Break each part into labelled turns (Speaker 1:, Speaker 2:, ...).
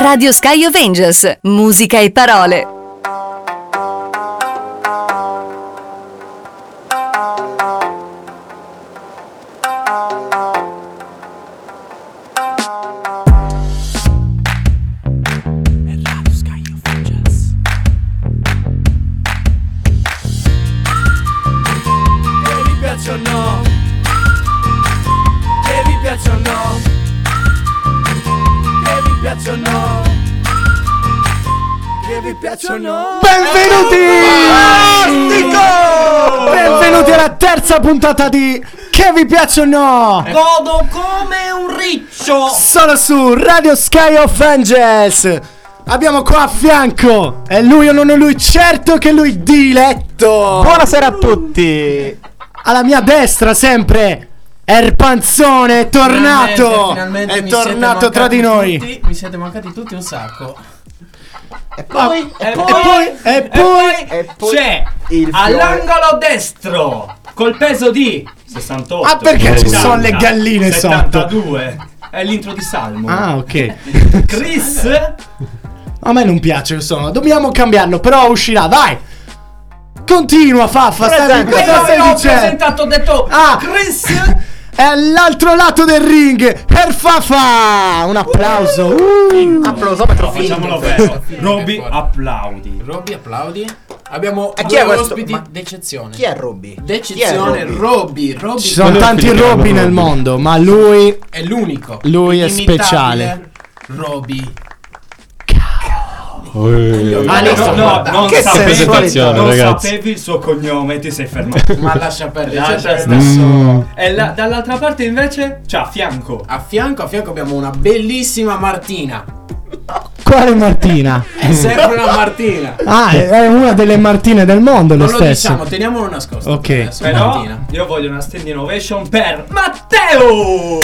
Speaker 1: Radio Sky Avengers, musica e parole.
Speaker 2: Che vi piaccia o no? Che vi piaccia o no? Che vi piaccia o no? Che vi piaccia o no?
Speaker 3: Benvenuti! Benvenuti alla terza puntata di Che vi piace o no?
Speaker 4: Godo come un riccio!
Speaker 3: Sono su Radio Sky of Angels. Abbiamo qua a fianco. È lui o non è lui? Certo che lui diletto.
Speaker 5: Buonasera a tutti!
Speaker 3: Alla mia destra sempre Erpanzone è tornato.
Speaker 4: Finalmente, finalmente
Speaker 3: è
Speaker 4: mi siete
Speaker 3: tornato tra
Speaker 4: mancati
Speaker 3: di noi.
Speaker 4: tutti, mi siete mancati tutti un sacco. Oh, E
Speaker 3: poi- e poi- e poi-
Speaker 4: e
Speaker 5: poi
Speaker 4: c'è
Speaker 5: il fiore.
Speaker 4: all'angolo destro col peso di 68.
Speaker 3: Ah, perché ci
Speaker 4: 70,
Speaker 3: sono le galline sotto?
Speaker 4: 72. È l'intro di Salmo.
Speaker 3: Ah, ok. Ah,
Speaker 4: Chris
Speaker 3: A me non piace, insomma. Dobbiamo cambiarlo, però uscirà, vai. Continua, Faffa. Stai,
Speaker 4: Quello
Speaker 3: cosa
Speaker 4: che l'ho
Speaker 3: stai dicendo?
Speaker 4: presentato ho detto
Speaker 3: Ah.
Speaker 4: Chris
Speaker 3: È all'altro lato del ring per Fafa! Un applauso! Uh.
Speaker 4: No, facciamolo bello. Robby applaudi.
Speaker 6: Robby applaudi. Abbiamo
Speaker 5: E chi
Speaker 6: due
Speaker 5: è questo?
Speaker 6: ospiti
Speaker 5: Ma-
Speaker 6: d'eccezione.
Speaker 5: Chi è Robby?
Speaker 6: D'eccezione,
Speaker 5: Chi è Robby?
Speaker 6: Robby. Robby
Speaker 3: Ci sono tanti Robby nel mondo, ma lui.
Speaker 6: è l'unico.
Speaker 3: Lui è
Speaker 6: inimitabile
Speaker 3: speciale.
Speaker 6: Robby.
Speaker 4: Ma
Speaker 6: no,
Speaker 4: Ah, no,
Speaker 6: no,
Speaker 4: non,
Speaker 5: che
Speaker 4: sapevi,
Speaker 5: sensualità,
Speaker 4: non
Speaker 7: ragazzi.
Speaker 4: sapevi il suo cognome e ti sei fermato.
Speaker 6: Ma lascia perdere.
Speaker 4: Lascia
Speaker 6: c'è
Speaker 4: stare.
Speaker 6: adesso-
Speaker 4: e la- dall'altra parte invece c'è a fianco.
Speaker 6: A fianco, a fianco abbiamo una bellissima Martina.
Speaker 3: Quale Martina?
Speaker 6: È sempre una Martina.
Speaker 3: Ah, è- è una delle Martine del mondo, lo
Speaker 6: Non lo
Speaker 3: stesso.
Speaker 6: diciamo, teniamolo nascosto.
Speaker 3: Ok.
Speaker 6: Adesso
Speaker 4: Però
Speaker 6: Martina.
Speaker 4: io voglio una standing ovation per Matteo!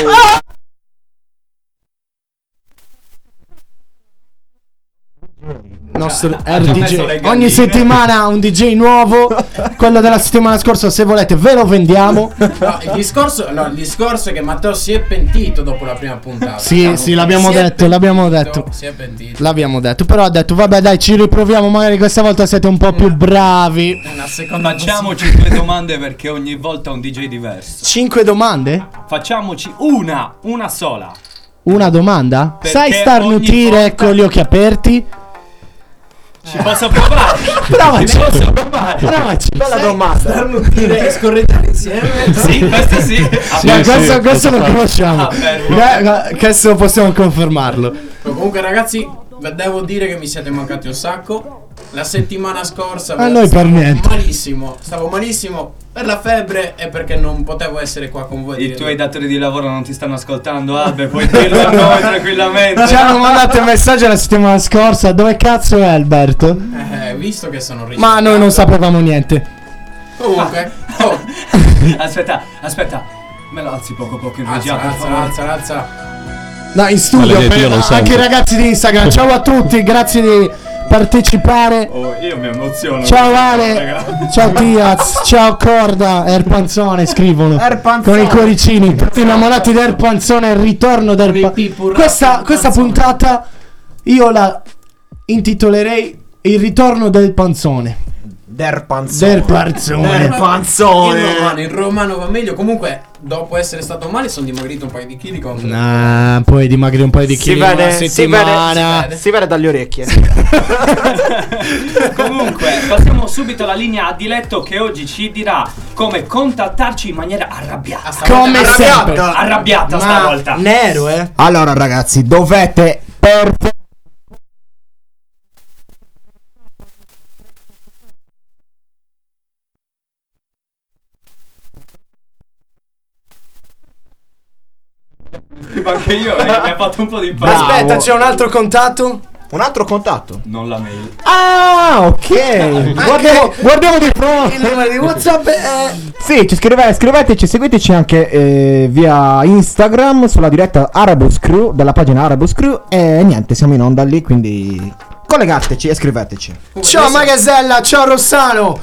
Speaker 3: Nostro
Speaker 4: Abbiamo messo le
Speaker 3: RDJ.
Speaker 4: galline.
Speaker 3: Ogni settimana un DJ nuovo. Quello della settimana scorsa, se volete, ve lo vendiamo.
Speaker 6: No, il, discorso, no, il discorso è che Matteo si è pentito dopo la prima puntata.
Speaker 3: Sì, sì, l'abbiamo
Speaker 6: Si è
Speaker 3: detto, l'abbiamo
Speaker 6: pentito,
Speaker 3: detto.
Speaker 6: Si è pentito.
Speaker 3: L'abbiamo detto, però ha detto, vabbè, dai, ci riproviamo. Magari questa volta siete un po' più bravi.
Speaker 6: Una seconda
Speaker 4: Facciamoci due domande perché ogni volta è un DJ diverso.
Speaker 3: Cinque domande?
Speaker 4: Facciamoci una, una sola.
Speaker 3: Una domanda?
Speaker 4: Perché
Speaker 3: Sai starnutire
Speaker 4: ogni volta-
Speaker 3: con gli occhi aperti?
Speaker 4: Ci
Speaker 3: Eh.
Speaker 4: posso provare?
Speaker 3: Provaci!
Speaker 4: posso provare?
Speaker 3: Provaci!
Speaker 5: Bella domanda!
Speaker 6: Direi che scorreggiare insieme.
Speaker 4: Sì, questo sì.
Speaker 3: Ma
Speaker 7: sì,
Speaker 3: questo,
Speaker 7: sì,
Speaker 3: questo lo
Speaker 7: posso
Speaker 3: conosciamo.
Speaker 4: Ah, bello.
Speaker 3: Beh, ma questo possiamo confermarlo.
Speaker 6: Comunque, ragazzi, beh, devo dire che mi siete mancati un sacco. La settimana scorsa
Speaker 3: A
Speaker 6: beh,
Speaker 3: noi per
Speaker 6: stavo
Speaker 3: niente.
Speaker 6: malissimo, stavo malissimo per la febbre e perché non potevo essere qua con voi.
Speaker 4: I
Speaker 6: dirlo.
Speaker 4: tuoi datori di lavoro non ti stanno ascoltando, Albe, puoi dirlo a noi tranquillamente.
Speaker 3: Ci hanno mandato un messaggio la settimana scorsa. Dove cazzo è Albert?
Speaker 6: Eh, visto che sono ricco.
Speaker 3: Ma noi non sapevamo niente.
Speaker 6: Comunque, oh,
Speaker 4: Ah. aspetta, aspetta, me lo alzi poco poco in regia,
Speaker 6: alza,
Speaker 4: per
Speaker 6: alza,
Speaker 4: favore.
Speaker 6: alza, alza.
Speaker 3: No, in studio.
Speaker 7: Maledetto,
Speaker 3: per-
Speaker 7: io non
Speaker 3: anche
Speaker 7: sento.
Speaker 3: i ragazzi di Instagram. Ciao a tutti, grazie di partecipare.
Speaker 4: Oh, io mi emoziono.
Speaker 3: Ciao
Speaker 4: Raga.
Speaker 3: Vale, ciao Diaz, ciao Corda, Erpanzone scrivono
Speaker 5: Erpanzone.
Speaker 3: con i cuoricini, tutti innamorati di Erpanzone, il ritorno del
Speaker 6: Ripi purra,
Speaker 3: questa,
Speaker 6: Erpanzone.
Speaker 3: questa puntata io la intitolerei Il ritorno del panzone.
Speaker 5: Der Panzone!
Speaker 3: Del panzone.
Speaker 5: Del panzone.
Speaker 6: Il romano, il romano va meglio. Comunque, dopo essere stato male, sono dimagrito un paio di chili. Con...
Speaker 3: Ah, poi dimagri un paio di
Speaker 5: Si
Speaker 3: chili in una
Speaker 5: vede, si
Speaker 3: settimana.
Speaker 5: vede, si vede dalle orecchie.
Speaker 4: Comunque, passiamo subito alla linea a diletto che oggi ci dirà come contattarci in maniera arrabbiata.
Speaker 3: Come
Speaker 5: Arrabbiata.
Speaker 3: sempre.
Speaker 4: Arrabbiata stavolta.
Speaker 3: Nero, eh.
Speaker 5: Allora ragazzi, dovete per
Speaker 4: Ma anche io eh, mi ha fatto un po' di paura.
Speaker 3: Aspetta, c'è un altro contatto?
Speaker 5: un altro contatto.
Speaker 4: Non la mail.
Speaker 3: Ah, ok. Guardiamo, guardiamo di fronte.
Speaker 5: Il numero di WhatsApp è
Speaker 8: Sì, ci scrivete, scriveteci, seguiteci anche eh, via Instagram sulla diretta Arabus Crew, dalla pagina Arabus Crew e niente, siamo in onda lì, quindi collegateci e scriveteci.
Speaker 3: Ciao Magasella, ciao Rossano.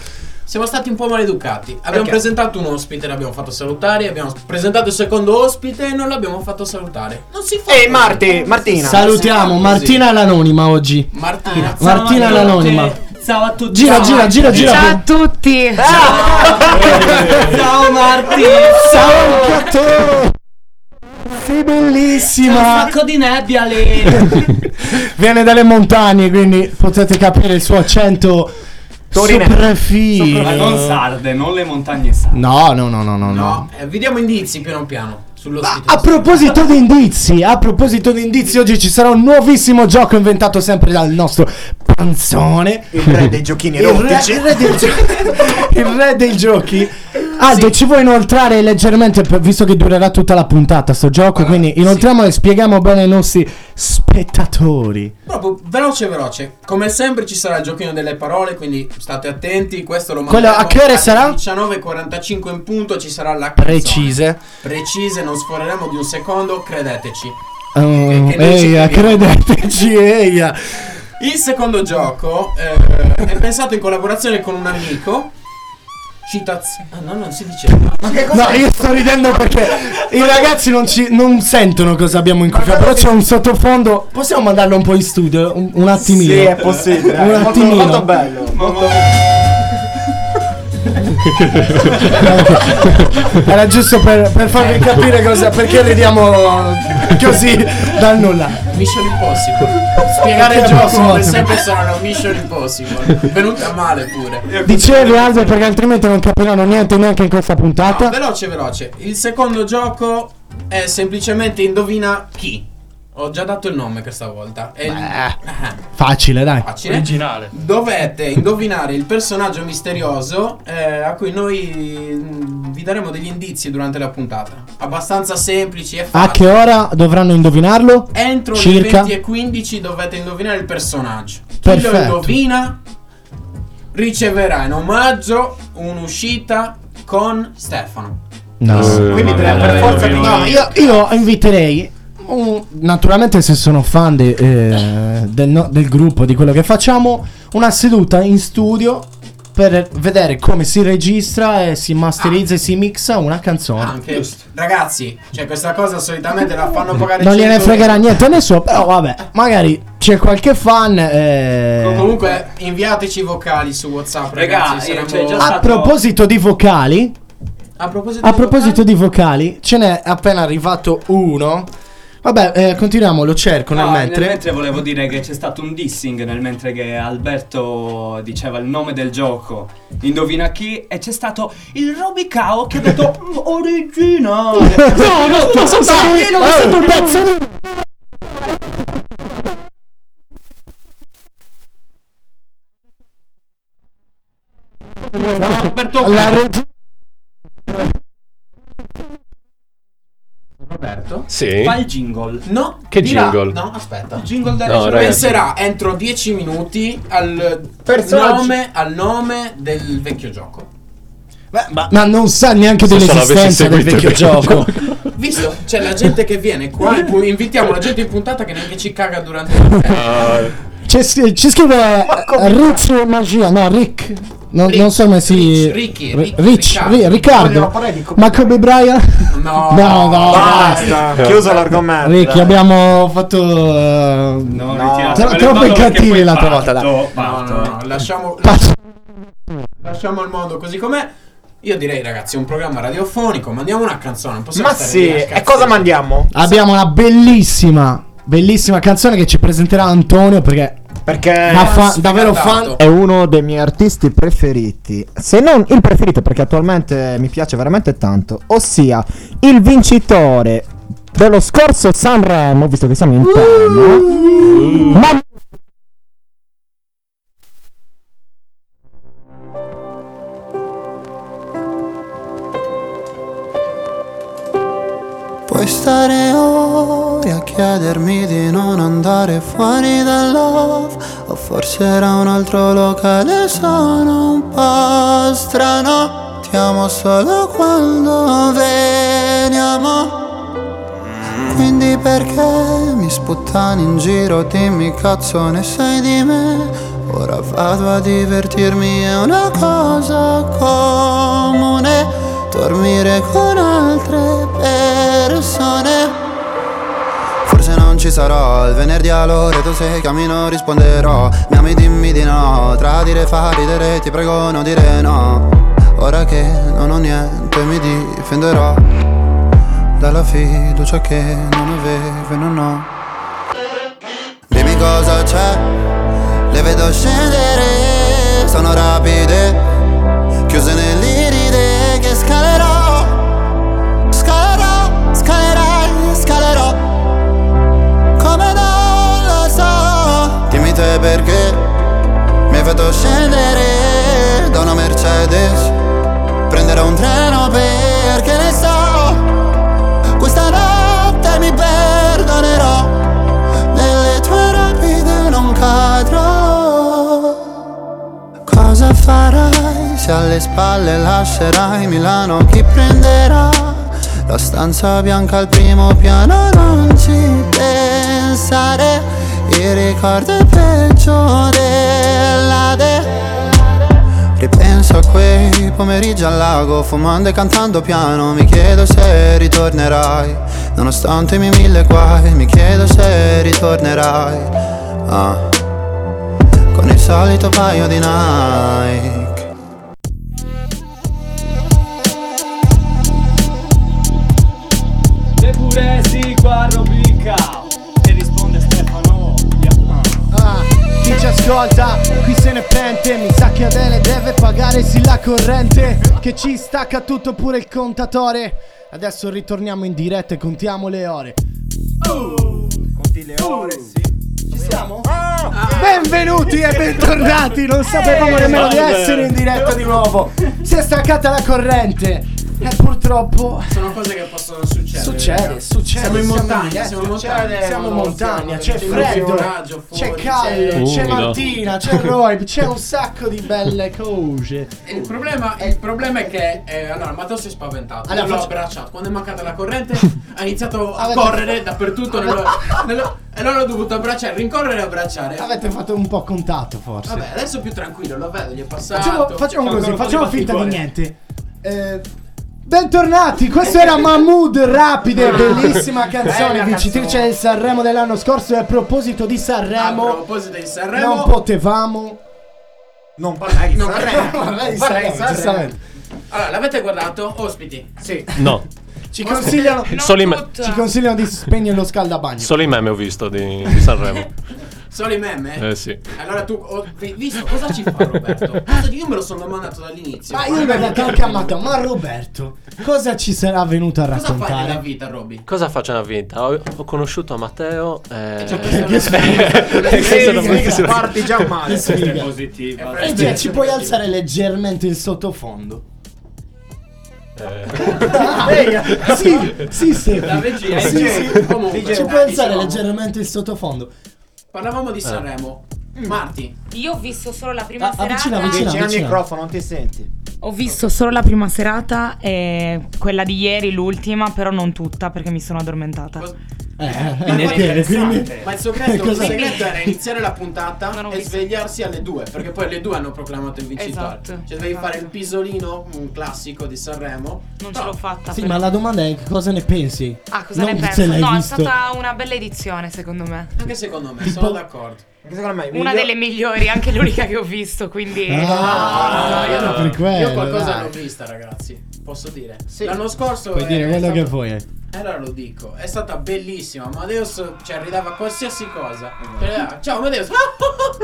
Speaker 6: Siamo stati un po' maleducati. Abbiamo
Speaker 5: Perché?
Speaker 6: presentato un ospite, l'abbiamo fatto salutare. Abbiamo presentato il secondo ospite e non l'abbiamo fatto salutare. Non si
Speaker 3: Eh,
Speaker 6: fa.
Speaker 5: Ehi, Marti, Martina.
Speaker 3: Salutiamo Martina l'anonima oggi. Ah.
Speaker 6: Martina.
Speaker 3: Martina
Speaker 4: Ciao a tutti.
Speaker 3: l'anonima.
Speaker 4: Ciao a tutti.
Speaker 3: Gira,
Speaker 4: Ciao,
Speaker 3: gira,
Speaker 4: Marti.
Speaker 3: gira, gira.
Speaker 1: Ciao a tutti!
Speaker 4: Ciao Marti.
Speaker 3: Ciao, gatto! Sei
Speaker 4: Un
Speaker 3: bellissima!
Speaker 4: sacco di nebbia lì.
Speaker 3: Viene dalle montagne, quindi potete capire il suo accento
Speaker 4: Ma
Speaker 5: Torinese.
Speaker 4: non
Speaker 3: sopraffino.
Speaker 4: sarde, non le montagne sarde.
Speaker 3: No, no, no, no, no, no.
Speaker 6: No, eh, vi diamo indizi piano piano sull'ospite.
Speaker 3: A proposito di indizi, a proposito di indizi, oggi ci sarà un nuovissimo gioco inventato sempre dal nostro panzone.
Speaker 5: Il re dei giochini
Speaker 3: Il re,
Speaker 5: erotici.
Speaker 3: il re dei giochi. il re dei giochi. Aldo, ci vuoi inoltrare leggermente, per- visto che durerà tutta la puntata sto gioco, quindi inoltriamo e spieghiamo bene ai nostri spettatori.
Speaker 6: Proprio veloce, veloce. Come sempre ci sarà il giochino delle parole, quindi state attenti. Questo lo
Speaker 3: Quello
Speaker 6: manderemo
Speaker 3: a che ore
Speaker 6: alle
Speaker 3: sarà?
Speaker 6: 19.45 in punto ci sarà la canzone.
Speaker 3: Precise.
Speaker 6: Precise, non sforeremo di un secondo, credeteci.
Speaker 3: Oh,
Speaker 6: Che- che noi ci
Speaker 3: eia,
Speaker 6: crediamo.
Speaker 3: credeteci, eia.
Speaker 6: Il secondo gioco eh, è pensato in collaborazione con un amico. Citazione. Ah, no, non si dice. Ma che
Speaker 3: No, io sto ridendo perché i ragazzi non, ci, non sentono cosa abbiamo in cuffia, però c'è un sottofondo. Possiamo mandarlo un po' in studio? Un, un attimino.
Speaker 5: Sì, è possibile.
Speaker 3: Un
Speaker 5: eh, molto,
Speaker 3: attimino.
Speaker 5: molto bello.
Speaker 3: Era giusto per, per farvi capire cosa, perché ridiamo così dal nulla.
Speaker 6: Mission Impossible. Spiegare il
Speaker 3: Perché
Speaker 6: gioco
Speaker 3: abbiamo
Speaker 6: come
Speaker 3: fatto?
Speaker 6: sempre sarà una Mission Impossible. Venuta male pure.
Speaker 3: Dicevi Aldo perché altrimenti non capiranno niente neanche in questa puntata.
Speaker 6: Veloce, veloce. Il secondo gioco è semplicemente indovina chi. Ho già dato il nome questa volta. È il- Ah,
Speaker 3: Facile, dai.
Speaker 6: facile. Dovete indovinare il personaggio misterioso eh, a cui noi mm, vi daremo degli indizi durante la puntata. Abbastanza semplici e
Speaker 3: A che
Speaker 6: facili.
Speaker 3: ora dovranno indovinarlo?
Speaker 6: Entro
Speaker 3: Ah, Circa?
Speaker 6: le 20 e 15 dovete indovinare il personaggio. Chi
Speaker 3: Perfetto.
Speaker 6: lo indovina riceverà in omaggio un'uscita con Stefano.
Speaker 3: No.
Speaker 5: Quindi tre, per forza di
Speaker 3: No, io, io inviterei. un- naturalmente, se sono fan de- eh, del, no- del gruppo, di quello che facciamo, una seduta in studio per vedere come si registra e si masterizza e si mixa una canzone.
Speaker 6: Anche ragazzi, cioè questa cosa solitamente la fanno pagare
Speaker 3: non gliene
Speaker 6: 100
Speaker 3: fregherà
Speaker 6: euro.
Speaker 3: niente a nessuno, però vabbè, magari c'è qualche fan. eh.
Speaker 6: Comunque inviateci i vocali su WhatsApp,
Speaker 4: Raga,
Speaker 6: ragazzi,
Speaker 4: io-
Speaker 6: saremo-
Speaker 4: cioè, già-
Speaker 3: A proposito di vocali,
Speaker 6: esatto. A proposito,
Speaker 3: a
Speaker 6: di
Speaker 3: proposito
Speaker 6: vocali-
Speaker 3: di vocali, ce n'è appena arrivato uno. Vabbè, eh, continuiamo, lo cerco nel
Speaker 4: No,
Speaker 3: mentre.
Speaker 4: nel mentre volevo dire che c'è stato un dissing nel mentre che Alberto diceva il nome del gioco, indovina chi, e c'è stato il Robicao che ha detto "Mm, originale.
Speaker 3: No, no, ma sono stato io, non è stato un eh. pezzo di...
Speaker 4: Alberto
Speaker 3: La regia...
Speaker 7: Sì.
Speaker 4: fa il jingle.
Speaker 6: No,
Speaker 7: Che
Speaker 6: dirà-
Speaker 7: jingle?
Speaker 6: No, aspetta.
Speaker 4: Jingle da
Speaker 7: No,
Speaker 4: regia.
Speaker 7: ragazzi.
Speaker 6: Penserà entro 10 minuti al
Speaker 5: Personaggio.
Speaker 6: nome, al nome del vecchio gioco.
Speaker 3: Ma non sa neanche
Speaker 7: Se solo
Speaker 3: dell'esistenza
Speaker 7: avessi
Speaker 3: del
Speaker 7: seguito
Speaker 3: vecchio
Speaker 7: il
Speaker 3: gioco.
Speaker 6: Visto, c'è la gente che viene qua. pu- Invitiamo la gente in puntata che neanche ci caga durante il
Speaker 3: C'è, sc- ci scrive eh, Ricci Magia, no, Rick. Non,
Speaker 6: Rick,
Speaker 3: non so come si...
Speaker 6: Rich, Ricky,
Speaker 3: Ri-
Speaker 6: Rick,
Speaker 3: Rich,
Speaker 6: Riccardo.
Speaker 3: Ri- Riccardo.
Speaker 5: Vogliamo parlare di Kobe
Speaker 3: Ma Kobe Bryant?
Speaker 6: No,
Speaker 3: No, no,
Speaker 5: Basta, chiuso l'argomento.
Speaker 3: Ricky,
Speaker 5: dai.
Speaker 3: abbiamo fatto... eh,
Speaker 4: No,
Speaker 5: No.
Speaker 4: ritira-
Speaker 3: Tro-
Speaker 4: quello
Speaker 3: troppo
Speaker 4: è il fatto
Speaker 3: incattivi
Speaker 4: perché poi
Speaker 3: l'altra
Speaker 4: parto,
Speaker 3: volta, dai.
Speaker 6: No,
Speaker 4: parto.
Speaker 6: no, no, lasciamo,
Speaker 3: Passo-
Speaker 6: lasciamo il mondo così com'è. Io direi, ragazzi, è un programma radiofonico. Mandiamo una canzone. Non possiamo
Speaker 5: Ma
Speaker 6: stare
Speaker 5: sì,
Speaker 6: lì a
Speaker 5: e
Speaker 6: cazzo.
Speaker 5: cosa mandiamo?
Speaker 3: Abbiamo una bellissima, bellissima canzone che ci presenterà Antonio perché...
Speaker 5: Perché
Speaker 3: da fa-
Speaker 6: sfigato.
Speaker 3: davvero
Speaker 5: esatto.
Speaker 3: fan
Speaker 8: È uno dei miei artisti preferiti, se non il preferito perché attualmente mi piace veramente tanto, ossia il vincitore dello scorso Sanremo, visto che siamo in tema.
Speaker 3: Uh!
Speaker 8: Ma-
Speaker 9: Puoi stare ore a chiedermi di non andare fuori dal love O forse era un altro locale, sono un po' strano Ti amo solo quando veniamo quindi perché mi sputtani in giro, dimmi cazzo ne sai di me Ora vado a divertirmi, è una cosa comune Dormire con altre persone Forse non ci sarò, il venerdì all'ora tu se chiami non risponderò Mi ami dimmi di no, tradire fa ridere ti prego non dire no Ora che non ho niente mi difenderò Dalla fiducia che non avevo e non ho Dimmi cosa c'è, le vedo scendere Sono rapide, chiuse nell'iride che scalerò Scalerò, scalerai, scalerò come non lo so Dimmi te perché mi hai fatto scendere da una Mercedes Prenderò un treno perché ne so Questa notte mi perdonerò Nelle tue rapide non cadrò Cosa farai se alle spalle lascerai Milano? Chi prenderà la stanza bianca al primo piano? Non ci pensare, il ricordo è peggio della de. Ripenso a quei pomeriggi al lago, fumando e cantando piano. Mi chiedo se ritornerai, nonostante i miei mille guai. Mi chiedo se ritornerai. Ah con il solito paio di Nike.
Speaker 4: Se pure si qua Robicao E risponde Stefano Iacomo.
Speaker 3: Ah, chi ci ascolta qui se ne pente Mi sa che Adele deve pagare sì la corrente Che ci stacca tutto pure il contatore Adesso ritorniamo in diretta e contiamo le ore
Speaker 5: Conti le ore, sì.
Speaker 3: Ci siamo? Ah!
Speaker 6: Ah.
Speaker 3: Benvenuti e bentornati Non
Speaker 6: Eh.
Speaker 3: sapevamo nemmeno di essere in diretta di nuovo Si è staccata la corrente E Eh, purtroppo
Speaker 6: Sono cose che possono succedere.
Speaker 3: Succede,
Speaker 6: raga.
Speaker 3: succede.
Speaker 6: Siamo in montagna,
Speaker 3: in
Speaker 6: siamo in
Speaker 3: Est,
Speaker 6: montagna.
Speaker 3: Siamo in
Speaker 6: non
Speaker 3: montagna, c'è
Speaker 6: siamo-
Speaker 3: freddo,
Speaker 6: raggio fuori,
Speaker 3: c'è caldo,
Speaker 6: c'è-
Speaker 3: c'è
Speaker 7: Umido.
Speaker 3: mattina, c'è Roy, c'è un sacco di belle cose.
Speaker 6: Il problema, il problema è che eh, allora Matteo si è spaventato.
Speaker 3: Allora,
Speaker 6: Allora, l'ho
Speaker 3: faccio-
Speaker 6: abbracciato. Quando è mancata la corrente, ha iniziato a
Speaker 3: Avete-
Speaker 6: correre dappertutto. Nello, nello- e allora ho dovuto abbracciare, rincorrere e abbracciare.
Speaker 3: Avete fatto un po' contatto forse.
Speaker 6: Vabbè, adesso è più tranquillo, lo vedo, gli è passato.
Speaker 3: Facciamo, facciamo
Speaker 4: C'è
Speaker 3: così,
Speaker 4: ancora un po' di
Speaker 3: facciamo finta di
Speaker 4: batticuore.
Speaker 3: niente. Eh, bentornati, questa era Mahmood Rapide, bellissima canzone,
Speaker 6: Bella
Speaker 3: vincitrice
Speaker 6: canzone.
Speaker 3: del Sanremo dell'anno scorso. E a proposito di
Speaker 6: Ah, A
Speaker 3: Sanremo,
Speaker 6: proposito di Sanremo,
Speaker 3: non potevamo.
Speaker 5: Non parlare di
Speaker 6: Non
Speaker 5: Sanremo.
Speaker 3: parlare
Speaker 6: parlare di
Speaker 3: di Sanremo,
Speaker 6: Sanremo.
Speaker 3: giustamente.
Speaker 6: allora l'avete guardato? Ospiti.
Speaker 3: Sì.
Speaker 7: No,
Speaker 3: Ci consigliano.
Speaker 7: solo i, me-
Speaker 3: Ci consigliano di spegnere lo scaldabagno.
Speaker 7: solo i meme ho visto di, di Sanremo.
Speaker 6: Solo i meme?
Speaker 7: Eh sì.
Speaker 6: Allora tu, ho vi- visto cosa ci fa Roberto? Cosa- Io me lo sono domandato dall'inizio.
Speaker 3: ma io mi ero anche amato, ma Roberto, cosa ci sarà venuto a
Speaker 6: Cosa fai
Speaker 3: raccontare?
Speaker 6: nella vita, Robby?
Speaker 7: Cosa faccio nella vita? Ho, ho conosciuto Matteo. Eh,
Speaker 5: Sì, Parti già male.
Speaker 4: Questa è
Speaker 3: Sfiga.
Speaker 4: positiva.
Speaker 7: Eh,
Speaker 3: E già, ci puoi alzare leggermente il sottofondo? Ah, sì, sì, sì.
Speaker 6: Eh. La regia
Speaker 3: Sì, sì.
Speaker 6: comunque
Speaker 3: Ci puoi alzare leggermente il sottofondo?
Speaker 6: Parlavamo
Speaker 7: Eh.
Speaker 6: di Sanremo. Marti,
Speaker 10: Io ho visto solo la prima
Speaker 3: Ah,
Speaker 10: serata.
Speaker 3: avvicina, avvicina,
Speaker 5: Vicino al
Speaker 3: avvicina.
Speaker 5: microfono, non ti senti.
Speaker 10: Ho visto solo la prima serata e quella di ieri, l'ultima, però non tutta perché mi sono addormentata.
Speaker 6: cos-
Speaker 3: Eh,
Speaker 6: Ma
Speaker 3: eh, ok, quindi... Eh,
Speaker 6: ma il segreto, il
Speaker 3: Cosa-
Speaker 6: segreto era iniziare la puntata
Speaker 10: Non ho
Speaker 6: e
Speaker 10: visto.
Speaker 6: svegliarsi alle due, perché poi alle due hanno proclamato il vincitore.
Speaker 10: Esatto.
Speaker 6: Cioè dovevi fare il pisolino, un classico di Sanremo.
Speaker 10: Non
Speaker 6: No,
Speaker 10: ce l'ho fatta.
Speaker 3: Sì,
Speaker 10: per-
Speaker 3: ma la domanda è che cosa ne pensi?
Speaker 10: Ah, cosa
Speaker 3: non
Speaker 10: ne
Speaker 3: se
Speaker 10: penso?
Speaker 3: l'hai
Speaker 10: No,
Speaker 3: visto.
Speaker 10: è stata una bella edizione, secondo me.
Speaker 6: Anche secondo me, sono d'accordo.
Speaker 5: Anche secondo me, il
Speaker 10: Una
Speaker 5: miglior-
Speaker 10: delle migliori, anche l'unica che ho visto, quindi.
Speaker 3: Ah,
Speaker 6: no, io no.
Speaker 3: per quello,
Speaker 6: Io qualcosa
Speaker 3: dai.
Speaker 6: l'ho vista, ragazzi. Posso dire? L'anno scorso.
Speaker 3: Puoi
Speaker 6: è-
Speaker 3: dire
Speaker 6: è
Speaker 3: quello
Speaker 6: stato-
Speaker 3: che vuoi. eh.
Speaker 6: E allora lo dico, è stata bellissima. Amadeus ci ridava qualsiasi cosa.
Speaker 3: Esatto.
Speaker 6: Cioè, ah, Ciao Amadeus!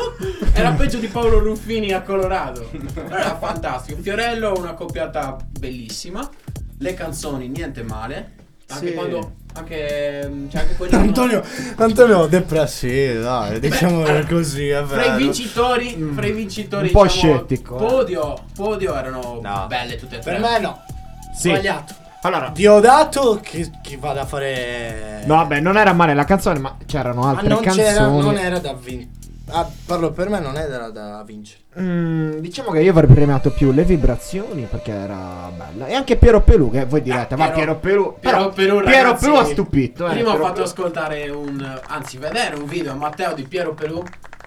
Speaker 6: Era peggio di Paolo Ruffini a Colorado. Era fantastico. Fiorello, una coppiata bellissima. Le canzoni, niente male. Anche
Speaker 3: Sì.
Speaker 6: quando. Anche. Cioè, anche quelli.
Speaker 3: Antonio, Antonio depressivo, dai, diciamo
Speaker 6: allora,
Speaker 3: così, è
Speaker 6: Fra i
Speaker 3: vero. Mm.
Speaker 6: vincitori, fra i vincitori
Speaker 3: un po'
Speaker 6: diciamo,
Speaker 3: scettico, eh.
Speaker 6: Podio, podio erano
Speaker 3: No.
Speaker 6: belle tutte e tre.
Speaker 3: Per me no. Sì.
Speaker 6: Sbagliato.
Speaker 5: Allora,
Speaker 3: Diodato che, che vada a fare...
Speaker 8: No, vabbè, non era male la canzone, ma c'erano
Speaker 3: Ma
Speaker 8: altre
Speaker 3: Eh. Ah, non
Speaker 8: Ah, canzoni.
Speaker 3: c'era, non era da vincere. parlo per me, non era da vincere.
Speaker 8: Mm, diciamo che io avrei premiato più le vibrazioni perché era bella. E anche Piero Pelù, che voi direte, ma Piero
Speaker 6: Ah, Piero-
Speaker 8: Pelù.
Speaker 6: Piero
Speaker 8: Però
Speaker 6: Pelù,
Speaker 8: Piero
Speaker 6: ragazzi,
Speaker 8: Pelù ha stupito. Eh,
Speaker 6: Prima ho
Speaker 8: Piero
Speaker 6: fatto
Speaker 8: Pelù.
Speaker 6: ascoltare un. anzi, vedere un video a Matteo di Piero Pelù.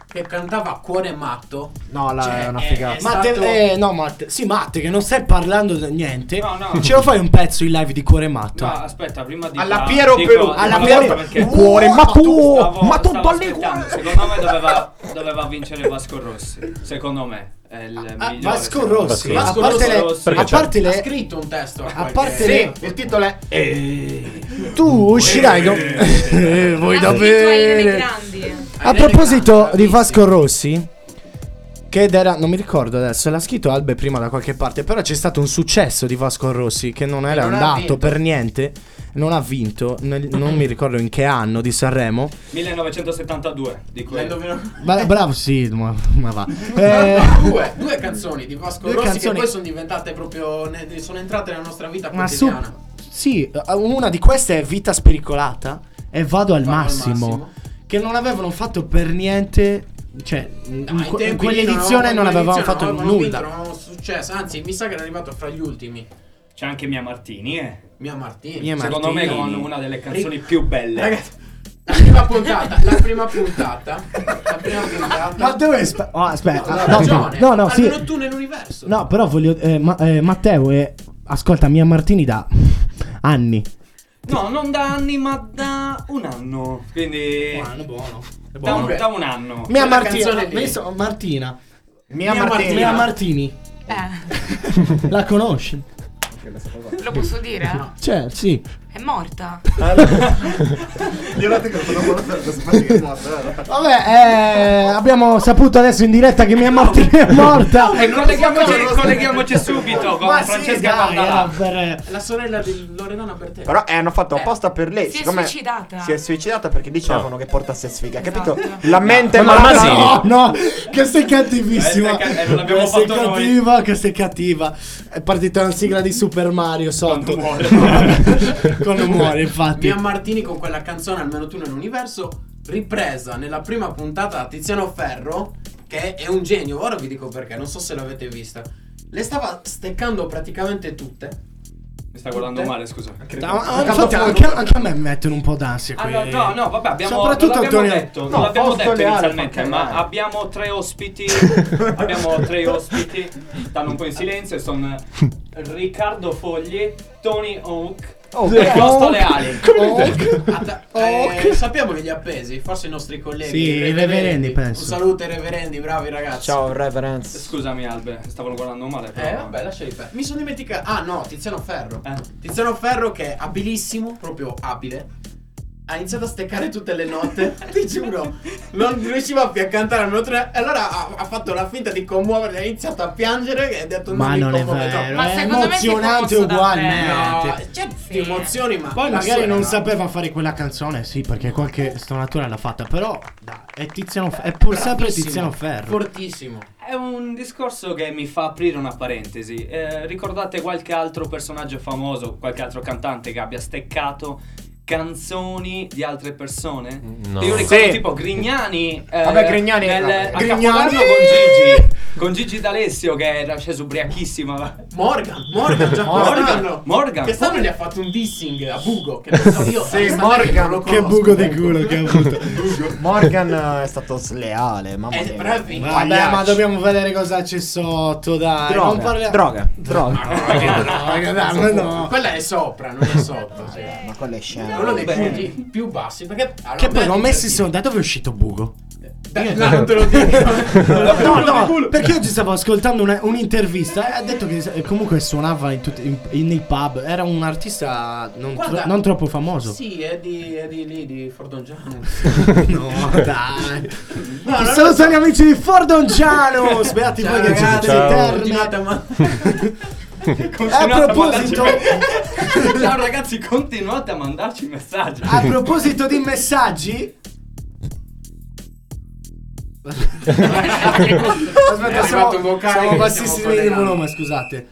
Speaker 6: che cantava a cuore matto.
Speaker 8: No, la,
Speaker 6: Cioè,
Speaker 8: è una
Speaker 6: è-
Speaker 8: figata.
Speaker 6: è
Speaker 3: Matte,
Speaker 6: stato-
Speaker 3: eh, no, Matte, sì, Matte, che non stai parlando di niente.
Speaker 4: No, no.
Speaker 3: Ce lo fai un pezzo in live di cuore matto? eh.
Speaker 4: No, aspetta, prima di
Speaker 5: Alla
Speaker 4: ah,
Speaker 5: Piero
Speaker 4: dico-
Speaker 5: Pelù,
Speaker 4: dico
Speaker 5: alla
Speaker 4: una
Speaker 5: Piero
Speaker 4: cosa
Speaker 5: Pelù.
Speaker 4: perché
Speaker 8: Cuore, ma tu,
Speaker 4: stavo-
Speaker 8: ma tu
Speaker 4: stavo
Speaker 8: balli
Speaker 4: aspettando. Secondo me doveva, doveva vincere Vasco Rossi. Secondo me è il
Speaker 3: Ah,
Speaker 4: migliore.
Speaker 3: Vasco
Speaker 4: secondo me.
Speaker 3: Rossi, a
Speaker 6: Vasco
Speaker 3: parte le,
Speaker 4: Rossi.
Speaker 3: a
Speaker 4: Perché c'è-
Speaker 3: parte
Speaker 6: Ha
Speaker 3: le,
Speaker 6: scritto un testo a,
Speaker 3: a
Speaker 6: qualche-
Speaker 3: parte
Speaker 5: Sì,
Speaker 3: le,
Speaker 5: il titolo è
Speaker 3: tu uscirai con... Eh, vuoi
Speaker 10: Ha scritto ai
Speaker 11: eh,
Speaker 10: Rene
Speaker 3: davvero?
Speaker 10: grandi.
Speaker 3: A proposito di Vasco Rossi, che era, non mi ricordo adesso, l'ha scritto Albe prima da qualche parte, però c'è stato un successo di Vasco Rossi che non era
Speaker 6: non ha
Speaker 3: andato
Speaker 6: vinto.
Speaker 3: per niente, non ha vinto, nel- non mi ricordo in che anno di Sanremo.
Speaker 4: 1972, dico
Speaker 6: L'hai
Speaker 4: io.
Speaker 6: indovinato?
Speaker 3: Bra- bravo, sì, ma, ma va. Eh,
Speaker 6: Due, due canzoni di Vasco
Speaker 3: Due
Speaker 6: Rossi
Speaker 3: canzoni.
Speaker 6: che poi sono diventate proprio. ne- sono entrate nella nostra vita
Speaker 3: ma su,
Speaker 6: quotidiana. Vanno
Speaker 3: sì, una di queste è Vita spericolata e vado al
Speaker 6: al
Speaker 3: massimo, Che non avevano fatto per niente, cioè, in,
Speaker 6: No, ai
Speaker 3: que-
Speaker 6: tempi
Speaker 3: in
Speaker 6: lì
Speaker 3: quell'edizione non avevamo
Speaker 6: edizione,
Speaker 3: fatto
Speaker 6: non avevano
Speaker 3: nulla.
Speaker 6: vinto, non avevano successo. Anzi, mi sa che era arrivato fra gli ultimi.
Speaker 4: C'è anche Mia Martini, eh.
Speaker 6: Mia Martini.
Speaker 3: Mia
Speaker 4: Secondo me
Speaker 3: Martini.
Speaker 4: con una delle canzoni più belle.
Speaker 6: Ragazzi, la prima puntata, la prima puntata, la prima puntata.
Speaker 3: Ma dove spa- oh, aspetta,
Speaker 6: Ha
Speaker 3: no,
Speaker 6: ragione.
Speaker 3: no, no, sì.
Speaker 6: Almeno tu nell'universo.
Speaker 3: No, però voglio eh, ma- eh, Matteo eh, ascolta Mia Martini da anni.
Speaker 4: No, non da anni, ma da un anno. Quindi.
Speaker 6: Buono, buono.
Speaker 4: Da un,
Speaker 6: Comunque,
Speaker 4: da un anno.
Speaker 3: Mia
Speaker 6: Quella
Speaker 3: Martini,
Speaker 6: canzone lì.
Speaker 3: mi so- Martina.
Speaker 5: Mia,
Speaker 6: Mia
Speaker 5: Martina.
Speaker 3: Mia Martini,
Speaker 10: Eh,
Speaker 3: la conosci?
Speaker 10: lo posso dire?
Speaker 3: Cioè, sì.
Speaker 10: È morta.
Speaker 5: Io la tengo con la mano
Speaker 3: Vabbè, eh, abbiamo saputo adesso in diretta che Mia Martini è morta.
Speaker 4: E
Speaker 3: Cioè,
Speaker 4: colleghiamoci,
Speaker 5: Ma sì,
Speaker 4: colleghiamoci subito con
Speaker 3: Ma sì,
Speaker 4: Francesca
Speaker 3: dai,
Speaker 4: Bardalà.
Speaker 3: era per-
Speaker 6: La sorella di Loredana per te.
Speaker 5: Però eh, hanno fatto apposta per lei.
Speaker 10: Si è
Speaker 5: siccome
Speaker 10: suicidata.
Speaker 5: Si è suicidata perché dicevano che portasse sfiga, capito?
Speaker 10: Esatto.
Speaker 5: La mente
Speaker 7: Ma- ma
Speaker 5: malata-
Speaker 7: sì.
Speaker 3: No, no, che sei cattivissima.
Speaker 4: Eh, sei ca- eh, non l'abbiamo
Speaker 3: Che sei
Speaker 4: fatto noi.
Speaker 3: cattiva, che sei cattiva. È partita una sigla di Super Mario sotto.
Speaker 4: Quando muore.
Speaker 3: Quando muore, infatti.
Speaker 6: Mia Martini con quella canzone Almeno tu nell'universo ripresa nella prima puntata da Tiziano Ferro che è un genio, ora vi dico perché, non so se l'avete vista. Le stava steccando praticamente tutte.
Speaker 4: Mi sta guardando
Speaker 6: Tutte?
Speaker 4: male, scusa.
Speaker 3: Ah, ah, infatti, anche, anche a me mi mettono un po' d'ansia qui.
Speaker 4: Allora, no, no, vabbè, abbiamo,
Speaker 3: Soprattutto
Speaker 4: non l'abbiamo
Speaker 3: Antonio-
Speaker 4: detto, non
Speaker 5: no,
Speaker 4: l'abbiamo
Speaker 5: Fausto
Speaker 4: detto
Speaker 5: Leale,
Speaker 4: inizialmente,
Speaker 5: porca
Speaker 4: ma
Speaker 5: miseria.
Speaker 4: abbiamo tre ospiti, abbiamo tre ospiti, stanno un po' in silenzio, sono Riccardo Fogli, Tony Hawk
Speaker 3: Oh,
Speaker 4: e Fausto Leali.
Speaker 6: ah, Atta- eh, sappiamo che li ha appesi, forse i nostri colleghi.
Speaker 3: Ah, Sì, i reverendi, penso.
Speaker 6: Un saluto ai reverendi, bravi ragazzi.
Speaker 8: Ciao, reverence.
Speaker 4: Scusami Albe, stavano guardando male però.
Speaker 6: Eh, vabbè, lasciali perdere. Mi sono dimenticato. Ah, no, Tiziano Ferro.
Speaker 4: Eh.
Speaker 6: Tiziano Ferro che è abilissimo, proprio abile. Ha iniziato a steccare tutte le note, ti giuro. Non riusciva più a cantare almeno tre. E allora ha, ha fatto la finta di commuovere, ha iniziato a piangere e ha detto:
Speaker 3: Ma
Speaker 6: mi
Speaker 3: non è
Speaker 6: commuovo,
Speaker 3: vero,
Speaker 10: Ma
Speaker 3: è
Speaker 10: secondo me si è
Speaker 3: emozionante
Speaker 10: commosso
Speaker 3: ugualmente.
Speaker 6: No,
Speaker 10: davvero.
Speaker 6: cioè,
Speaker 10: Sì.
Speaker 6: ti emozioni, ma
Speaker 3: Poi
Speaker 6: la
Speaker 3: magari
Speaker 6: sua
Speaker 3: non
Speaker 6: era-
Speaker 3: sapeva fare quella canzone, sì, perché qualche stonatura l'ha fatta, però dai, è Tiziano Fe- è pur sempre
Speaker 6: Bravissimo,
Speaker 3: Tiziano Ferro.
Speaker 6: Fortissimo.
Speaker 4: È un discorso che mi fa aprire una parentesi. Eh, ricordate qualche altro personaggio famoso, qualche altro cantante che abbia steccato canzoni di altre persone?
Speaker 7: No.
Speaker 4: Io ricordo
Speaker 5: Sì.
Speaker 4: tipo Grignani. eh,
Speaker 5: Vabbè, Grignani,
Speaker 4: nel-
Speaker 5: vabbè.
Speaker 4: a
Speaker 3: Grignani!
Speaker 4: Capodanno con Gigi. Con Gigi D'Alessio che era sceso ubriachissima.
Speaker 6: Morgan, Morgan, già
Speaker 4: Morgan,
Speaker 6: quest'anno.
Speaker 4: Morgan. Eh,
Speaker 6: Quest'anno gli ha fatto un dissing a Bugo. Che non so io.
Speaker 5: Sì,
Speaker 6: onestamente, non
Speaker 5: Morgan,
Speaker 6: lo
Speaker 3: Che
Speaker 6: conosco,
Speaker 3: buco di
Speaker 6: ecco.
Speaker 3: culo che ha avuto.
Speaker 5: Morgan eh, è stato sleale, mamma
Speaker 6: Eh,
Speaker 5: mia.
Speaker 6: bravi.
Speaker 3: Vabbè, ma dobbiamo vedere cosa c'è sotto, dai. non
Speaker 5: Droga,
Speaker 3: parliamo-
Speaker 5: droga, droga.
Speaker 3: No,
Speaker 5: Ah,
Speaker 3: raga, dai, ma no.
Speaker 6: Quella è sopra, non è sotto. sì.
Speaker 5: Eh, Ma quella è
Speaker 6: È
Speaker 5: scena.
Speaker 6: uno dei
Speaker 4: Beh.
Speaker 6: punti più bassi. Perché allora,
Speaker 3: Che poi
Speaker 6: me-
Speaker 3: l'ho messo in secondo, da dove è uscito Bugo? Eh,
Speaker 6: Dai, no, non te lo dico.
Speaker 3: No, no, perché oggi stavo ascoltando una- un'intervista e ha detto che eh, comunque suonava in tutti- in- in- nei pub, era un artista non, tro-
Speaker 6: Guarda-
Speaker 3: non troppo famoso.
Speaker 6: Sì, è di, è di lì, di Fordongiano.
Speaker 3: No, dai.
Speaker 6: No,
Speaker 3: Un
Speaker 6: non
Speaker 3: saluto agli amici di Fordongiano, beati voi che siete
Speaker 6: ragazzi,
Speaker 3: eterni.
Speaker 6: continuate a ma-
Speaker 3: A
Speaker 4: Continuate mandarci
Speaker 3: proposito,
Speaker 4: me- Ciao ragazzi, continuate a mandarci messaggi.
Speaker 3: a proposito di messaggi,
Speaker 6: È
Speaker 3: aspetta,
Speaker 6: arrivato
Speaker 3: siamo,
Speaker 6: un vocale
Speaker 3: siamo
Speaker 6: che
Speaker 3: bassissimi
Speaker 6: stiamo
Speaker 3: di
Speaker 6: collegando.
Speaker 3: volume, scusate.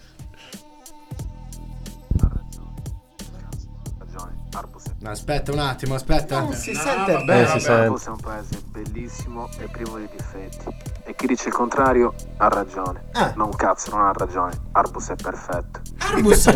Speaker 3: No, Aspetta un attimo, aspetta.
Speaker 5: Si
Speaker 6: Ah, No,
Speaker 5: sente
Speaker 6: vabbè,
Speaker 5: bene.
Speaker 7: Eh, si
Speaker 3: Eh,
Speaker 7: sente.
Speaker 6: vabbè.
Speaker 12: Napoli è un paese bellissimo e privo di difetti. E chi dice il contrario ha ragione.
Speaker 5: Ah.
Speaker 12: Non cazzo, non ha ragione. Arbus è perfetto.
Speaker 6: Arbus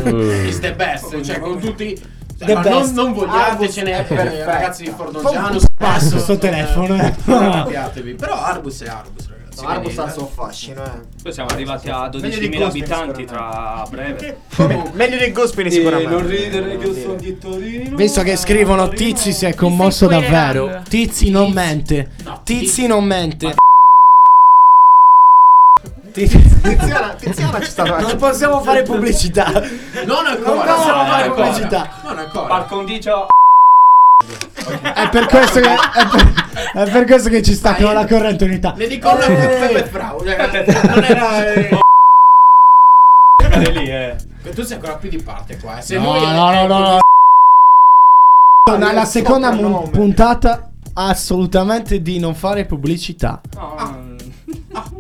Speaker 6: is the best, cioè con tutti Cioè, ma non, non vogliatecene,
Speaker 3: Arbus è
Speaker 6: eh,
Speaker 3: perfetto.
Speaker 6: ragazzi di
Speaker 3: Fa
Speaker 6: Fordogiano.
Speaker 3: un passo sto telefono, eh.
Speaker 6: Non arrabbiatevi. Però Arbus è Arbus, ragazzi.
Speaker 5: No, Arbus
Speaker 6: quindi-
Speaker 5: ha il suo fascino, eh.
Speaker 4: Poi siamo arrivati a
Speaker 5: Meglio di
Speaker 4: 12.000
Speaker 5: Gospin,
Speaker 4: abitanti tra breve.
Speaker 5: Meglio di Gospini
Speaker 4: Eh,
Speaker 5: sicuramente.
Speaker 4: non ridere che io sono di Torino.
Speaker 3: Visto che scrivono Tizi si è commosso davvero. Tizi non mente. Tizi non mente.
Speaker 5: Tiziana, Tiziana ci sta
Speaker 3: Non possiamo fare pubblicità.
Speaker 6: Non ancora.
Speaker 3: Non possiamo
Speaker 6: no,
Speaker 3: fare
Speaker 6: ancora.
Speaker 3: pubblicità.
Speaker 6: Non ancora.
Speaker 4: Par condicio.
Speaker 3: È per questo che è per, è per questo che ci sta con la corrente unità. Eh.
Speaker 6: Ne dico una per Peppe Frau. cioè, Non era. eh,
Speaker 4: lì, eh.
Speaker 6: Tu sei ancora più di parte qua. eh. Se
Speaker 3: No,
Speaker 6: lui è-
Speaker 3: no, no,
Speaker 6: è
Speaker 3: no,
Speaker 6: così-
Speaker 3: no. Nella seconda mu- puntata assolutamente di non fare pubblicità.
Speaker 6: Ah.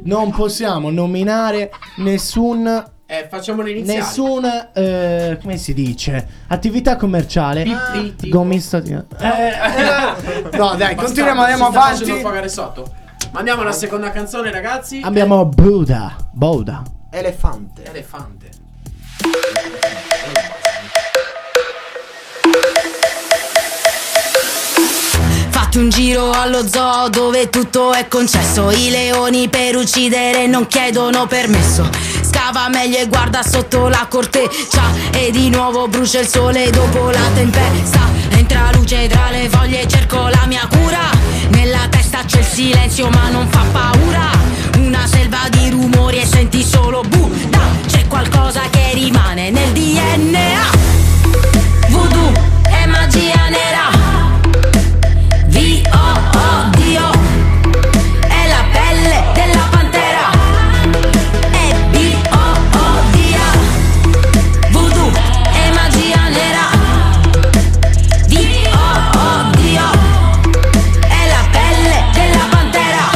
Speaker 3: Non possiamo nominare nessun
Speaker 6: Eh, facciamo le iniziali.
Speaker 3: nessuna eh, come si dice attività commerciale
Speaker 6: Pippi,
Speaker 3: gomista di- eh, no dai continuiamo andiamo
Speaker 6: eh, si sta
Speaker 3: avanti
Speaker 6: facendo pagare sotto. Ma andiamo alla seconda canzone, ragazzi. Eh,
Speaker 3: abbiamo Buda Buda
Speaker 5: Elefante.
Speaker 6: Elefante.
Speaker 11: Fate un giro allo zoo dove tutto è concesso. I leoni per uccidere non chiedono permesso. Scava meglio e guarda sotto la corteccia. E di nuovo brucia il sole dopo la tempesta. Entra luce tra le foglie, cerco la mia cura. Nella testa c'è il silenzio, ma non fa paura. Una selva di rumori e senti solo Buddha. C'è qualcosa che rimane nel DNA. Voodoo è magia nera. V-O-O-D-O È la pelle della pantera È B-O-O-D-A Voodoo è magia nera V-O-O-D-O È la pelle della pantera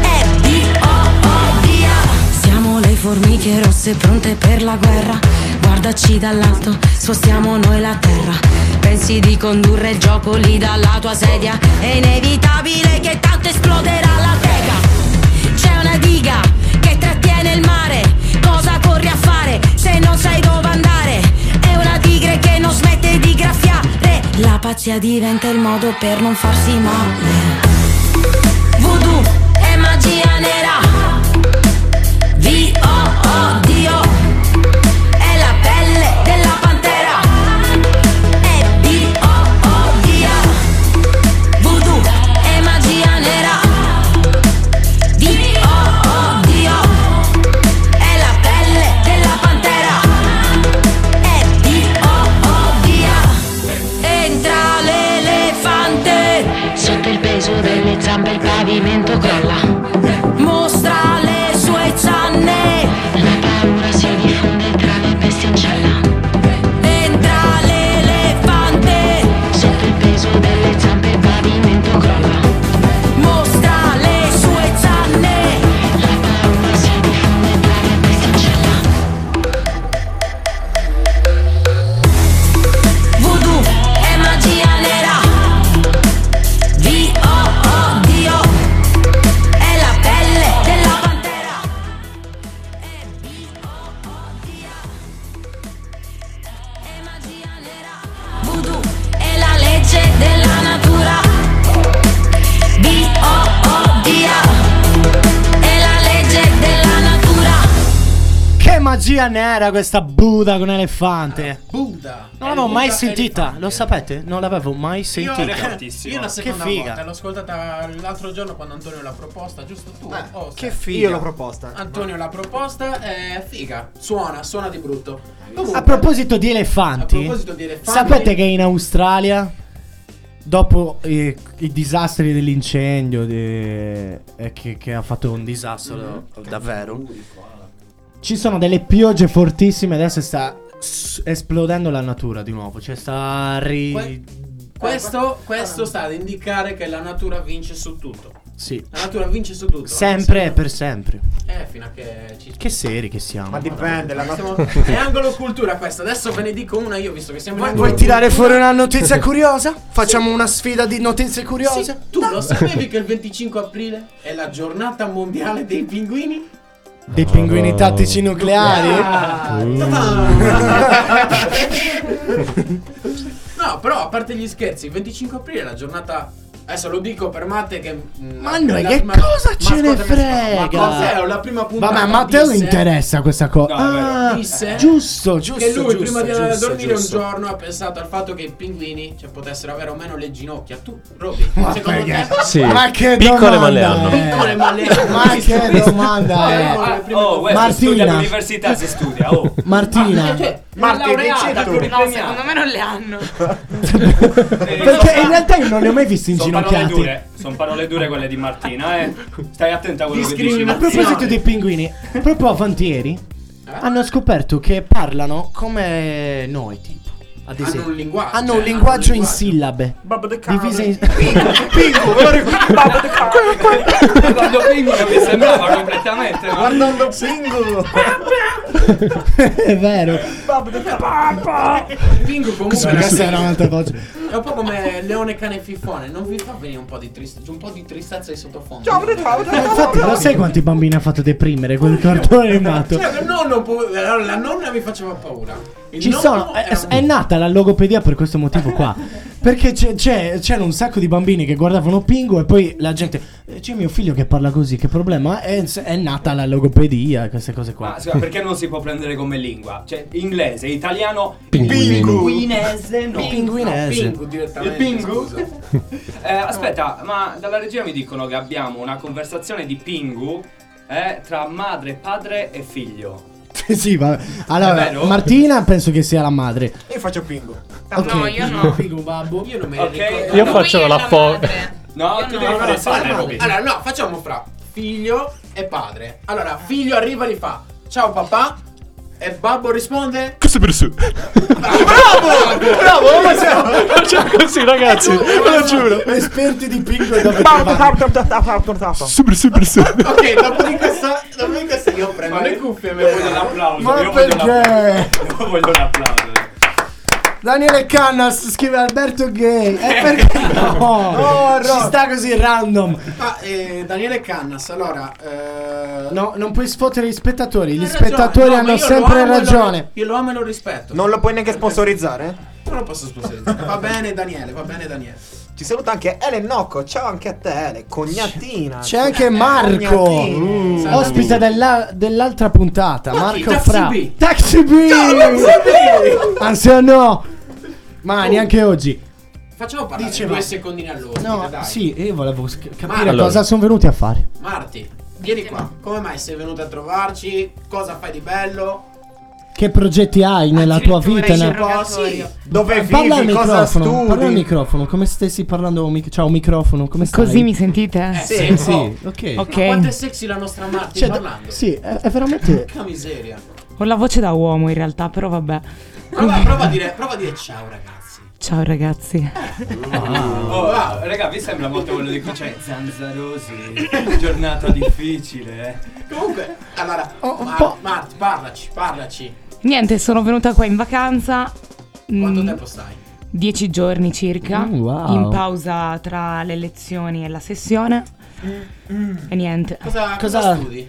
Speaker 11: È B-O-O-D-A Siamo le formiche rosse pronte per la guerra Guardaci dall'alto, spostiamo noi la terra Pensi di condurre il gioco lì dalla tua sedia? È inevitabile che tanto esploderà la tega. C'è una diga che trattiene il mare. Cosa corri a fare se non sai dove andare? È una tigre che non smette di graffiare. La pazzia diventa il modo per non farsi male. Voodoo è magia nera. V-O-O-D-O è la pelle della pantera. È V-O-O-D-A Voodoo è magia nera V-O-O-D-O È la pelle della pantera È V-O-O-D-A Entra l'elefante Sotto il peso delle zampe il pavimento crolla Mostra le sue zanne La paura si diffonde tra le bestie in cella Entra l'elefante Sotto il peso delle zampe il pavimento crolla Mostra le sue zanne La paura si diffonde tra le bestie in cella Voodoo è magia nera V-O-O-D-O È la pelle della pantera Voodoo è la legge della natura. B-O-O-D-A è la legge della natura.
Speaker 3: che magia nera questa Buda con elefante
Speaker 6: Buda
Speaker 3: non l'avevo mai sentita lo sapete non l'avevo mai
Speaker 6: Io,
Speaker 3: sentita
Speaker 6: io la
Speaker 3: che
Speaker 6: seconda volta
Speaker 3: figa
Speaker 6: l'ho ascoltata l'altro giorno quando Antonio l'ha proposta, giusto tu? Oh,
Speaker 3: che
Speaker 6: sai.
Speaker 3: figa. Eh, Io l'ho proposta.
Speaker 6: Antonio l'ha proposta, è figa. Suona, suona di brutto. Comunque,
Speaker 3: a proposito di elefanti
Speaker 6: a proposito di elefanti-
Speaker 3: sapete che in Australia dopo eh, i disastri dell'incendio de- eh, che, che ha fatto un disastro davvero Ci sono delle piogge fortissime, adesso sta s- esplodendo la natura di nuovo. Cioè, sta ri-
Speaker 6: Que- questo, questo sta ad indicare che la natura vince su tutto.
Speaker 3: Sì.
Speaker 6: La natura vince su tutto.
Speaker 3: Sempre e per sempre.
Speaker 6: Eh, fino a che ci
Speaker 3: Che seri che siamo.
Speaker 6: Ma dipende,
Speaker 5: la
Speaker 6: Siamo- è angolo cultura questa. Adesso ve ne dico una io, visto che siamo in angolo
Speaker 3: Vuoi tirare
Speaker 6: cultura.
Speaker 3: fuori una notizia curiosa? Facciamo una sfida di notizie curiose?
Speaker 6: Sì, tu lo sapevi che il 25 aprile è la giornata mondiale dei pinguini?
Speaker 3: Dei pinguini tattici nucleari?
Speaker 6: Ah.
Speaker 3: Uh.
Speaker 6: No, però a parte gli scherzi, il 25 aprile è la giornata. Adesso lo dico per Matte che.
Speaker 3: Ma a noi che cosa ce ne frega?
Speaker 6: Ma cos'è? La prima puntata.
Speaker 3: Vabbè, ma a te lo
Speaker 6: disse-
Speaker 3: interessa questa cosa.
Speaker 6: No, è vero.
Speaker 3: Ah,
Speaker 6: Disse
Speaker 3: giusto, giusto.
Speaker 6: Che lui
Speaker 3: giusto,
Speaker 6: prima di andare
Speaker 3: giusto,
Speaker 6: a dormire
Speaker 3: giusto.
Speaker 6: un giorno ha pensato al fatto che i pinguini cioè, potessero avere o meno le ginocchia. Tu, Roby,
Speaker 3: Ma
Speaker 6: secondo te?
Speaker 3: perché? Sì. Ma che Piccole, ma le domanda, hanno. eh.
Speaker 6: Piccole ma le hanno.
Speaker 3: Ma che domanda è?
Speaker 4: Ah, oh, questo
Speaker 3: Martina.
Speaker 4: studia all'università, si studia, oh.
Speaker 3: cioè,
Speaker 4: certo.
Speaker 3: Martina.
Speaker 6: Marti, cioè, laureata,
Speaker 4: dici tu.
Speaker 6: No, secondo me non le hanno.
Speaker 3: Perché in realtà io non li ho mai visti
Speaker 4: Sono parole
Speaker 3: inginocchiati.
Speaker 4: dure, sono parole dure quelle di Martina, eh. Stai attenta a quello che dici.
Speaker 3: A proposito dei pinguini, proprio avanti ieri
Speaker 6: Eh?
Speaker 3: hanno scoperto che parlano come noi, tipo. Ad esempio.
Speaker 6: Hanno un linguaggio.
Speaker 3: Hanno un linguaggio in sillabe.
Speaker 6: Babbo de
Speaker 3: Divise in...
Speaker 6: Pingu, ve lo ricordo. Babbo de
Speaker 4: Guardando Pingu mi sembrava completamente.
Speaker 5: Guardando Pingu.
Speaker 3: È vero.
Speaker 6: Babbo de Papà. Pingu comunque.
Speaker 3: Questa questa era un'altra voce.
Speaker 6: È un po' come leone cane e fifone, non vi fa venire un po' di tristezza, un po' di tristezza di sottofondo. Cioè, Ciao,
Speaker 3: Infatti, lo sai quanti bambini ha fatto deprimere quel cartone animato?
Speaker 6: Cioè, il nonno può- allora, la nonna mi faceva paura. Il
Speaker 3: Ci
Speaker 6: nonno
Speaker 3: sono, è,
Speaker 6: era
Speaker 3: è nata la logopedia per questo motivo qua. Perché c'è- c'è- c'erano un sacco di bambini che guardavano Pingu e poi la gente. "Eh, C'è mio figlio che parla così, che problema? È, è nata la logopedia, queste cose qua.
Speaker 6: Ah,
Speaker 4: Ma Ah, scusa, perché non si può prendere come lingua? Cioè, inglese, italiano,
Speaker 3: Pinguino.
Speaker 4: pinguinese, no.
Speaker 3: Pinguinese.
Speaker 4: No, pingu direttamente.
Speaker 6: Il pingu?
Speaker 4: scusa. Eh, aspetta, ma dalla regia mi dicono che abbiamo una conversazione di pingu eh, tra madre, padre e figlio.
Speaker 3: sì, va. Allora,
Speaker 4: È vero?
Speaker 3: Martina penso che sia la madre.
Speaker 5: Io faccio pingu.
Speaker 3: Ok.
Speaker 6: No, io no. Pingu, babbo. Io non me ne ricordo.
Speaker 7: Io faccio la foto.
Speaker 4: No, tu devi fare
Speaker 6: allora,
Speaker 4: il salto,
Speaker 6: allora,
Speaker 4: Robby.
Speaker 6: allora, no, facciamo fra figlio e padre. Allora, figlio arriva e gli fa ciao papà. E babbo risponde
Speaker 7: Questo per su.
Speaker 6: Bravo!
Speaker 7: Bravo, lo facciamo. Facciamo così, ragazzi. Ve lo giuro.
Speaker 3: Esperti di pingu e dove
Speaker 7: Super, super, super.
Speaker 6: Ok, dopo di questa, dopo di questa io prendo le cuffie e mi voglio l'applauso.
Speaker 3: Ma
Speaker 4: io voglio
Speaker 3: perché?
Speaker 4: Io voglio un applauso.
Speaker 3: Daniele Cannas scrive Alberto Gay. E perché no?
Speaker 6: No,
Speaker 3: Ci sta così random.
Speaker 6: Ma eh, Daniele Cannas, allora... eh,
Speaker 3: No, non puoi sfottere gli spettatori. Gli
Speaker 6: ha ragione,
Speaker 3: spettatori
Speaker 6: no, ma
Speaker 3: hanno
Speaker 6: io lo
Speaker 3: sempre
Speaker 6: amo e lo-
Speaker 3: ragione.
Speaker 6: io lo amo e lo rispetto.
Speaker 5: Non lo puoi neanche sponsorizzare?
Speaker 6: Non lo posso sponsorizzare. Va bene Daniele, va bene Daniele.
Speaker 5: Ci saluta anche Ele Nocco. Ciao anche a te, Ele. Cognatina.
Speaker 3: C'è anche Marco,
Speaker 5: Cognatina.
Speaker 3: Mm.
Speaker 5: Salve.
Speaker 3: ospite della- dell'altra puntata.
Speaker 5: Ma chi?
Speaker 3: Marco
Speaker 5: Taxi
Speaker 3: Fra.
Speaker 5: B.
Speaker 3: Taxi B!
Speaker 6: Ciao, Taxi
Speaker 3: Anzi, no, ma neanche oggi.
Speaker 6: Facciamo parlare
Speaker 3: Diceva-
Speaker 6: due secondini all'ora.
Speaker 3: No,
Speaker 6: dai.
Speaker 3: sì, io volevo sc- capire
Speaker 6: Marco.
Speaker 3: cosa sono venuti a fare.
Speaker 6: Marti, vieni qua. Come mai sei venuto a trovarci? Cosa fai di bello?
Speaker 3: Che progetti hai nella tua vita?
Speaker 6: Un
Speaker 3: nel-
Speaker 6: po', sì.
Speaker 5: Dove
Speaker 3: Parla al
Speaker 5: vivi? Cosa
Speaker 3: microfono, parla al
Speaker 5: studi?
Speaker 3: microfono, come stessi parlando a un mic- ciao microfono, come stai?
Speaker 10: Così mi sentite?
Speaker 6: Eh,
Speaker 3: Sì, sì,
Speaker 6: un po'.
Speaker 3: ok.
Speaker 10: Ok.
Speaker 6: Ma quanto è sexy la nostra Marti
Speaker 3: Cioè, da-
Speaker 6: parlando?
Speaker 3: sì, è, è veramente
Speaker 6: Porca miseria.
Speaker 10: Ho la voce da uomo in realtà, però vabbè.
Speaker 6: Prova, prova a dire, prova a dire ciao ragazzi.
Speaker 10: Ciao ragazzi.
Speaker 6: Ah.
Speaker 4: Oh, wow, raga, mi sembra molto quello di cui c'è Zanzarosi. Giornata difficile, eh.
Speaker 6: Comunque, cioè, allora,
Speaker 3: Oh,
Speaker 6: Mar- Marti, parlaci, parlaci.
Speaker 10: Niente, sono venuta qua in vacanza.
Speaker 6: Quanto
Speaker 10: mm,
Speaker 6: tempo stai?
Speaker 10: Dieci giorni circa.
Speaker 3: Mm, wow.
Speaker 10: In pausa tra le lezioni e la sessione. E niente.
Speaker 6: Mm. Cosa,
Speaker 3: Cosa-
Speaker 6: cosa studi?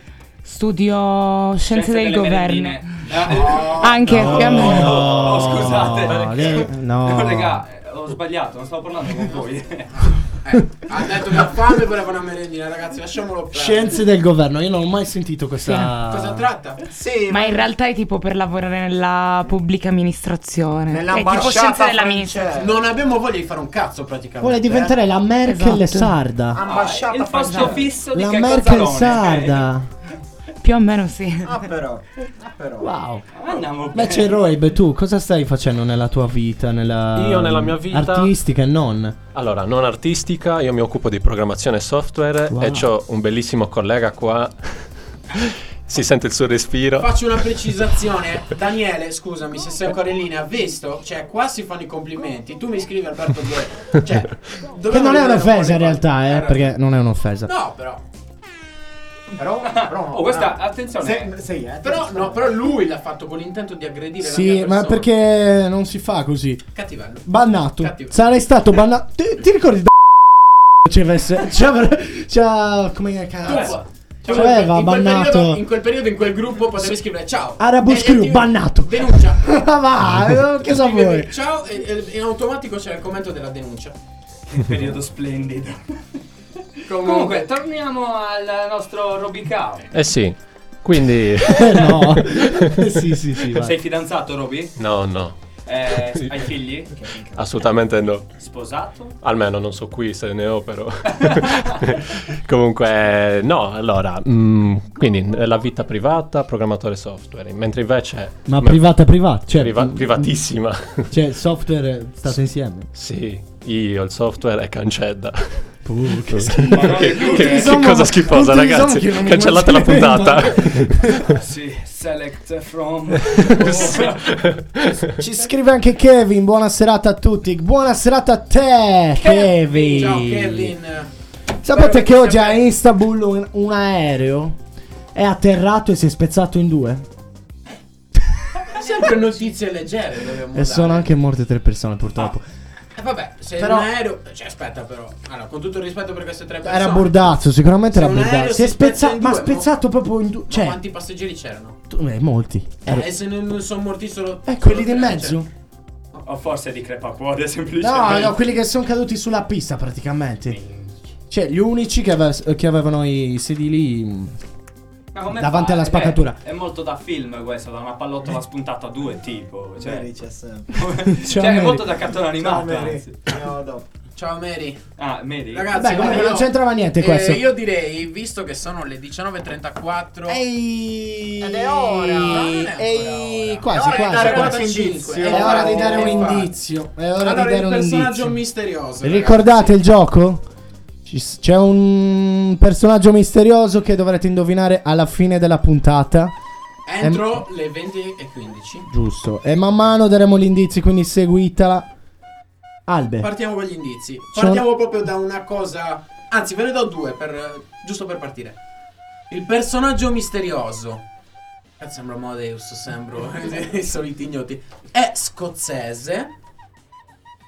Speaker 10: Studio scienze, del
Speaker 4: delle
Speaker 10: governo.
Speaker 4: merendine. Ah,
Speaker 10: Anche,
Speaker 4: no,
Speaker 10: fiamme-
Speaker 4: no, no, scusate.
Speaker 3: le- no.
Speaker 4: raga, eh, ho sbagliato, non stavo parlando con voi.
Speaker 6: Eh, Ha detto che ha fame e voleva una merendina, ragazzi, lasciamolo perdere.
Speaker 3: scienze del governo. Io non ho mai sentito questa
Speaker 6: Cosa tratta? Sì,
Speaker 10: Ma in realtà è tipo per lavorare nella pubblica amministrazione. è Eh, tipo scienze dell'amministrazione.
Speaker 6: Non abbiamo voglia di fare un cazzo praticamente. eh.
Speaker 3: Vuole diventare la Merkel
Speaker 10: Esatto.
Speaker 6: Ah,
Speaker 3: sarda.
Speaker 5: Ambasciata
Speaker 4: Ah, il posto
Speaker 5: francese.
Speaker 4: fisso di
Speaker 3: La
Speaker 4: che
Speaker 3: Merkel sarda.
Speaker 10: Più o meno sì.
Speaker 5: Ah, però. Ah, però.
Speaker 3: Wow.
Speaker 4: Andiamo bene.
Speaker 3: Invece Roib, tu cosa stai facendo nella tua vita? Nella...
Speaker 7: Io nella mia vita-
Speaker 3: Artistica e non.
Speaker 7: Allora, non artistica, io mi occupo di programmazione software
Speaker 3: Wow.
Speaker 7: e ho un bellissimo collega qua. si sente il suo respiro.
Speaker 6: Faccio una precisazione. Daniele, scusami se sei ancora in linea. Visto? Cioè, qua si fanno i complimenti. Tu mi scrivi Alberto Due. Cioè,
Speaker 3: Che
Speaker 6: dovevamo
Speaker 3: non è
Speaker 6: vedere un po'
Speaker 3: un'offesa
Speaker 6: le
Speaker 3: in realtà, eh,
Speaker 6: parti.
Speaker 3: perché non è un'offesa.
Speaker 6: No, però.
Speaker 5: Però, però,
Speaker 4: Oh, questa, attenzione.
Speaker 5: Se- eh, sei etero?
Speaker 6: Però, no, però lui l'ha fatto con l'intento di aggredire la
Speaker 3: Sì,
Speaker 6: mia
Speaker 3: ma
Speaker 6: persona.
Speaker 3: perché non si fa così?
Speaker 6: Cattivello.
Speaker 3: Bannato.
Speaker 6: Cattivo.
Speaker 3: Sarai stato bannato. Ti, ti ricordi da... Ci avesse... Ci avrà... Ci ha...
Speaker 6: Tu,
Speaker 3: Come cazzo?
Speaker 6: cioè,
Speaker 3: Cioè, va
Speaker 6: in quel
Speaker 3: bannato.
Speaker 6: periodo- in quel periodo, in quel gruppo, potevi scrivere ciao.
Speaker 3: Arabo
Speaker 6: E- e
Speaker 3: Screw,
Speaker 6: ti-
Speaker 3: bannato.
Speaker 6: Denuncia.
Speaker 3: Va, eh, che sa
Speaker 6: Scrivevi
Speaker 3: voi?
Speaker 6: Ciao, e, e- in automatico c'era il commento della denuncia.
Speaker 4: Che periodo splendido. Comunque,
Speaker 6: Comunque,
Speaker 4: torniamo al nostro Robicao.
Speaker 7: Eh sì, quindi...
Speaker 3: no. sì, sì, sì.
Speaker 4: Sei fidanzato, Roby?
Speaker 7: No, no,
Speaker 4: Eh, hai figli?
Speaker 7: assolutamente no.
Speaker 4: Sposato?
Speaker 7: Almeno non so qui se ne ho però. Comunque, no, allora, mm, quindi nella vita privata, programmatore software, mentre invece...
Speaker 13: Ma privata privata, cioè,
Speaker 7: Priva-
Speaker 3: mm,
Speaker 7: privatissima.
Speaker 13: Cioè, il software state insieme.
Speaker 7: Sì, io il software è cancella.
Speaker 13: Puh,
Speaker 7: che,
Speaker 13: schifo.
Speaker 7: che-
Speaker 13: Tutti
Speaker 7: che- che
Speaker 13: sono-
Speaker 7: cosa schifosa,
Speaker 13: tutti sono
Speaker 7: ragazzi.
Speaker 13: che non mi
Speaker 7: Cancellate la puntata.
Speaker 4: sì, select from. Oh.
Speaker 3: Ci scrive anche Kevin, buona serata a tutti. Buona serata a te, Kevin.
Speaker 6: Ciao Kevin.
Speaker 3: Sapete che oggi a Istanbul un, un aereo è atterrato e si è spezzato in due?
Speaker 6: Sempre notizie leggere dobbiamo
Speaker 3: E
Speaker 6: dare.
Speaker 3: sono anche morte tre persone, purtroppo.
Speaker 6: Eh, vabbè, se
Speaker 3: Però-
Speaker 6: un aereo. Cioè, aspetta, però. Allora, con tutto il rispetto per queste tre persone.
Speaker 3: Era Bordazzo, sicuramente
Speaker 6: Se
Speaker 3: era
Speaker 6: un
Speaker 3: Bordazzo.
Speaker 6: aereo
Speaker 3: Si è
Speaker 6: si spezza
Speaker 3: spezzato,
Speaker 6: in
Speaker 3: ma
Speaker 6: due,
Speaker 3: spezzato proprio in due.
Speaker 6: Ma
Speaker 3: Cioè,
Speaker 6: quanti passeggeri c'erano?
Speaker 3: tu- eh, molti. Era-
Speaker 6: e se non non sono morti solo. solo
Speaker 3: Eh, quelli di
Speaker 6: tre,
Speaker 3: mezzo?
Speaker 6: cioè.
Speaker 4: O forse di crepacuore,
Speaker 3: No,
Speaker 4: semplicemente.
Speaker 3: no, quelli che sono caduti sulla pista praticamente. Cioè, gli unici che, ave- che avevano i mm. sedili mh,
Speaker 4: Ma come
Speaker 3: davanti
Speaker 4: fa?
Speaker 3: alla
Speaker 4: Eh,
Speaker 3: spaccatura. Eh.
Speaker 4: È, molto da film questo, da una pallottola spuntata a due, tipo. Cioè,
Speaker 3: Ciao,
Speaker 4: cioè è
Speaker 3: Mary.
Speaker 4: molto da cartone
Speaker 5: Ciao,
Speaker 4: animato.
Speaker 5: Mary.
Speaker 4: anzi.
Speaker 6: Ciao Mary.
Speaker 4: Ah, Mary.
Speaker 6: Ragazzi,
Speaker 3: Vabbè, comunque
Speaker 6: io-
Speaker 3: non c'entrava niente
Speaker 6: eh,
Speaker 3: questo.
Speaker 6: io direi, visto che sono le 19.34.
Speaker 3: Ehi!
Speaker 6: Ed è ora.
Speaker 3: Ehi,
Speaker 6: È
Speaker 3: quasi,
Speaker 6: ora di
Speaker 3: quasi,
Speaker 6: dare
Speaker 3: quasi.
Speaker 6: qualche indizio.
Speaker 3: È ora di dare un
Speaker 6: Eh, infatti.
Speaker 3: indizio. È ora
Speaker 6: allora,
Speaker 3: di dare
Speaker 6: il
Speaker 3: un
Speaker 6: personaggio
Speaker 3: indizio.
Speaker 6: misterioso.
Speaker 3: Ricordate il gioco? Ci s- c'è un personaggio misterioso che dovrete indovinare alla fine della puntata.
Speaker 6: ragazzi. Entro le 20.15.
Speaker 3: Giusto. E man mano daremo gli indizi, quindi seguitela. Albe.
Speaker 6: Partiamo con gli indizi.
Speaker 3: Sono-
Speaker 6: Partiamo proprio da una cosa. Anzi, ve ne do due per- giusto per partire. Il personaggio misterioso. Cazzo, sembra Modeus, sembro eh, i soliti ignoti. È scozzese.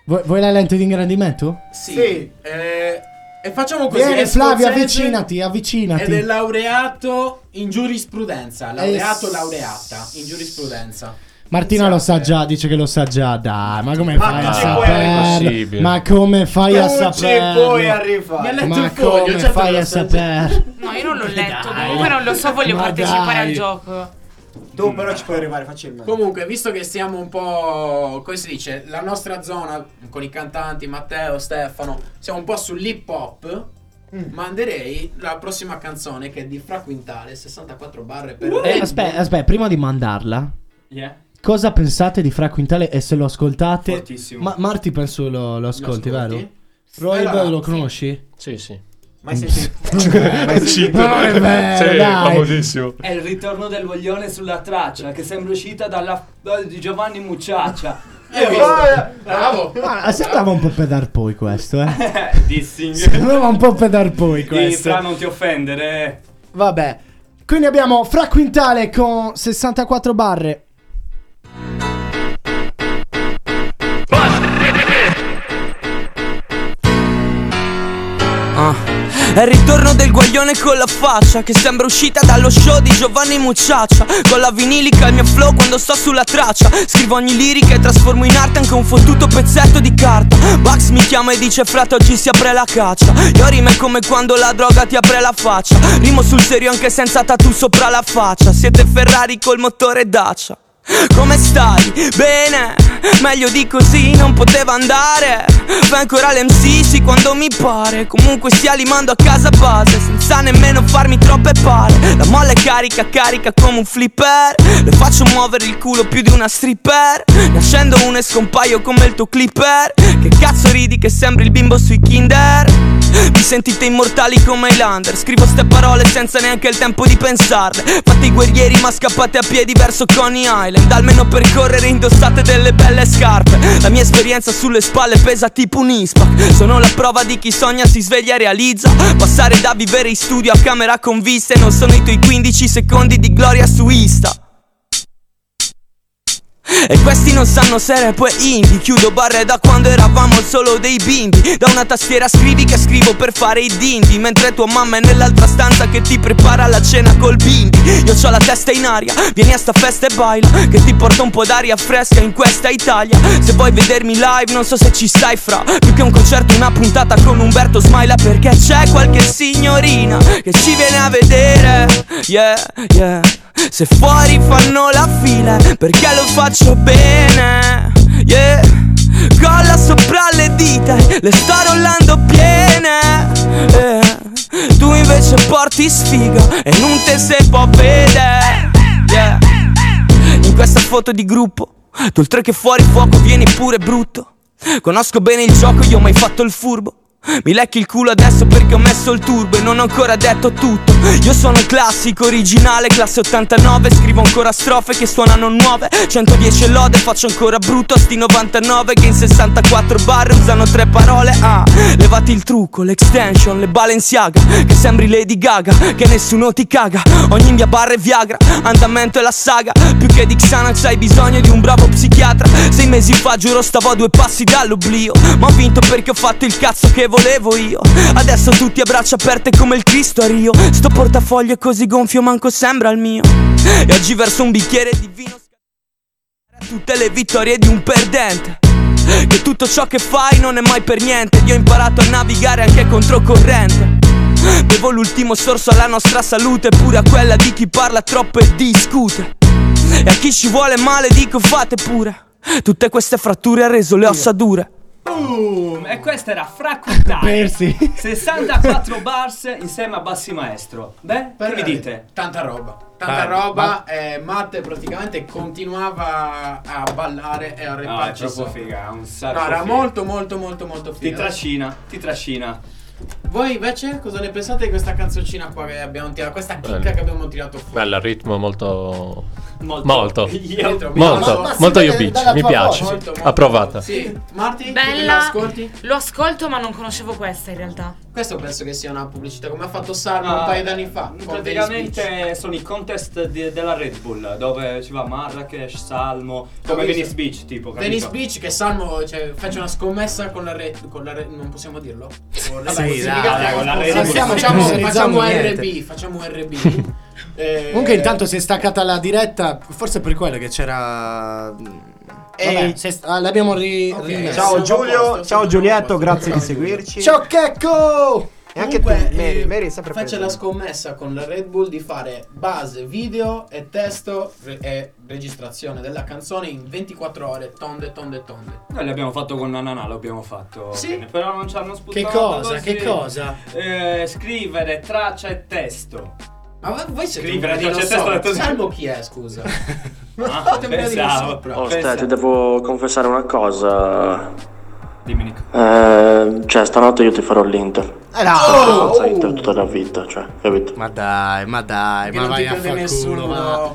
Speaker 3: Vuoi, vuoi la lente di ingrandimento?
Speaker 6: Sì. eh, e facciamo così.
Speaker 3: Vieni
Speaker 6: è
Speaker 3: Flavio,
Speaker 6: scozzese
Speaker 3: avvicinati,
Speaker 6: Ed è
Speaker 3: avvicinati.
Speaker 6: laureato in giurisprudenza. Laureato,
Speaker 3: Eh,
Speaker 6: laureata in giurisprudenza.
Speaker 3: Martina lo sa già, dice che lo sa già. Dai, ma come
Speaker 6: Ma
Speaker 3: fai a
Speaker 6: non ci puoi arrivare.
Speaker 3: sapere?
Speaker 6: Impossibile.
Speaker 3: Ma come fai a
Speaker 6: Non ci puoi
Speaker 3: sapere?
Speaker 6: arrivare. Mi ha letto
Speaker 3: Ma
Speaker 6: il foglio,
Speaker 3: come
Speaker 6: certo
Speaker 3: fai
Speaker 6: lo
Speaker 3: a
Speaker 6: so già.
Speaker 3: sapere?
Speaker 10: No, io non l'ho letto.
Speaker 6: Dai.
Speaker 10: Comunque non lo so, voglio
Speaker 6: Ma
Speaker 10: partecipare
Speaker 6: dai.
Speaker 10: al gioco.
Speaker 5: Tu però ci puoi arrivare
Speaker 3: Eh.
Speaker 5: facilmente.
Speaker 6: Comunque, visto che siamo un po'. come si dice? La nostra zona con i cantanti Matteo, Stefano, siamo un po' sull'hip hop.
Speaker 3: Mm.
Speaker 6: Manderei la prossima canzone che è di Fra Quintale 64 barre per
Speaker 3: Eh, aspetta, aspetta, prima di mandarla.
Speaker 6: Yeah.
Speaker 3: Cosa pensate di Fra Quintale e se lo ascoltate?
Speaker 6: Fortissimo.
Speaker 3: Ma Marti penso lo, lo ascolti, vero? Roy
Speaker 6: Allora,
Speaker 3: lo conosci?
Speaker 7: Sì, sì.
Speaker 5: Mai sentito?
Speaker 7: Cito.
Speaker 3: Ma non è vero,
Speaker 7: Sì,
Speaker 3: dai.
Speaker 7: famosissimo.
Speaker 4: È il ritorno del voglione sulla traccia, che sembra uscita dalla f- di Giovanni Mucciaccia.
Speaker 6: Eh,
Speaker 4: visto?
Speaker 6: Bravo!
Speaker 3: Ah, sembrava un po' pedar poi questo, eh.
Speaker 4: Dissing.
Speaker 3: sembrava un po' pedar poi
Speaker 4: Di
Speaker 3: questo.
Speaker 4: Fra, non ti offendere.
Speaker 3: Vabbè. Quindi abbiamo Fra Quintale con 64 barre.
Speaker 14: Ah. È il ritorno del guaglione con la faccia Che sembra uscita dallo show di Giovanni Mucciaccia Con la vinilica il mio flow quando sto sulla traccia Scrivo ogni lirica e trasformo in arte anche un fottuto pezzetto di carta Max mi chiama e dice frate oggi si apre la caccia Io rima è come quando la droga ti apre la faccia Rimo sul serio anche senza tattoo sopra la faccia Siete Ferrari col motore Dacia come stai? Bene, meglio di così non poteva andare Fai ancora l'MC, sì, quando mi pare Comunque sia li mando a casa base Senza nemmeno farmi troppe pare La molla è carica, carica come un flipper Le faccio muovere il culo più di una stripper Nascendo uno e scompaio come il tuo clipper Che cazzo ridi che sembri il bimbo sui kinder? Vi sentite immortali come Highlander Scrivo ste parole senza neanche il tempo di pensarle Fate i guerrieri ma scappate a piedi verso Coney Island Almeno per correre indossate delle belle scarpe La mia esperienza sulle spalle pesa tipo un ispac Sono la prova di chi sogna si sveglia e realizza Passare da vivere in studio a camera con viste Non sono i tuoi 15 secondi di gloria su Insta E questi non sanno se rap è indie Chiudo barre da quando eravamo solo dei bimbi Da una tastiera scrivi che scrivo per fare i dindi Mentre tua mamma è nell'altra stanza che ti prepara la cena col bimbi Io ho la testa in aria, vieni a sta festa e baila Che ti porta un po' d'aria fresca in questa Italia Se vuoi vedermi live non so se ci sai fra Più che un concerto una puntata con Umberto Smaila Perché c'è qualche signorina che ci viene a vedere Yeah, yeah se fuori fanno la fila perché lo faccio bene Yeah Colla sopra le dita Le sto rollando piene eh. Tu invece porti sfiga E non te se può vedere Yeah In questa foto di gruppo Tu oltre che fuori fuoco vieni pure brutto Conosco bene il gioco Io ho mai fatto il furbo mi lecchi il culo adesso perché ho messo il turbo e non ho ancora detto tutto Io sono classico, originale, classe 89 Scrivo ancora strofe che suonano nuove 110 lode, faccio ancora brutto a Sti 99 che in 64 barre usano tre parole Ah, levati il trucco, l'extension, le Balenciaga Che sembri Lady Gaga, che nessuno ti caga Ogni mia barra è Viagra, andamento è la saga Più che di Xanax hai bisogno di un bravo psichiatra Sei mesi fa giuro stavo a due passi dall'oblio Ma ho vinto perché ho fatto il cazzo che volevo io Adesso tutti a braccia aperte come il Cristo a Rio Sto portafoglio è così gonfio manco sembra il mio E oggi verso un bicchiere di vino sc- Tutte le vittorie di un perdente Che tutto ciò che fai non è mai per niente Io ho imparato a navigare anche controcorrente Bevo l'ultimo sorso alla nostra salute Pure a quella di chi parla troppo e discute E a chi ci vuole male dico fate pure Tutte queste fratture ha reso le ossa dure
Speaker 3: Uh.
Speaker 4: Boom! E questa era Fracuttare.
Speaker 3: Persi.
Speaker 4: 64 bars insieme a Bassi Maestro. Beh, che mi dite?
Speaker 6: Tanta roba. Tanta
Speaker 4: Ah,
Speaker 6: roba,
Speaker 4: ma-
Speaker 6: eh, Matt praticamente continuava a ballare e a
Speaker 4: No, è
Speaker 6: rapparci
Speaker 4: troppo
Speaker 6: sopra.
Speaker 4: figa, è un sacco.
Speaker 6: No, era
Speaker 4: figa.
Speaker 6: molto molto molto molto figo.
Speaker 4: Ti trascina, ti trascina.
Speaker 6: Voi invece cosa ne pensate di questa canzoncina qua che abbiamo tirato? Questa chicca
Speaker 7: Bella.
Speaker 6: che abbiamo tirato fuori?
Speaker 7: Bella, il ritmo molto...
Speaker 4: Molto.
Speaker 7: Molto.
Speaker 6: Io trovo-
Speaker 7: molto,
Speaker 6: Ma- ma si
Speaker 7: molto
Speaker 6: vede
Speaker 7: Yo Beach,
Speaker 6: dalla
Speaker 7: mi
Speaker 6: tua
Speaker 7: piace.
Speaker 6: voce. Molto, molto.
Speaker 7: Approvata.
Speaker 6: Sì. Marti,
Speaker 10: Bella.
Speaker 6: lo ascolti?
Speaker 10: Lo ascolto ma non conoscevo questa in realtà.
Speaker 6: Questo penso che sia una pubblicità come ha fatto Sarno
Speaker 4: Ah,
Speaker 6: un paio d'anni fa. con Dennis Beach.
Speaker 4: Praticamente sono i contest di- della Red Bull dove ci va Marrakesh, Salmo, come
Speaker 6: visto.
Speaker 4: Venice Beach tipo. capito?
Speaker 6: Dennis Beach che Salmo cioè, faccio una scommessa con la Red con la Red- non possiamo dirlo. Con la
Speaker 4: Sì,
Speaker 6: Red-
Speaker 4: dai,
Speaker 6: significa-
Speaker 4: dai, con la Red
Speaker 6: Sì,
Speaker 4: Bull.
Speaker 6: Facciamo,
Speaker 4: Non
Speaker 6: facciamo
Speaker 4: sponsorizziamo
Speaker 6: RB,
Speaker 4: niente.
Speaker 6: facciamo Eh, RB.
Speaker 2: Comunque intanto si è staccata la diretta, forse per quello che c'era...
Speaker 3: mm, Vabbè, se- ah, l'abbiamo ri- rimessa.
Speaker 5: Ciao Giulio, ciao Giulietto, grazie di seguirci.
Speaker 3: Ciao Checco!
Speaker 5: E anche tu,
Speaker 6: Comunque,
Speaker 5: Mary,
Speaker 6: eh,
Speaker 5: Mary è sempre
Speaker 6: Faccio
Speaker 5: presente.
Speaker 6: la scommessa con la Red Bull di fare base, video e testo re- e registrazione della canzone in 24 ore, tonde, tonde, tonde.
Speaker 4: Noi l'abbiamo fatto con Nanana, l'abbiamo fatto.
Speaker 6: Sì.
Speaker 4: bene, però non ci hanno sputato.
Speaker 6: Che cosa,
Speaker 4: così.
Speaker 6: che cosa?
Speaker 4: Eh, scrivere, traccia e testo.
Speaker 6: Ah, Ma voi- voi siete
Speaker 4: scrivere,
Speaker 6: un gradino
Speaker 4: traccia e testo. ho
Speaker 6: sopra.
Speaker 4: detto-
Speaker 6: Salvo chi è, scusa?
Speaker 4: Ah,
Speaker 6: Siete un gradino
Speaker 4: pensavo.
Speaker 6: sopra.
Speaker 15: Oh,
Speaker 4: Pensa.
Speaker 15: stai, ti devo confessare una cosa.
Speaker 4: Dimmi, Nico.
Speaker 15: Eh, cioè, stanotte io ti farò l'Inter.
Speaker 2: Eh no!
Speaker 3: Oh!
Speaker 15: Sono senza Inter tutta la vita, cioè, capito?
Speaker 2: Ma dai, ma dai,
Speaker 6: Che
Speaker 2: ma
Speaker 6: non ti
Speaker 2: vai a
Speaker 6: prende
Speaker 2: far
Speaker 6: nessuno.
Speaker 2: culo, va.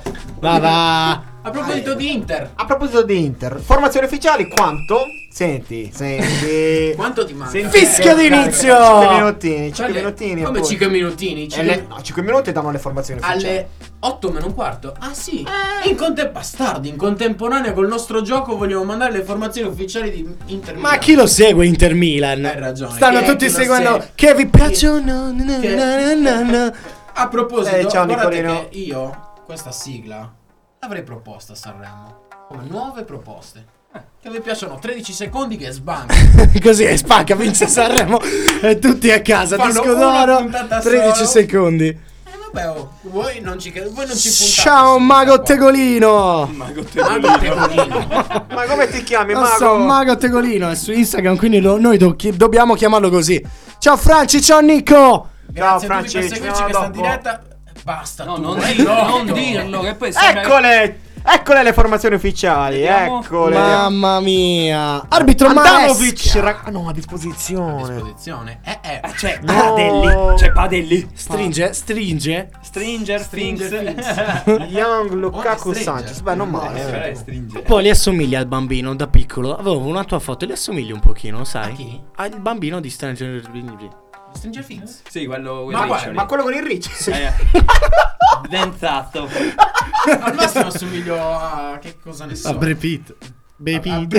Speaker 2: Va, va.
Speaker 6: A proposito di Inter,
Speaker 5: A proposito di Inter, formazioni ufficiali quanto? Senti, senti.
Speaker 6: quanto ti manca?
Speaker 5: Fischia d'inizio! 5 minutini, 5
Speaker 6: Quelle-
Speaker 5: minutini.
Speaker 6: come
Speaker 5: appunto.
Speaker 6: 5 minutini?
Speaker 5: Eh, le- no, 5 minuti danno le formazioni
Speaker 3: cioè.
Speaker 5: ufficiali.
Speaker 6: alle 8 meno un quarto? Ah sì,
Speaker 3: Eh.
Speaker 6: in conte- bastardi, in contemporanea col nostro gioco vogliamo mandare le formazioni ufficiali di Inter
Speaker 3: Ma chi lo segue Inter Milan?
Speaker 6: Hai ragione.
Speaker 3: Stanno
Speaker 6: Chi è
Speaker 3: tutti
Speaker 6: che lo
Speaker 3: seguendo
Speaker 6: segue?
Speaker 3: che vi piacciono. na, na,
Speaker 6: Chi è?
Speaker 3: na, na, na.
Speaker 6: A proposito,
Speaker 3: Eh, ciao,
Speaker 6: guardate
Speaker 3: Nicolino.
Speaker 6: che io questa sigla l'avrei proposta a Sanremo come nuove proposte. Che vi piacciono 13 secondi che sbancano.
Speaker 3: Così è spacca, vince Sanremo e tutti a casa.
Speaker 6: Fanno
Speaker 3: Disco
Speaker 6: una
Speaker 3: d'oro,
Speaker 6: puntata
Speaker 3: 13
Speaker 6: solo.
Speaker 3: secondi.
Speaker 6: Vabbè, oh, voi non ci credete, voi non ci puntate.
Speaker 3: Ciao Mago Tegolino.
Speaker 4: Mago
Speaker 5: Ma come ti chiami,
Speaker 3: Non
Speaker 5: Mago?
Speaker 3: so, Mago Tegolino è su Instagram, quindi lo- noi do- chi- dobbiamo chiamarlo così. Ciao Franci, ciao Nico.
Speaker 6: Grazie a tutti per seguirci questa diretta. Basta, tu. Ehi, no, no.
Speaker 5: Eccole! Eccole le formazioni ufficiali,
Speaker 6: Vediamo.
Speaker 5: eccole.
Speaker 3: Mamma mia. Arbitro
Speaker 5: Andanovic,
Speaker 3: Maesca.
Speaker 5: rag- ah, no, a disposizione. A
Speaker 6: disposizione. Eh, eh.
Speaker 2: Ah, cioè,
Speaker 4: C'è Padelli. C'è Cioè, Padelli.
Speaker 3: Stringe, stringe.
Speaker 4: Stringer, Stringer.
Speaker 5: Young Lukaku Sanchez. Beh, non male.
Speaker 4: Stringe.
Speaker 5: eh.
Speaker 4: Stringe.
Speaker 3: Poi gli assomiglia al bambino da piccolo. Avevo una tua foto, gli assomiglia un pochino, sai? Al bambino di Stranger Things.
Speaker 6: Stranger Things?
Speaker 4: Sì, quello Eh, quello
Speaker 5: Ma, guarda,
Speaker 4: lì.
Speaker 5: ma quello con il Ricci?
Speaker 4: Eh, Dentato.
Speaker 6: Al massimo assomiglio a che cosa ne so.
Speaker 2: A Brad Pitt. Brad Pitt.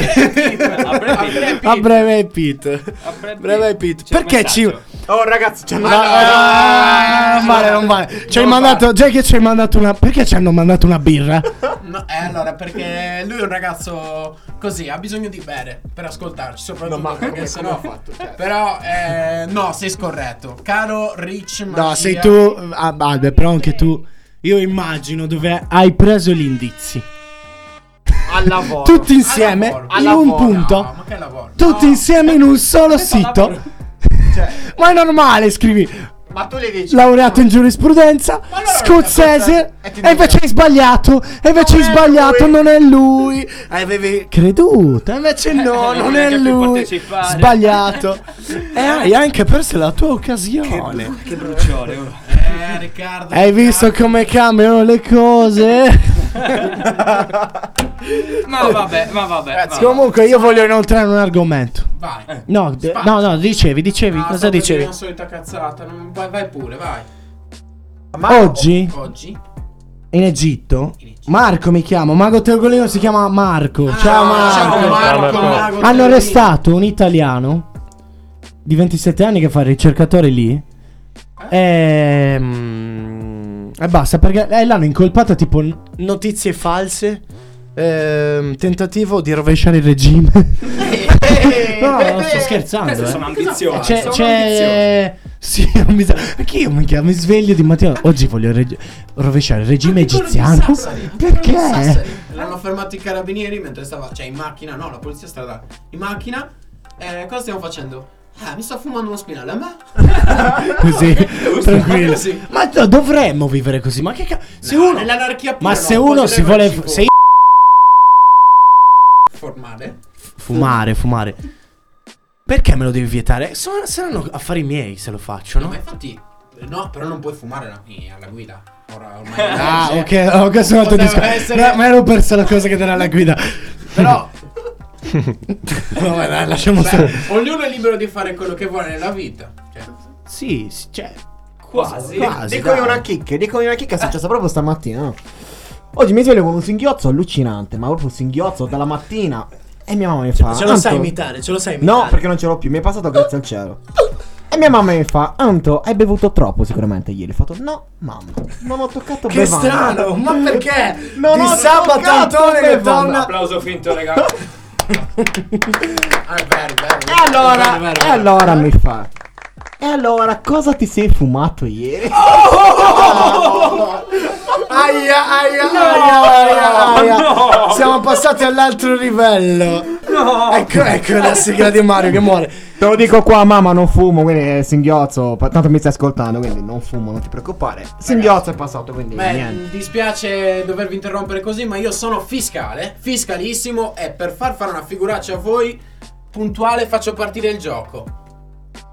Speaker 6: A Brad Pitt.
Speaker 2: A Breve Pitt. Breve Pitt. Perché ci.
Speaker 5: Oh ragazzi, c'è
Speaker 2: Ma- ah,
Speaker 5: Ah,
Speaker 2: non vale, non vale.
Speaker 3: Ci hai mandato. Già che ci hai mandato una. Perché ci hanno mandato una birra?
Speaker 6: No, eh, allora, perché lui è un ragazzo così, ha bisogno di bere per ascoltarci, soprattutto perché
Speaker 5: come-
Speaker 6: sennò...
Speaker 5: come ha fatto? Cioè-
Speaker 6: Però, eh, no, sei scorretto. Caro Rich Mattia,
Speaker 2: No, sei tu. ah, Albe, però anche tu. Io immagino dove hai preso gli indizi.
Speaker 5: Al lavoro.
Speaker 2: Tutti insieme
Speaker 5: Al
Speaker 2: in un
Speaker 5: lavoro.
Speaker 2: punto.
Speaker 5: No, ma che lavoro?
Speaker 2: Tutti insieme in un solo sito. Ma è normale, scrivi.
Speaker 5: Cioè, Ma tu le dici. Eh,
Speaker 3: Laureato in giurisprudenza, scozzese.
Speaker 5: e ti
Speaker 3: E invece hai sbagliato. E invece hai sbagliato, non è lui.
Speaker 2: Avevi
Speaker 3: creduto.
Speaker 2: Invece no, non è
Speaker 3: neanche più
Speaker 2: lui.
Speaker 3: partecipare.
Speaker 2: Sbagliato. e hai anche perso la tua occasione.
Speaker 4: Che bruciore. oh.
Speaker 6: Eh, Riccardo.
Speaker 3: Hai visto come cambiano le cose?
Speaker 4: Ma vabbè, ma vabbè.
Speaker 3: Sì, Comunque io voglio inoltrare un argomento.
Speaker 6: Vai.
Speaker 3: No, de- no, no, dicevi, dicevi,
Speaker 6: No,
Speaker 3: cosa
Speaker 6: Eh, Ah, stavo per dire
Speaker 3: dicevi?
Speaker 6: Una solita cazzata, non- vai, vai pure, vai.
Speaker 3: Oggi?
Speaker 6: Oggi?
Speaker 3: In Egitto? Marco mi chiamo, Mago Teogolino si chiama Marco. ciao Marco.
Speaker 6: Ciao
Speaker 4: Eh,
Speaker 6: Marco.
Speaker 7: Ciao,
Speaker 6: Mago
Speaker 3: Hanno
Speaker 6: Teodoro.
Speaker 3: arrestato un italiano di 27 anni che fa il ricercatore lì. Ehm, E, basta perché eh, l'hanno incolpato tipo n-
Speaker 5: Eh,
Speaker 2: Notizie false.
Speaker 3: ehm, tentativo di rovesciare il regime.
Speaker 5: eh,
Speaker 3: no, no, sto scherzando.
Speaker 4: Queste
Speaker 3: eh.
Speaker 4: sono ambizioni.
Speaker 3: C'è,
Speaker 4: sono
Speaker 3: c'è... Sì, non mi sa- Perché io minchia, mi sveglio di mattina. Oggi voglio reg- rovesciare il regime egiziano. Perché?
Speaker 6: L'hanno fermato i carabinieri mentre stava, cioè in macchina, no, la polizia stradale. In macchina, eh, cosa stiamo facendo? Ah, mi sto fumando uno spinale, ma...
Speaker 3: Così, tranquillo.
Speaker 6: Così.
Speaker 3: Ma do- dovremmo vivere così. Ma che cazzo? Se uno.
Speaker 6: Ah, L'anarchia pura,
Speaker 3: Ma
Speaker 6: no,
Speaker 3: se
Speaker 6: poi
Speaker 3: uno
Speaker 6: deve
Speaker 3: si vuole.
Speaker 6: farci
Speaker 3: se io-
Speaker 6: Formale.
Speaker 3: Fumare, fumare. Perché me lo devi vietare? Sono, saranno affari miei se lo faccio,
Speaker 6: No,
Speaker 3: no?
Speaker 6: ma infatti... No, però non puoi fumare la- eh, alla guida. Ora, ormai
Speaker 3: Ah,
Speaker 6: cioè,
Speaker 3: ok, ho questo è un altro
Speaker 6: poteva
Speaker 3: discorso.
Speaker 6: essere-
Speaker 3: Ma- Ma ero perso la cosa che era la guida.
Speaker 6: Però
Speaker 3: Vabbè, dai, lasciamo
Speaker 6: Beh,
Speaker 3: stare.
Speaker 6: Cioè, Ognuno è libero di fare quello che vuole nella vita.
Speaker 3: Sì, cioè.
Speaker 6: Quasi.
Speaker 5: Dicomi
Speaker 6: dai.
Speaker 5: una chicca, dicomi una
Speaker 2: Eh.
Speaker 5: chicca, è successa proprio stamattina. no? Oggi mi sveglio con un singhiozzo allucinante, ma proprio un singhiozzo dalla mattina. E mia mamma mi fa.
Speaker 2: Cioè, Ce lo sai
Speaker 5: "Anto,
Speaker 2: imitare, Ah. ce lo sai imitare.
Speaker 5: No, perché non ce l'ho più, mi è passato grazie al cielo. E mia mamma mi fa: Anto, hai bevuto troppo sicuramente ieri. Ho fatto: No, mamma, non ho toccato
Speaker 2: Che
Speaker 5: bevanda."
Speaker 2: strano, ma perché?
Speaker 5: Non
Speaker 2: Di
Speaker 5: ho
Speaker 2: sabato
Speaker 5: toccato
Speaker 2: Antonio che
Speaker 5: bevanda.
Speaker 4: Un applauso finto, ragazzi.
Speaker 5: E allora, e allora mi fa. E allora, cosa ti sei fumato ieri?
Speaker 2: Oh, Aia, aia,
Speaker 5: No,
Speaker 2: aia, aia, aia.
Speaker 5: no.
Speaker 2: Siamo passati all'altro livello. Ecco, ecco la sigla di Mario che muore.
Speaker 5: Te lo dico qua, mamma, non fumo, quindi è singhiozzo. pa- Tanto mi stai ascoltando, quindi non fumo, non ti preoccupare. Singhiozzo è passato, quindi
Speaker 6: Beh,
Speaker 5: niente.
Speaker 6: mi dispiace dovervi interrompere così, ma io sono fiscale, fiscalissimo e per far fare una figuraccia a voi puntuale faccio partire il gioco.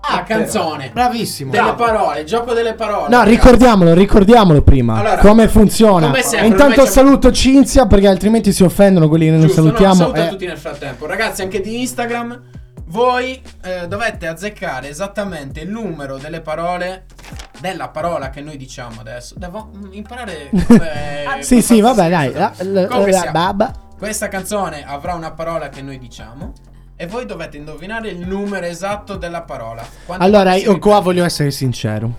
Speaker 6: Ah, canzone.
Speaker 3: Bravissimo.
Speaker 6: Delle
Speaker 3: Bravo.
Speaker 6: parole, gioco delle parole.
Speaker 3: No, ricordiamolo, ricordiamolo prima.
Speaker 6: Allora,
Speaker 3: come funziona?
Speaker 6: come sempre,
Speaker 3: Intanto
Speaker 6: invece-
Speaker 3: saluto Cinzia perché altrimenti si offendono quelli che non
Speaker 6: Giusto,
Speaker 3: salutiamo.
Speaker 6: No, saluta
Speaker 3: eh.
Speaker 6: tutti nel frattempo. Ragazzi, anche di Instagram, voi eh, dovete azzeccare esattamente il numero delle parole della parola che noi diciamo adesso. Devo mm, imparare come
Speaker 3: sì, sì, vabbè, dai. La, la-
Speaker 6: Comunque
Speaker 3: la-
Speaker 6: sia.
Speaker 3: babba.
Speaker 6: Questa canzone avrà una parola che noi diciamo e voi dovete indovinare il numero esatto della parola. Quanti
Speaker 3: Allora,
Speaker 6: passi-
Speaker 3: io qua voglio essere sincero.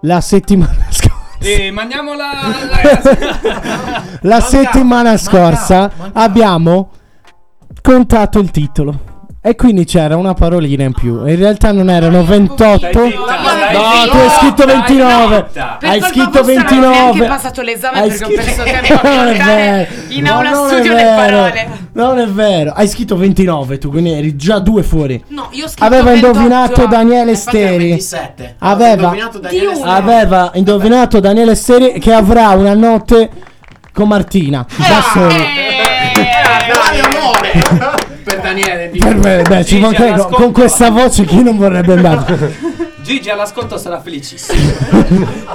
Speaker 3: La settimana scorsa.
Speaker 6: Eh,
Speaker 4: E Eh, mandiamola alla
Speaker 3: La settimana scorsa abbiamo contato il titolo. E quindi c'era una parolina in più. In realtà non erano 28. No,
Speaker 10: dai,
Speaker 3: tu hai
Speaker 10: zitta,
Speaker 3: scritto
Speaker 10: dai,
Speaker 3: 29.
Speaker 10: Per
Speaker 3: Hai
Speaker 10: colpa
Speaker 3: scritto
Speaker 10: vostra non ho neanche
Speaker 3: 29.
Speaker 10: passato l'esame
Speaker 3: Hai
Speaker 10: perché ho
Speaker 3: scritto-
Speaker 10: perso tempo a
Speaker 3: Non è
Speaker 10: portare
Speaker 3: vero.
Speaker 10: in
Speaker 3: No,
Speaker 10: aula
Speaker 3: non è
Speaker 10: studio le
Speaker 3: vero.
Speaker 10: parole.
Speaker 3: Non è vero. Hai scritto 29 tu, quindi eri già due fuori.
Speaker 10: No, io ho scritto
Speaker 3: Aveva
Speaker 10: 28.
Speaker 3: indovinato Daniele
Speaker 10: Infatti
Speaker 6: Eh, era
Speaker 3: Steri.
Speaker 6: 27.
Speaker 3: Aveva
Speaker 6: Aveva indovinato Daniele Steri.
Speaker 3: aveva indovinato Daniele Steri che avrà una notte con Martina. Da solo.
Speaker 6: eh. Dai, amore! per Daniele, dico.
Speaker 3: Per me, beh, ci
Speaker 4: Gigi,
Speaker 3: mancherebbe-
Speaker 4: all'ascolto.
Speaker 3: con questa voce chi non vorrebbe andare.
Speaker 4: Gigi all'ascolto sarà felicissimo.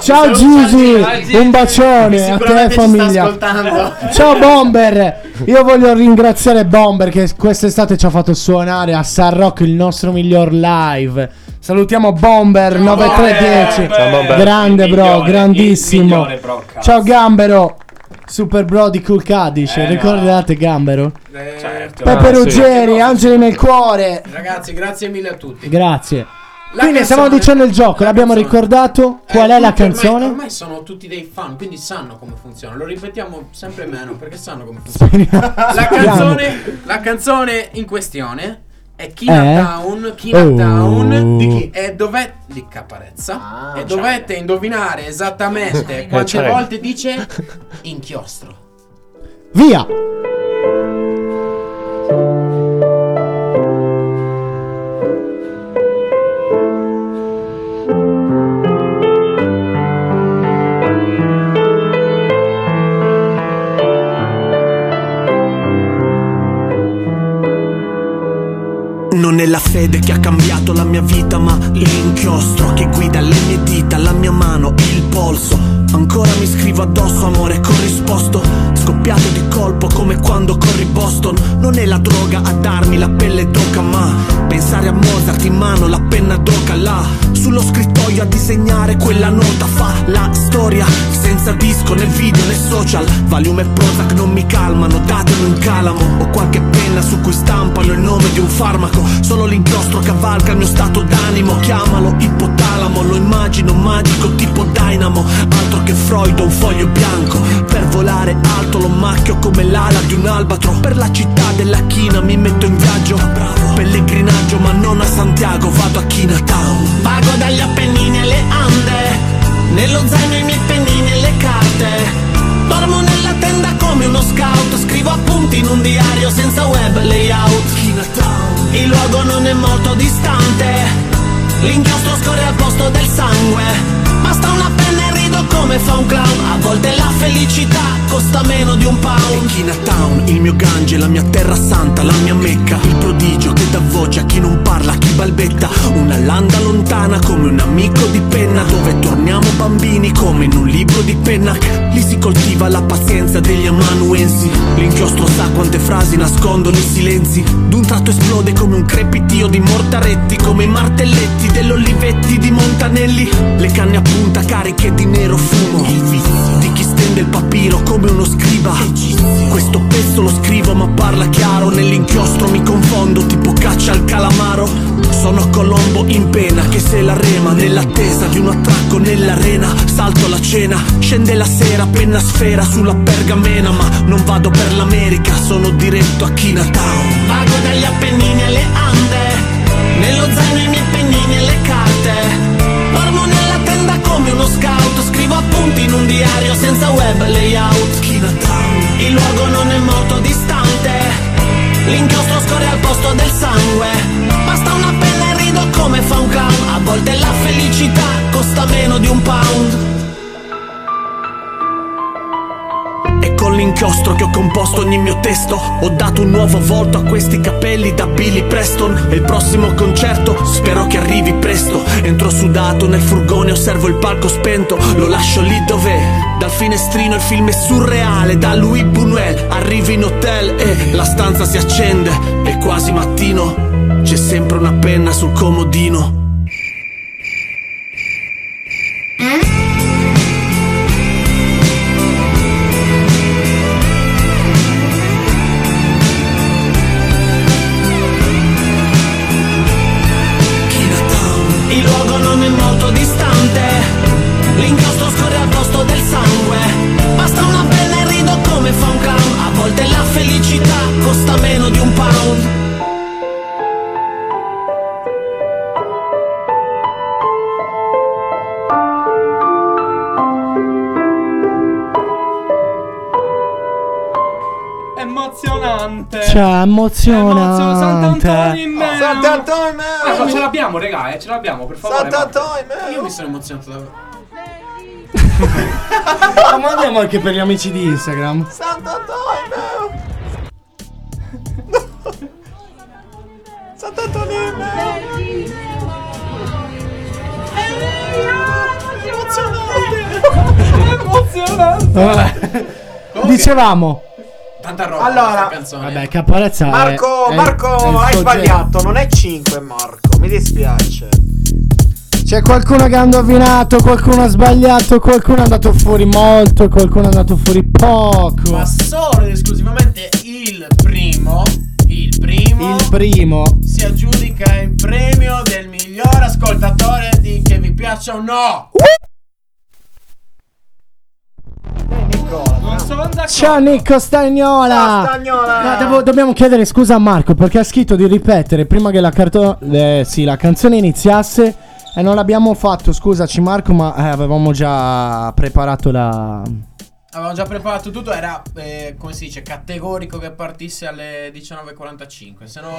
Speaker 3: Ciao Gigi,
Speaker 4: Ciao, Gigi.
Speaker 3: un bacione a te e
Speaker 4: Sicuramente ci sta
Speaker 3: famiglia.
Speaker 4: ascoltando.
Speaker 3: Ciao Bomber, io voglio ringraziare Bomber che quest'estate ci ha fatto suonare a San Rock il nostro miglior live. Salutiamo Bomber 9310.
Speaker 7: Ciao,
Speaker 6: Eh,
Speaker 7: Bomber.
Speaker 3: Grande
Speaker 7: Il
Speaker 3: bro,
Speaker 7: migliore,
Speaker 3: grandissimo.
Speaker 7: il migliore, bro, cazzo.
Speaker 3: Ciao Gambero. Super bro di Cool Cadice,
Speaker 6: Eh,
Speaker 3: ricordate Gambero?
Speaker 6: Certo.
Speaker 3: Pepe Ruggeri, Angeli nel cuore.
Speaker 6: Ragazzi, grazie mille a tutti.
Speaker 3: Grazie.
Speaker 6: La
Speaker 3: Quindi stiamo
Speaker 6: canzone- Eh,
Speaker 3: dicendo il gioco, l'abbiamo ricordato. Qual è la
Speaker 6: Tutti ormai-
Speaker 3: canzone?
Speaker 6: Ormai sono tutti dei fan, quindi sanno come funziona. Lo ripetiamo sempre meno perché sanno come funziona. La canzone, la canzone in questione è Kina
Speaker 3: Eh?
Speaker 6: Town. Kina
Speaker 3: Oh.
Speaker 6: Town di chi? E dov'è? Di Caparezza. e dovete indovinare esattamente quante
Speaker 3: c'è.
Speaker 6: volte dice inchiostro.
Speaker 3: Via!
Speaker 16: Non è la fede che ha cambiato la mia vita, ma l'inchiostro che guida le mie dita, la mia mano, il polso. Ancora mi scrivo addosso, amore corrisposto. Scoppiato di colpo come quando corri Boston. Non è la droga a darmi la pelle d'oca, ma pensare a Mozart in mano, la penna d'oca là. Sullo scrittoio a disegnare quella nota fa la storia. Senza disco né video né social. Valium e Prozac non mi calmano, datemi un calamo. Ho qualche penna su cui stampano il nome di un farmaco Solo l'inchiostro cavalca il mio stato d'animo Chiamalo ipotalamo, lo immagino magico tipo dynamo Altro che Freud o un foglio bianco Per volare alto lo macchio come l'ala di un albatro Per la città della china mi metto in viaggio Bravo, pellegrinaggio ma non a Santiago, vado a China Town
Speaker 17: Vago dagli Appennini alle Ande Nello zaino i miei pennini e le carte Dormo nella tenda come uno scout Scrivo appunti in un diario senza web layout Il luogo non è molto distante L'inchiostro scorre al posto del sangue Basta una penna e rido come fa un clown A volte la felicità costa meno di un pound
Speaker 16: China Town, il mio Gange, la mia terra santa, la mia Mecca, il prodigio che dà voce a chi non parla, a chi balbetta, una landa lontana come un amico di penna, dove torniamo bambini come in un libro di penna, lì si coltiva la pazienza degli amanuensi, l'inchiostro sa quante frasi nascondono i silenzi, d'un tratto esplode come un crepitio di mortaretti, come i martelletti dell'Olivetti di Montanelli, le canne a punta cariche di nero fumo, di chi stende il papiro come uno scriba. Questo pezzo lo scrivo ma parla chiaro, nell'inchiostro mi confondo tipo caccia al calamaro. Sono Colombo in pena che se la rema nell'attesa di un attacco nell'arena. Salto la cena, scende la sera, penna sfera sulla pergamena, ma non vado per l'America, sono diretto a China Town.
Speaker 17: Vago dagli Appennini alle Ande Nello zaino i miei pennini e le carte Dormo nella tenda come uno scout Scrivo appunti in un diario senza web layout Il luogo non è molto distante L'inchiostro scorre al posto del sangue Basta una penna e rido come fa un clown A volte la felicità costa meno di un pound
Speaker 16: E con l'inchiostro che ho composto ogni mio testo Ho dato un nuovo volto a questi capelli da Billy Preston E il prossimo concerto spero che arrivi presto Entro sudato nel furgone, osservo il palco spento Lo lascio lì dov'è Dal finestrino il film è surreale Da Louis Buñuel arrivi in hotel e la stanza si accende È quasi mattino, c'è sempre una penna sul comodino
Speaker 17: Il luogo non è molto distante L'inchiostro scorre al posto del sangue Basta una penna e rido come fa un clown A volte la felicità costa meno di un pound
Speaker 4: Emozionante.
Speaker 3: Ciao,
Speaker 4: Emozio- Sant'Antonio
Speaker 3: emozionante.
Speaker 4: in meno.
Speaker 6: Sant'Antonio in
Speaker 4: Eh, ma ce l'abbiamo, regà, eh, ce l'abbiamo, per favore.
Speaker 6: Io mi sono emozionato davvero.
Speaker 3: Ma andiamo anche per gli amici di Instagram.
Speaker 17: Emozionante
Speaker 3: Eh, Vabbè. Dicevamo.
Speaker 6: Tanta roba
Speaker 5: Allora,
Speaker 3: Vabbè, Caparezza è-
Speaker 5: Marco,
Speaker 3: è-
Speaker 5: Marco,
Speaker 3: è il suo
Speaker 5: hai
Speaker 3: genere.
Speaker 5: sbagliato. Non è 5, Marco. Mi dispiace.
Speaker 3: C'è qualcuno che ha indovinato, qualcuno ha sbagliato, qualcuno è andato fuori molto, qualcuno è andato fuori poco.
Speaker 6: Ma solo ed esclusivamente il primo. Il primo.
Speaker 3: Il primo.
Speaker 6: Si aggiudica il premio del miglior ascoltatore di che vi piaccia o no.
Speaker 4: Non sono d'accordo.
Speaker 3: Ciao Nico Stagnola!
Speaker 4: Ciao, Stagnola!
Speaker 3: No, devo- dobbiamo chiedere scusa a Marco perché ha scritto di ripetere prima che la, carto- eh, sì, la canzone iniziasse e non l'abbiamo fatto, scusaci Marco, ma eh, avevamo già preparato la...
Speaker 6: Avevamo già preparato tutto, era eh, come si dice, categorico che partisse alle 19.45. Se no,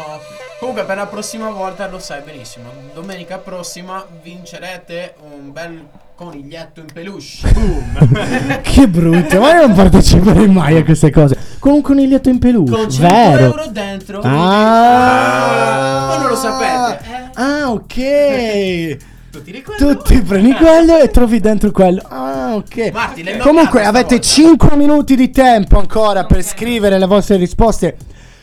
Speaker 6: comunque, per la prossima volta lo sai benissimo. Domenica prossima vincerete un bel coniglietto in peluche. Boom!
Speaker 3: che brutto, ma io non parteciperei mai a queste cose. Con un coniglietto in peluche,
Speaker 6: Con 100
Speaker 3: vero?
Speaker 6: euro dentro.
Speaker 3: Ah,
Speaker 6: Voi non lo sapete. eh?
Speaker 3: ah ok.
Speaker 6: Tutti di quello.
Speaker 3: Tutti prendi quello e trovi dentro quello. Ah, ok.
Speaker 6: Marti, l'hai
Speaker 3: Comunque
Speaker 6: mancata
Speaker 3: avete 5 minuti di tempo ancora per scrivere le vostre risposte.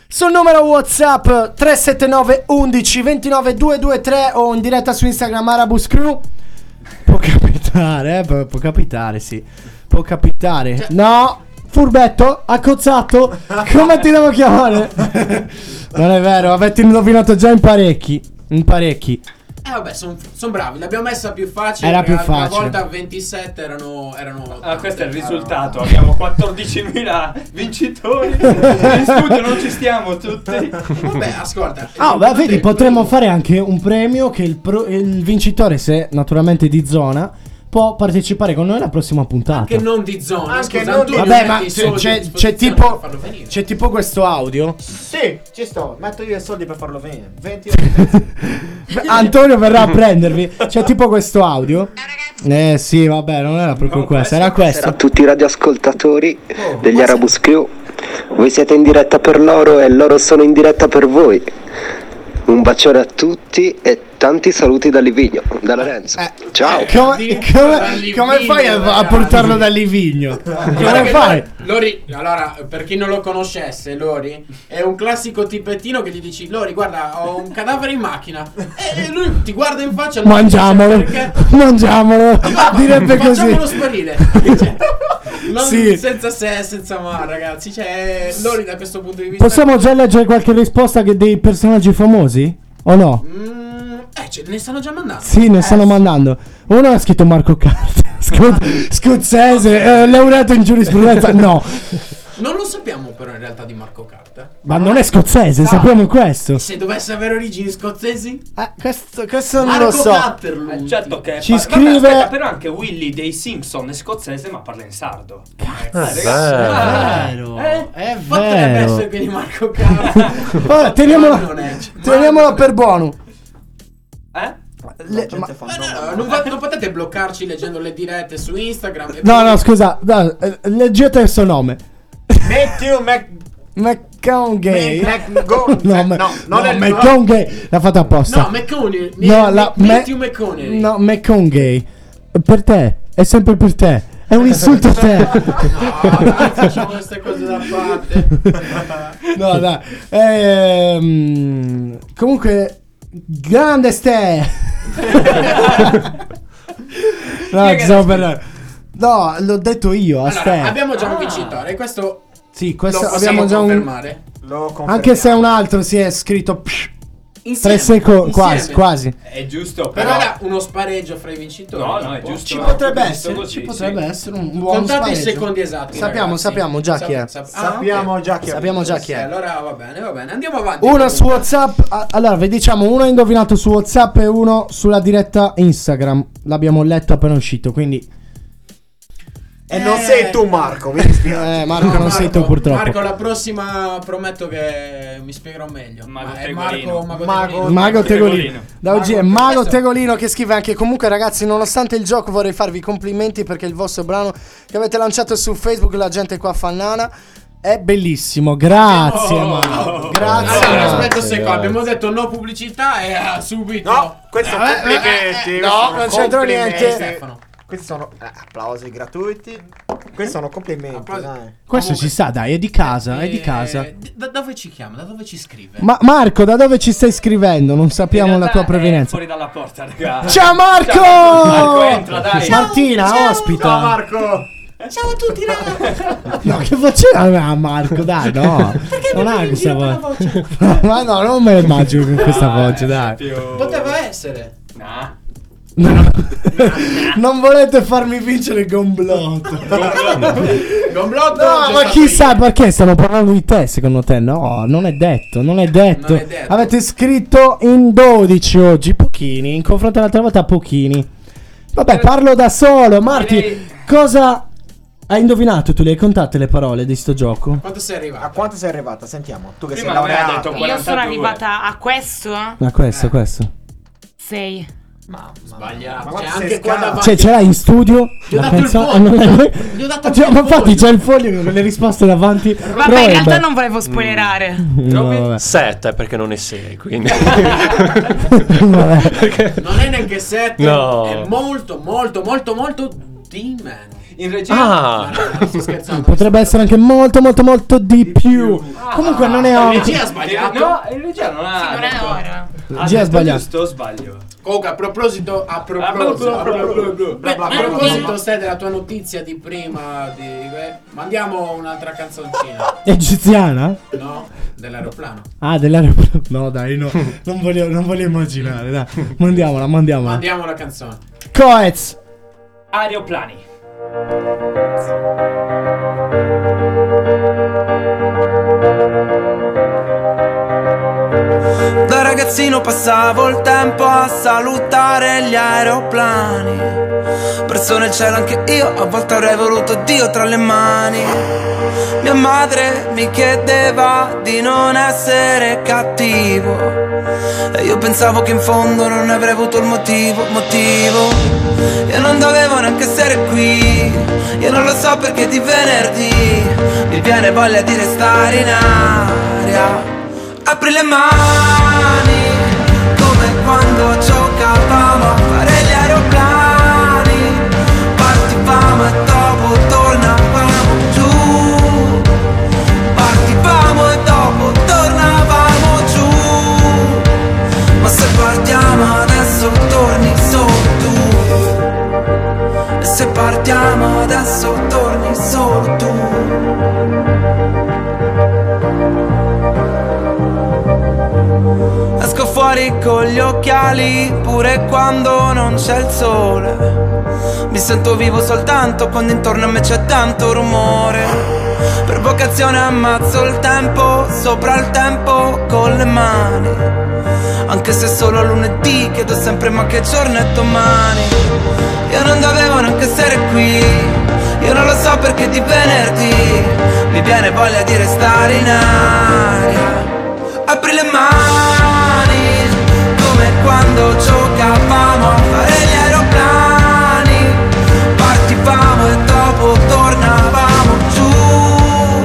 Speaker 3: Sul numero WhatsApp 379 11 29 223 o in diretta su Instagram Arabus Crew. Può capitare, eh, può- può capitare, sì. Può capitare. No, furbetto, accozzato. Come ti devo chiamare? non è vero, avete indovinato già in parecchi. In parecchi.
Speaker 6: Eh vabbè, sono bravi, l'abbiamo messa più facile.
Speaker 3: Era più
Speaker 6: perché la-
Speaker 3: facile.
Speaker 6: Una volta 27 erano... erano
Speaker 4: Ah, questo è il risultato. Abbiamo 14.000 vincitori. In studio non ci stiamo tutti.
Speaker 6: Vabbè, ascolta.
Speaker 3: Ah, beh, vedi, potremmo fare anche un premio che il, pro- il vincitore, se naturalmente di zona, può partecipare con noi alla prossima puntata.
Speaker 6: Anche non di zona.
Speaker 5: Anche
Speaker 6: scusa,
Speaker 5: non
Speaker 6: tu
Speaker 5: di-
Speaker 3: Vabbè,
Speaker 6: non
Speaker 3: ma
Speaker 6: metti i
Speaker 3: c'è,
Speaker 6: soldi a
Speaker 3: c'è- c'è
Speaker 6: disposizione per
Speaker 3: tipo,
Speaker 6: farlo venire.
Speaker 3: c'è tipo questo audio.
Speaker 5: Sì, ci sto. Metto io i soldi per farlo venire. 20
Speaker 3: Antonio verrà a prendervi. C'è tipo questo audio. Eh sì, vabbè, non era proprio questo, era
Speaker 18: A
Speaker 5: Eh,
Speaker 3: questo.
Speaker 18: tutti i radioascoltatori
Speaker 5: Oh,
Speaker 18: degli Arabus Crew, voi siete in diretta per loro e loro sono in diretta per voi. Un bacione a tutti e tanti saluti da Livigno, da Lorenzo.
Speaker 5: Eh,
Speaker 18: Ciao!
Speaker 3: Come, come- come fai a, a portarlo da Livigno? Come fai?
Speaker 6: Lori, allora, per chi non lo conoscesse, Lori è un classico tipettino che gli dici: Lori, guarda, ho un cadavere in macchina. E lui ti guarda in faccia e non
Speaker 3: Mangiamolo,
Speaker 6: dice perché.
Speaker 3: mangiamolo.
Speaker 6: Ma- ma-
Speaker 3: Direbbe così.
Speaker 6: Facciamolo sparire. Cioè, non
Speaker 3: Sì.
Speaker 6: senza se, senza ma, ragazzi. Cioè, Lori da questo punto di vista.
Speaker 3: Possiamo già leggere qualche risposta che dei personaggi famosi? O no?
Speaker 6: Eh, ce- ne stanno già mandando.
Speaker 3: Sì, ne stanno mandando. Uno ha scritto Marco Carta.
Speaker 6: Ah.
Speaker 3: Sco- scozzese, eh, laureato in giurisprudenza. No,
Speaker 6: Non lo sappiamo, però, in realtà, di Marco Carta.
Speaker 3: ma non è scozzese, sappiamo questo.
Speaker 6: Se dovesse avere origini scozzesi?
Speaker 3: Ah, questo, questo
Speaker 4: non lo so.
Speaker 6: Catterloo.
Speaker 4: Certo che
Speaker 3: Ci
Speaker 4: par- vabbè,
Speaker 3: scrive-
Speaker 4: aspetta, però anche Willy dei Simpson è scozzese, ma parla in sardo. Cazzo,
Speaker 3: vero.
Speaker 4: Eh?
Speaker 6: È Potrebbe
Speaker 3: vero.
Speaker 6: essere che di Marco Carta.
Speaker 3: Ora, teniamola,
Speaker 6: Non è-
Speaker 3: teniamola per buono.
Speaker 6: Ma no, non, va- non potete bloccarci leggendo le dirette su Instagram. e
Speaker 3: No,
Speaker 6: poi-
Speaker 3: no, scusa, no, eh, leggete il suo nome.
Speaker 5: Metti un Mac.
Speaker 3: McConaughey.
Speaker 5: Mac- Mac-
Speaker 6: Eh,
Speaker 3: No, ma-
Speaker 5: no,
Speaker 3: no,
Speaker 5: non è-
Speaker 3: McConaughey. L'ha fatta apposta.
Speaker 6: No, McConaughey.
Speaker 3: No, la- me-
Speaker 6: Matthew McConaughey.
Speaker 3: No, McConaughey. Per te, è sempre per te. È un insulto a te.
Speaker 6: Dai, facciamo queste cose da parte.
Speaker 3: No, dai. Ehm, comunque, grande ste. no,
Speaker 6: Io
Speaker 3: ci
Speaker 6: che
Speaker 3: stiamo
Speaker 6: non
Speaker 3: parlando. No, l'ho detto io a
Speaker 6: Allora,
Speaker 3: ste.
Speaker 6: abbiamo già un vincitore. Questo
Speaker 3: Sì,
Speaker 6: lo
Speaker 3: Eh. questo
Speaker 6: possiamo
Speaker 3: abbiamo già un.
Speaker 6: confermare.
Speaker 3: Anche se un altro si è scritto. psh,
Speaker 6: Insieme,
Speaker 3: tre secondi.
Speaker 6: insieme.
Speaker 3: Quasi, quasi.
Speaker 4: È giusto,
Speaker 6: Però
Speaker 4: però.
Speaker 6: era uno spareggio fra i vincitori.
Speaker 4: No, no, è
Speaker 6: tipo.
Speaker 4: giusto.
Speaker 3: Ci potrebbe
Speaker 4: Giusto
Speaker 3: essere,
Speaker 4: così,
Speaker 3: ci potrebbe
Speaker 4: sì.
Speaker 3: essere un buon
Speaker 6: Contate i
Speaker 3: spareggio.
Speaker 6: secondi esatti.
Speaker 3: Sappiamo,
Speaker 6: ragazzi.
Speaker 3: sappiamo già chi è. Ah,
Speaker 5: Sappiamo
Speaker 6: ok.
Speaker 5: già chi è.
Speaker 3: Sappiamo già chi è.
Speaker 6: Eh, Allora va bene, va bene. Andiamo avanti.
Speaker 3: Uno su WhatsApp. a- Allora, vi diciamo, uno ha indovinato su WhatsApp e uno sulla diretta Instagram. L'abbiamo letto appena uscito, quindi
Speaker 5: E non sei tu, Marco. Mi dispiace.
Speaker 3: Eh, Marco, non sei tu, purtroppo.
Speaker 6: Marco, la prossima prometto che mi spiegherò meglio. Ma è Marco, Oh, Mago, Tegolino.
Speaker 3: Mago Tegolino. Da oggi è Mago
Speaker 6: Questo-
Speaker 3: Tegolino che scrive anche comunque ragazzi, nonostante il gioco vorrei farvi i complimenti perché il vostro brano che avete lanciato su Facebook la gente qua fa nana è bellissimo. Grazie,
Speaker 6: Oh.
Speaker 3: Mago. Grazie.
Speaker 6: Allora,
Speaker 3: Mago.
Speaker 6: aspetta un secondo. Abbiamo detto no pubblicità e ah, subito. No,
Speaker 5: questo
Speaker 3: Eh,
Speaker 6: è
Speaker 5: Complimenti, questi
Speaker 3: no,
Speaker 5: sono
Speaker 3: non c'entro
Speaker 5: complimenti.
Speaker 3: niente.
Speaker 5: Questi sono eh, applausi gratuiti. Questi sono complimenti.
Speaker 3: Questo ci sta, dai, è di casa, è
Speaker 6: Eh,
Speaker 3: di casa.
Speaker 6: Da dove ci chiama? Da dove ci scrive?
Speaker 3: Ma Marco, da dove ci stai scrivendo? Non sappiamo la tua provenienza.
Speaker 4: Fuori dalla porta, raga.
Speaker 3: Ciao Marco!
Speaker 4: Ciao, Marco, entra, dai.
Speaker 3: Martina, ospita.
Speaker 4: Ciao, Marco.
Speaker 6: Ciao a tutti, raga.
Speaker 3: No, che faceva ah, Marco? Dai, no. non ha questa voce. Ah, Ma no, non me la immagino con questa voce, dai.
Speaker 4: eh.
Speaker 6: Poteva essere.
Speaker 4: Nah.
Speaker 3: Non volete farmi vincere il gomblotto.
Speaker 6: Gomblotto.
Speaker 3: No, ma chissà perché stiamo parlando di te, secondo te? No, non è detto, non è detto. Avete scritto in 12 oggi, pochini, in confronto all'altra volta pochini. Vabbè, parlo da solo, Marti. Cosa hai indovinato? Tu le hai contate le parole di sto gioco?
Speaker 6: Quanto sei arrivata?
Speaker 5: A quanto sei arrivata? Sentiamo. Tu che
Speaker 4: Prima
Speaker 5: sei
Speaker 4: a me ha
Speaker 5: laureata.
Speaker 4: detto
Speaker 10: Io sono arrivata a questo.
Speaker 3: Ma Ah, questo, questo.
Speaker 10: 6.
Speaker 6: Ma sbagliato.
Speaker 5: guarda
Speaker 6: Cioè,
Speaker 5: se
Speaker 6: anche qua
Speaker 5: scala.
Speaker 6: davanti.
Speaker 3: Cioè, ce l'hai in studio?
Speaker 6: Gli ho
Speaker 3: La
Speaker 6: dato il
Speaker 3: canzone-
Speaker 6: foglio.
Speaker 3: non è-
Speaker 6: Gli ho dato
Speaker 3: Cioè,
Speaker 6: il
Speaker 3: ma
Speaker 6: foglio.
Speaker 3: infatti c'è il foglio con le risposte davanti.
Speaker 10: Vabbè, in realtà non volevo spoilerare.
Speaker 7: Sette perché non è sei, quindi...
Speaker 6: Non è neanche 7.
Speaker 7: No.
Speaker 6: È molto, molto, molto, molto D-Man.
Speaker 4: In
Speaker 3: Ah.
Speaker 6: No, no, no, sto scherzando.
Speaker 3: Potrebbe essere anche molto, molto, molto di più. Comunque, non è
Speaker 6: La
Speaker 3: oggi.
Speaker 6: Ah, regia ha sbagliato.
Speaker 4: No, in regia non ha.
Speaker 6: non è
Speaker 4: detto-
Speaker 6: ora.
Speaker 4: ha
Speaker 3: Regia
Speaker 4: detto
Speaker 3: sbagliato.
Speaker 4: Ah, giusto o sbaglio?
Speaker 6: Comunque, a proposito, a proposito, a proposito, Beh, a proposito, stai della tua notizia di prima, di... eh, mandiamo un'altra canzoncina.
Speaker 3: Egiziana?
Speaker 6: No, dell'aeroplano.
Speaker 3: Ah, dell'aeroporto. No, dai, no. Non voglio, non voglio immaginare. Dai. Mandiamola, mandiamola.
Speaker 6: Mandiamo la canzone.
Speaker 3: Coez.
Speaker 4: Aeroplani.
Speaker 19: Da ragazzino passavo il tempo a salutare gli aeroplani. Perso nel cielo anche io, a volte avrei voluto Dio tra le mani. Mia madre mi chiedeva di non essere cattivo. E io pensavo che in fondo non ne avrei avuto il motivo, motivo. Io non dovevo neanche essere qui. Io non lo so perché di venerdì mi viene voglia di restare in aria. Apri le mani come quando giocavamo a fare gli aeroplani. Partivamo e dopo tornavamo giù. Partivamo e dopo tornavamo giù. Ma se partiamo adesso torni solo tu. E se partiamo adesso torni solo tu. Esco fuori con gli occhiali pure quando non c'è il sole. Mi sento vivo soltanto quando intorno a me c'è tanto rumore. Per vocazione ammazzo il tempo, sopra il tempo con le mani. Anche se è solo lunedì chiedo sempre ma che giorno è domani. Io non dovevo neanche essere qui. Io non lo so perché di venerdì mi viene voglia di restare in aria. Apri le mani come quando giocavamo a fare gli aeroplani. Partivamo e dopo tornavamo giù.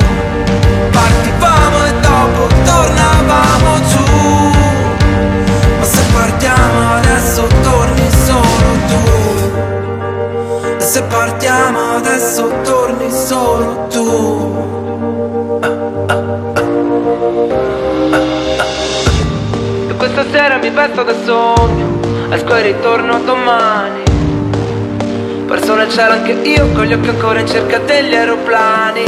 Speaker 19: Partivamo e dopo tornavamo giù. Ma se partiamo adesso torni solo tu. E se partiamo adesso torni solo tu. Io questa sera mi vesto da sogno, esco e ritorno domani. Perso nel cielo anche io, con gli occhi ancora in cerca degli aeroplani.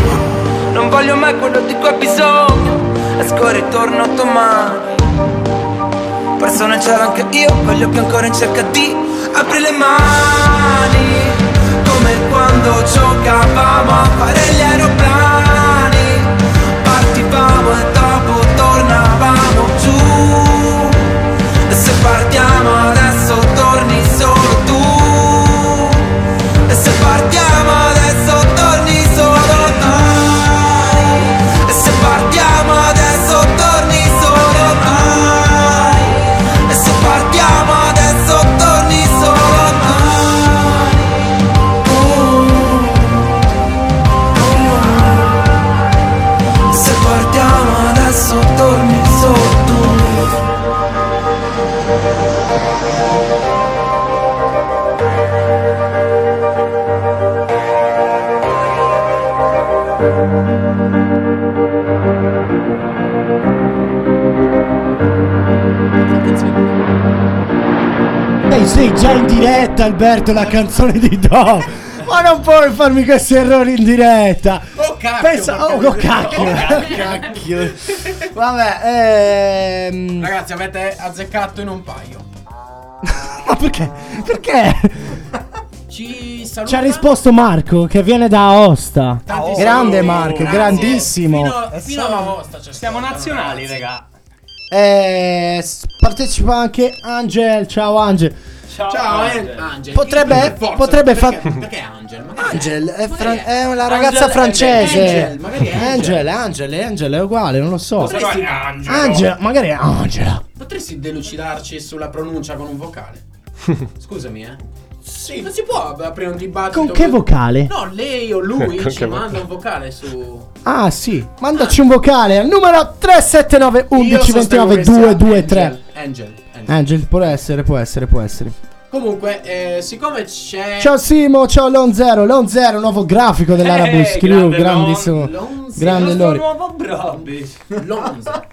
Speaker 19: Non voglio mai quello di cui ho bisogno, esco e ritorno domani. Perso nel cielo anche io, con gli occhi ancora in cerca di apri le mani. Come quando giocavamo a fare gli aeroplani. Partivamo e dopo tornavamo giù E se partiamo adesso torni solo tu E se partiamo adesso torni solo noi E se partiamo adesso torni solo noi E se partiamo adesso torni solo noi Oh, oh, oh.
Speaker 3: Ehi, sei già in diretta, Alberto, la canzone di Dom. Ma non puoi farmi questi errori in diretta.
Speaker 6: Oh cacchio!
Speaker 3: Pensa, oh, oh, cacchio.
Speaker 6: cacchio.
Speaker 3: Vabbè, ehm...
Speaker 6: Ragazzi, avete azzeccato in un paio.
Speaker 3: Ma perché? Perché?
Speaker 6: Ci
Speaker 3: Ci
Speaker 6: saluta.
Speaker 3: ha risposto Marco che viene da Aosta.
Speaker 6: Tantissimo. Oh,
Speaker 3: Grande Marco,
Speaker 6: Grazie.
Speaker 3: grandissimo.
Speaker 6: Fino, fino alla vostra c'è
Speaker 4: Eh, Siamo nazionali, raga.
Speaker 3: Eh, s- partecipa anche Angel. Ciao Angel.
Speaker 4: Ciao,
Speaker 6: Ciao,
Speaker 4: Angel.
Speaker 6: eh, Angel.
Speaker 3: Potrebbe,
Speaker 6: Per forza,
Speaker 3: potrebbe
Speaker 6: perché-
Speaker 3: fare.
Speaker 6: Perché Angel? Ma
Speaker 3: Angel è, fran- è una ragazza
Speaker 6: Angel è-
Speaker 3: francese.
Speaker 6: Angel, magari è
Speaker 3: Angel, Angel, Angel è uguale, non lo so.
Speaker 6: Potresti-
Speaker 3: Angela, magari è Angela.
Speaker 6: Potresti delucidarci sulla pronuncia con un vocale? Scusami, eh. Sì. Non si può aprire un dibattito.
Speaker 3: Con che vocale?
Speaker 6: No, lei o lui
Speaker 3: Con
Speaker 6: ci
Speaker 3: che
Speaker 6: manda un vocale su.
Speaker 3: Ah, sì. Mandaci un vocale al numero 379 11 29 223.
Speaker 6: Angel. Angel.
Speaker 3: Angel, può essere, può essere, può essere.
Speaker 6: Comunque, eh, siccome c'è.
Speaker 3: Ciao Simo, ciao Leon Zero, Leon Zero, nuovo grafico dell'Arabus
Speaker 6: Eh,
Speaker 3: Crew,
Speaker 6: grande
Speaker 3: grandissimo.
Speaker 6: Lon- Lon Zero,
Speaker 3: grande
Speaker 6: nostro
Speaker 3: Lori.
Speaker 4: Nuovo Brobby.
Speaker 6: Lonza.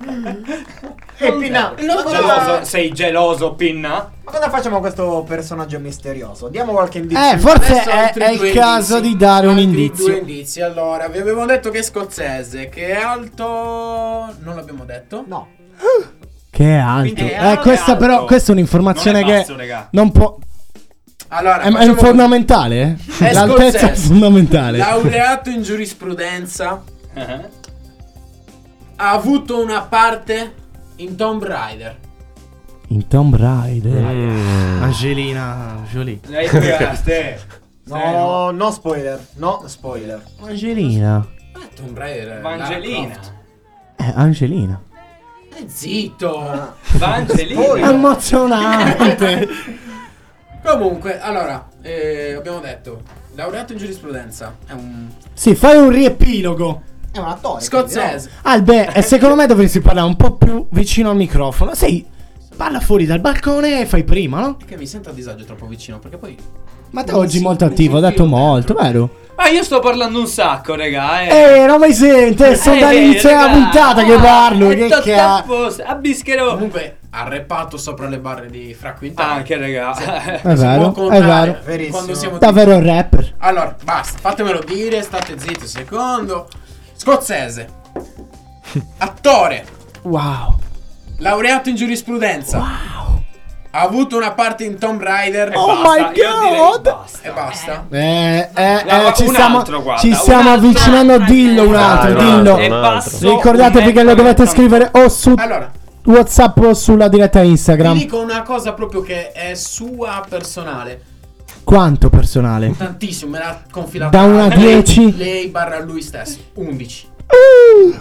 Speaker 4: Eh,
Speaker 5: E Pinna.
Speaker 4: Geloso, sei geloso, Pinna?
Speaker 5: Ma cosa facciamo con questo personaggio misterioso? Diamo qualche indizio.
Speaker 3: Eh, forse
Speaker 6: Adesso
Speaker 3: è,
Speaker 6: altri
Speaker 3: è il
Speaker 6: due
Speaker 3: caso
Speaker 6: indizi.
Speaker 3: di dare un
Speaker 6: Altri Due
Speaker 3: indizio.
Speaker 6: indizi. Allora, vi avevo detto che è scozzese, che è alto. Non l'abbiamo detto? No.
Speaker 3: Che è alto.
Speaker 6: Quindi è
Speaker 3: Eh,
Speaker 6: alto,
Speaker 3: questa
Speaker 6: è
Speaker 3: però,
Speaker 6: alto.
Speaker 3: questa è un'informazione
Speaker 6: Non è basso,
Speaker 3: che
Speaker 6: regà.
Speaker 3: non può...
Speaker 6: Allora,
Speaker 3: È, è
Speaker 6: facciamo così.
Speaker 3: fondamentale, eh?
Speaker 6: È
Speaker 3: L'altezza è
Speaker 6: scozzese.
Speaker 3: fondamentale.
Speaker 6: Laureato in giurisprudenza. Ha avuto una parte in Tomb Raider.
Speaker 3: In Tomb Raider. Mm.
Speaker 16: Mm.
Speaker 3: Ah, Angelina Jolie.
Speaker 4: Lei spiegaste.
Speaker 5: No, no spoiler. No spoiler.
Speaker 3: Angelina.
Speaker 6: Tomb Raider.
Speaker 4: Vangelina.
Speaker 3: Eh, Angelina.
Speaker 6: Eh, zitto.
Speaker 4: Vangelina.
Speaker 3: Emozionante.
Speaker 6: Comunque, allora, eh, abbiamo detto, laureato in giurisprudenza. È un
Speaker 3: Sì, fai un riepilogo.
Speaker 5: È un attore.
Speaker 6: scozzese.
Speaker 3: Albe, e secondo me dovresti parlare un po' più vicino al microfono. Sei. Parla fuori dal balcone e fai prima, no?
Speaker 6: Che mi sento a disagio troppo vicino perché poi.
Speaker 3: Ma te oggi molto attivo, ho detto molto, vero?
Speaker 4: Ma Ah, io sto parlando un sacco, raga. Eh.
Speaker 3: Eh, non mi sente, sono
Speaker 4: Eh,
Speaker 3: dall'inizio della
Speaker 4: raga.
Speaker 3: puntata
Speaker 6: eh,
Speaker 3: che parlo. Che
Speaker 4: tutto
Speaker 3: cazzo.
Speaker 4: a posto, a bischero.
Speaker 6: Comunque ha reppato sopra le barre di Fra Quintana.
Speaker 4: Anche, raga.
Speaker 3: È vero, è vero.
Speaker 6: Quando siamo
Speaker 3: Davvero un rapper.
Speaker 6: Allora, basta, fatemelo dire, state zitti un secondo. Scozzese. Attore.
Speaker 3: Wow.
Speaker 6: Laureato in giurisprudenza. Wow. Ha avuto una parte in Tomb Raider.
Speaker 3: E Oh basta, my io direi God.
Speaker 6: E basta.
Speaker 3: Eh, eh,
Speaker 6: No,
Speaker 3: eh, ci
Speaker 6: un
Speaker 3: stiamo,
Speaker 6: altro, guarda,
Speaker 3: ci
Speaker 6: un
Speaker 3: stiamo
Speaker 6: altro.
Speaker 3: avvicinando, dillo un altro,
Speaker 7: un altro,
Speaker 3: dillo.
Speaker 7: un altro.
Speaker 3: Ricordatevi che lo dovete scrivere o su
Speaker 6: Allora.
Speaker 3: WhatsApp o sulla diretta Instagram.
Speaker 6: Vi dico una cosa proprio che è sua personale.
Speaker 3: Quanto personale?
Speaker 6: Tantissimo, me l'ha confidata.
Speaker 3: Da una a dieci? Uh!
Speaker 6: Lei barra lui stesso. 11.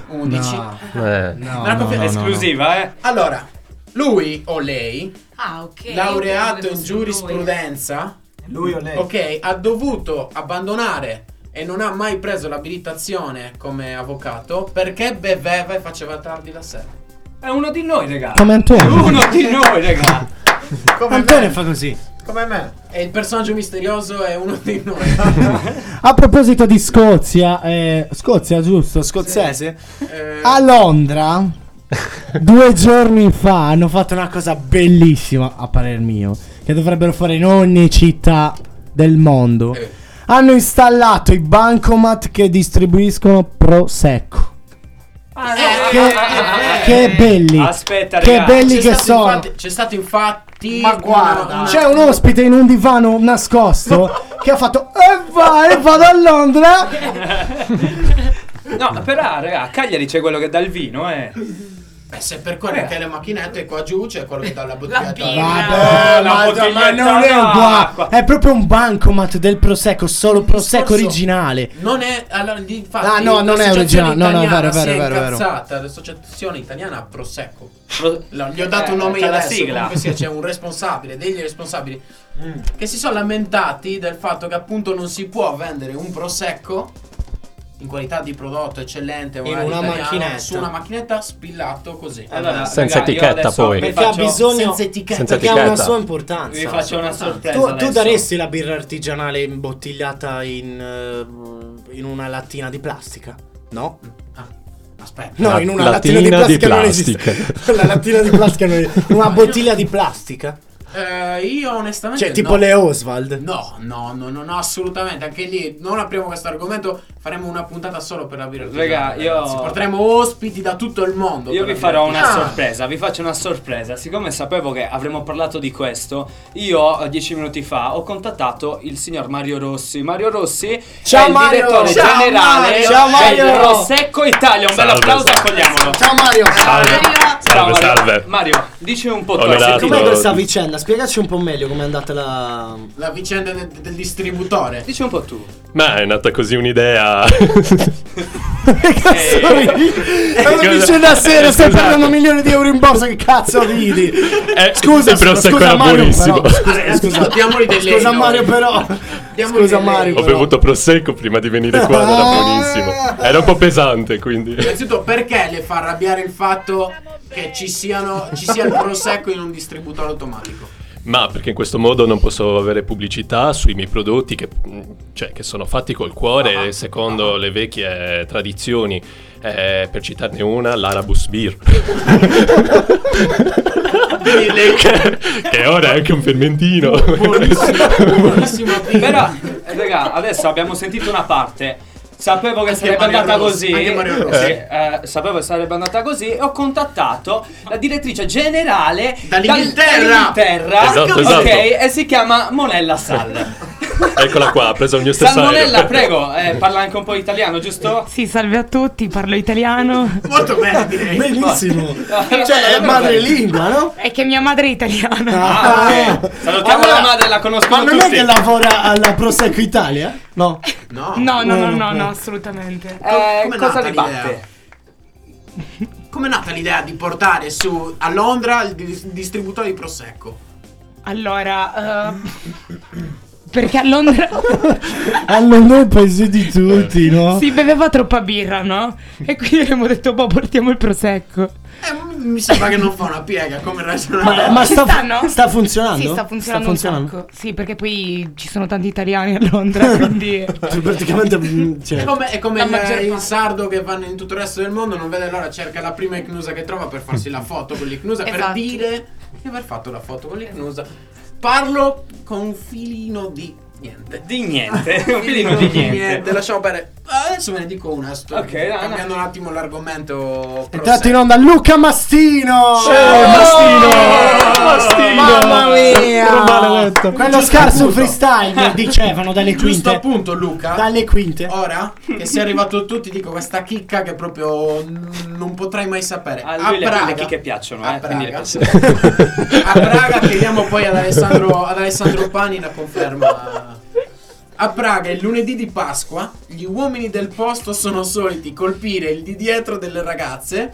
Speaker 6: 11.
Speaker 7: Eh.
Speaker 6: Me l'ha confi-
Speaker 4: Esclusiva, eh.
Speaker 6: Allora, lui o lei,
Speaker 10: Ah, ok.
Speaker 6: laureato
Speaker 10: Pensavo
Speaker 6: in
Speaker 10: fosse
Speaker 6: giurisprudenza,
Speaker 5: Lui o lei.
Speaker 6: ok, ha dovuto abbandonare e non ha mai preso l'abilitazione come avvocato perché beveva e faceva tardi la sera.
Speaker 4: È uno di noi, raga.
Speaker 3: Come Antonio.
Speaker 4: Uno di noi, raga.
Speaker 3: Antonio fa così.
Speaker 5: Come me.
Speaker 6: E il personaggio misterioso è uno di noi.
Speaker 3: A proposito di Scozia, eh, Scozia giusto, scozzese?
Speaker 6: Eh,
Speaker 3: A Londra, due giorni fa, hanno fatto una cosa bellissima, a parer mio, che dovrebbero fare in ogni città del mondo. Hanno installato i bancomat che distribuiscono prosecco.
Speaker 6: Eh.
Speaker 3: che belli.
Speaker 4: Aspetta,
Speaker 3: Che
Speaker 4: raga.
Speaker 3: belli
Speaker 6: c'è
Speaker 3: che
Speaker 6: stato
Speaker 3: sono.
Speaker 6: infatti- Ah. c'è stato infatti.
Speaker 5: Ma guarda.
Speaker 6: una-
Speaker 3: C'è un ospite in un divano nascosto che ha fatto E vai, vado a Londra
Speaker 4: No, però, raga, a Cagliari c'è quello che dà il vino, eh.
Speaker 6: Beh, se per quello
Speaker 3: Eh.
Speaker 6: che è le macchinette, e qua giù c'è quello che dà la bottiglietta. Eh,
Speaker 3: Vabbè, ma, ma non è uguale. È proprio un bancomat del prosecco, solo prosecco
Speaker 6: discorso-
Speaker 3: originale.
Speaker 6: Non è. Allora, di- infatti,
Speaker 3: Ah, no, non è
Speaker 6: l'associazione
Speaker 3: originale, no, no, è
Speaker 6: italiana
Speaker 3: vero, è
Speaker 6: si
Speaker 3: vero, è vero, è
Speaker 6: incazzata, L'associazione italiana ha Prosecco.
Speaker 4: Pro-
Speaker 6: La- gli ho dato un
Speaker 4: Eh,
Speaker 6: nome
Speaker 4: c'è
Speaker 6: io
Speaker 4: la
Speaker 6: adesso.
Speaker 4: sigla.
Speaker 6: Comunque sia, c'è un responsabile, degli responsabili mm, che si sono lamentati del fatto che appunto non si può vendere un Prosecco in qualità di prodotto eccellente
Speaker 2: In
Speaker 6: magari
Speaker 2: una
Speaker 6: italiano,
Speaker 2: macchinetta.
Speaker 6: su una macchinetta spillato così.
Speaker 4: Allora,
Speaker 7: Senza
Speaker 4: raga, io
Speaker 7: etichetta,
Speaker 4: adesso
Speaker 7: poi.
Speaker 4: vi
Speaker 7: Perché
Speaker 4: faccio-
Speaker 2: ha bisogno-
Speaker 6: eh. senza etichetta.
Speaker 7: Senza
Speaker 2: Perché ha una
Speaker 7: etichetta.
Speaker 2: sua importanza.
Speaker 4: Vi
Speaker 3: Ah,
Speaker 4: faccio una sorpresa
Speaker 2: Tu, tu
Speaker 4: adesso.
Speaker 2: daresti la birra artigianale imbottigliata in, eh,
Speaker 3: in una lattina di plastica? No?
Speaker 6: Ah, Aspetta.
Speaker 3: No,
Speaker 7: La-
Speaker 3: in una
Speaker 7: lattina
Speaker 3: lattina, di
Speaker 7: di
Speaker 3: plastica, non
Speaker 7: plastica.
Speaker 3: esiste. La lattina di plastica non esiste. Una bottiglia di plastica?
Speaker 6: Eh, io onestamente
Speaker 3: Cioè, tipo
Speaker 6: no.
Speaker 3: le Oswald?
Speaker 6: No, no, no, no, no, assolutamente. Anche lì non apriamo questo argomento. Faremo una puntata solo per aprire il
Speaker 4: Raga,
Speaker 6: argomento,
Speaker 4: io-
Speaker 6: ragazzi. Porteremo ospiti da tutto il mondo.
Speaker 4: Io
Speaker 6: per
Speaker 4: vi farò
Speaker 6: aprire
Speaker 4: una
Speaker 6: il- Ah!
Speaker 4: sorpresa, vi faccio una sorpresa. Siccome sapevo che avremmo parlato di questo, io eh, dieci minuti fa ho contattato il signor Mario Rossi. Mario Rossi
Speaker 3: Ciao
Speaker 4: è il
Speaker 3: Mario!
Speaker 4: direttore
Speaker 3: Ciao
Speaker 4: generale
Speaker 3: Mario! Ciao Mario!
Speaker 4: del Rossecco Italia. Un bel
Speaker 7: Salve.
Speaker 4: applauso, accogliamolo.
Speaker 3: Ciao Mario!
Speaker 7: Salve.
Speaker 4: Ciao, Mario.
Speaker 7: Salve, salve.
Speaker 4: Mario, dici un po'
Speaker 7: Onorato.
Speaker 4: tu.
Speaker 7: Com'è questa
Speaker 3: vicenda? Spiegaci un po' meglio com'è andata la...
Speaker 6: La vicenda del, del distributore.
Speaker 4: Dici un po' tu.
Speaker 7: Ma è nata così
Speaker 6: Eh,
Speaker 7: un'idea. Eh,
Speaker 3: È una vicenda seria, stai perdendo milioni di euro in borsa, che cazzo ridi?
Speaker 7: scusa, eh, esatto. però
Speaker 3: scusa,
Speaker 7: sei ancora
Speaker 3: Mario,
Speaker 7: buonissimo.
Speaker 3: però,
Speaker 7: Eh,
Speaker 3: scusa, scusa,
Speaker 6: diamoli dei
Speaker 3: scusa
Speaker 6: lei,
Speaker 3: Mario
Speaker 6: no.
Speaker 3: però,
Speaker 6: Diamoli
Speaker 3: scusa
Speaker 6: dei lei.
Speaker 3: Mario
Speaker 7: Ho
Speaker 3: però.
Speaker 7: bevuto prosecco prima di venire qua, ed era
Speaker 3: Ah!
Speaker 7: buonissimo. Era un po' pesante, quindi.
Speaker 6: Innanzitutto, perché le fa arrabbiare il fatto che ci, siano, ci sia il prosecco in un distributore automatico?
Speaker 7: Ma perché in questo modo non posso avere pubblicità sui miei prodotti che, mh, cioè, che sono fatti col
Speaker 3: Ah,
Speaker 7: cuore secondo le vecchie tradizioni. Eh, per citarne una, l'Arabus Beer. che, che ora è anche un fermentino.
Speaker 4: Però, eh, raga, adesso abbiamo sentito una parte. Sapevo che sarebbe
Speaker 6: Mario
Speaker 4: andata
Speaker 6: Rossi,
Speaker 4: così.
Speaker 6: anche Mario Rossi.
Speaker 4: Sì, eh, sapevo che sarebbe andata così. E ho contattato la direttrice generale
Speaker 6: Dall'Inghilterra!
Speaker 4: dal- dall'Inghilterra,
Speaker 7: Esatto,
Speaker 4: ok?
Speaker 7: esatto.
Speaker 4: E si chiama Monella Sal.
Speaker 7: Eccola qua, ha preso il mio stesso
Speaker 4: Salmonella,
Speaker 7: aereo.
Speaker 4: prego, eh, parla anche un po' italiano, giusto?
Speaker 10: Sì, salve a tutti, parlo italiano.
Speaker 6: Molto bene, direi.
Speaker 3: Bellissimo.
Speaker 10: Cioè,
Speaker 3: è madrelingua, no?
Speaker 10: È che mia madre è italiana. Eh,
Speaker 4: Ah, ok. Salutiamo
Speaker 3: Allora-
Speaker 4: la madre, la conoscono
Speaker 3: Ma non
Speaker 4: tutti.
Speaker 3: è che lavora alla Prosecco Italia? No. Eh,
Speaker 6: No.
Speaker 10: No, no, no, no,
Speaker 3: no.
Speaker 10: no, assolutamente.
Speaker 4: Eh,
Speaker 6: Com'è
Speaker 4: cosa
Speaker 6: nata
Speaker 4: ribatte?
Speaker 6: Com'è nata l'idea di portare su a Londra il dis- distributore di prosecco?
Speaker 10: Allora, eh, perché a Londra
Speaker 20: Allora noi paese di tutti, no?
Speaker 10: si beveva troppa birra, no? E quindi abbiamo detto, boh, portiamo il prosecco.
Speaker 6: Eh, mi sembra che non fa una piega come ragionare.
Speaker 20: Ma, ma
Speaker 10: Ci
Speaker 20: sta,
Speaker 10: sta, no?
Speaker 20: sta funzionando?
Speaker 10: Sì, sta funzionando,
Speaker 20: funzionando?
Speaker 10: un sacco. Sì, perché poi ci sono tanti italiani a Londra, quindi...
Speaker 20: Cioè, praticamente... mm,
Speaker 6: È
Speaker 20: Cioè,
Speaker 6: come, è come
Speaker 10: La
Speaker 6: il,
Speaker 10: maggior
Speaker 6: il
Speaker 10: parte.
Speaker 6: sardo che vanno in tutto il resto del mondo, non vede l'ora, cerca la prima icnusa che trova per farsi la foto con l'icnusa, per
Speaker 10: Esatto.
Speaker 6: dire di aver fatto la foto con l'icnusa. Parlo con un filino di niente.
Speaker 4: Di niente, un filino di niente.
Speaker 6: lasciamo perdere. Adesso ve ne dico una storia.
Speaker 4: Ok, no, no.
Speaker 6: cambiando un attimo l'argomento.
Speaker 20: è andato in onda Luca Mastino!
Speaker 6: Ciao, Mastino!
Speaker 7: Mastino!
Speaker 20: Mamma
Speaker 6: Non vale
Speaker 20: mia!
Speaker 6: questo.
Speaker 20: Quello
Speaker 6: Giusto
Speaker 20: scarso
Speaker 6: appunto.
Speaker 20: freestyle dicevano dalle
Speaker 6: Giusto
Speaker 20: quinte.
Speaker 6: appunto, Luca.
Speaker 20: Dalle quinte.
Speaker 6: Ora che sei arrivato tu, ti dico questa chicca che proprio n- non potrai mai sapere.
Speaker 4: A
Speaker 6: A,
Speaker 4: lui le- le
Speaker 6: Praga,
Speaker 4: chicche piacciono,
Speaker 6: A
Speaker 4: eh, quindi le
Speaker 6: Praga.
Speaker 4: piacciono.
Speaker 6: a Praga, chiediamo poi ad Alessandro, ad Alessandro Pani la conferma. A Praga il lunedì di Pasqua gli uomini del posto sono soliti colpire il di dietro delle ragazze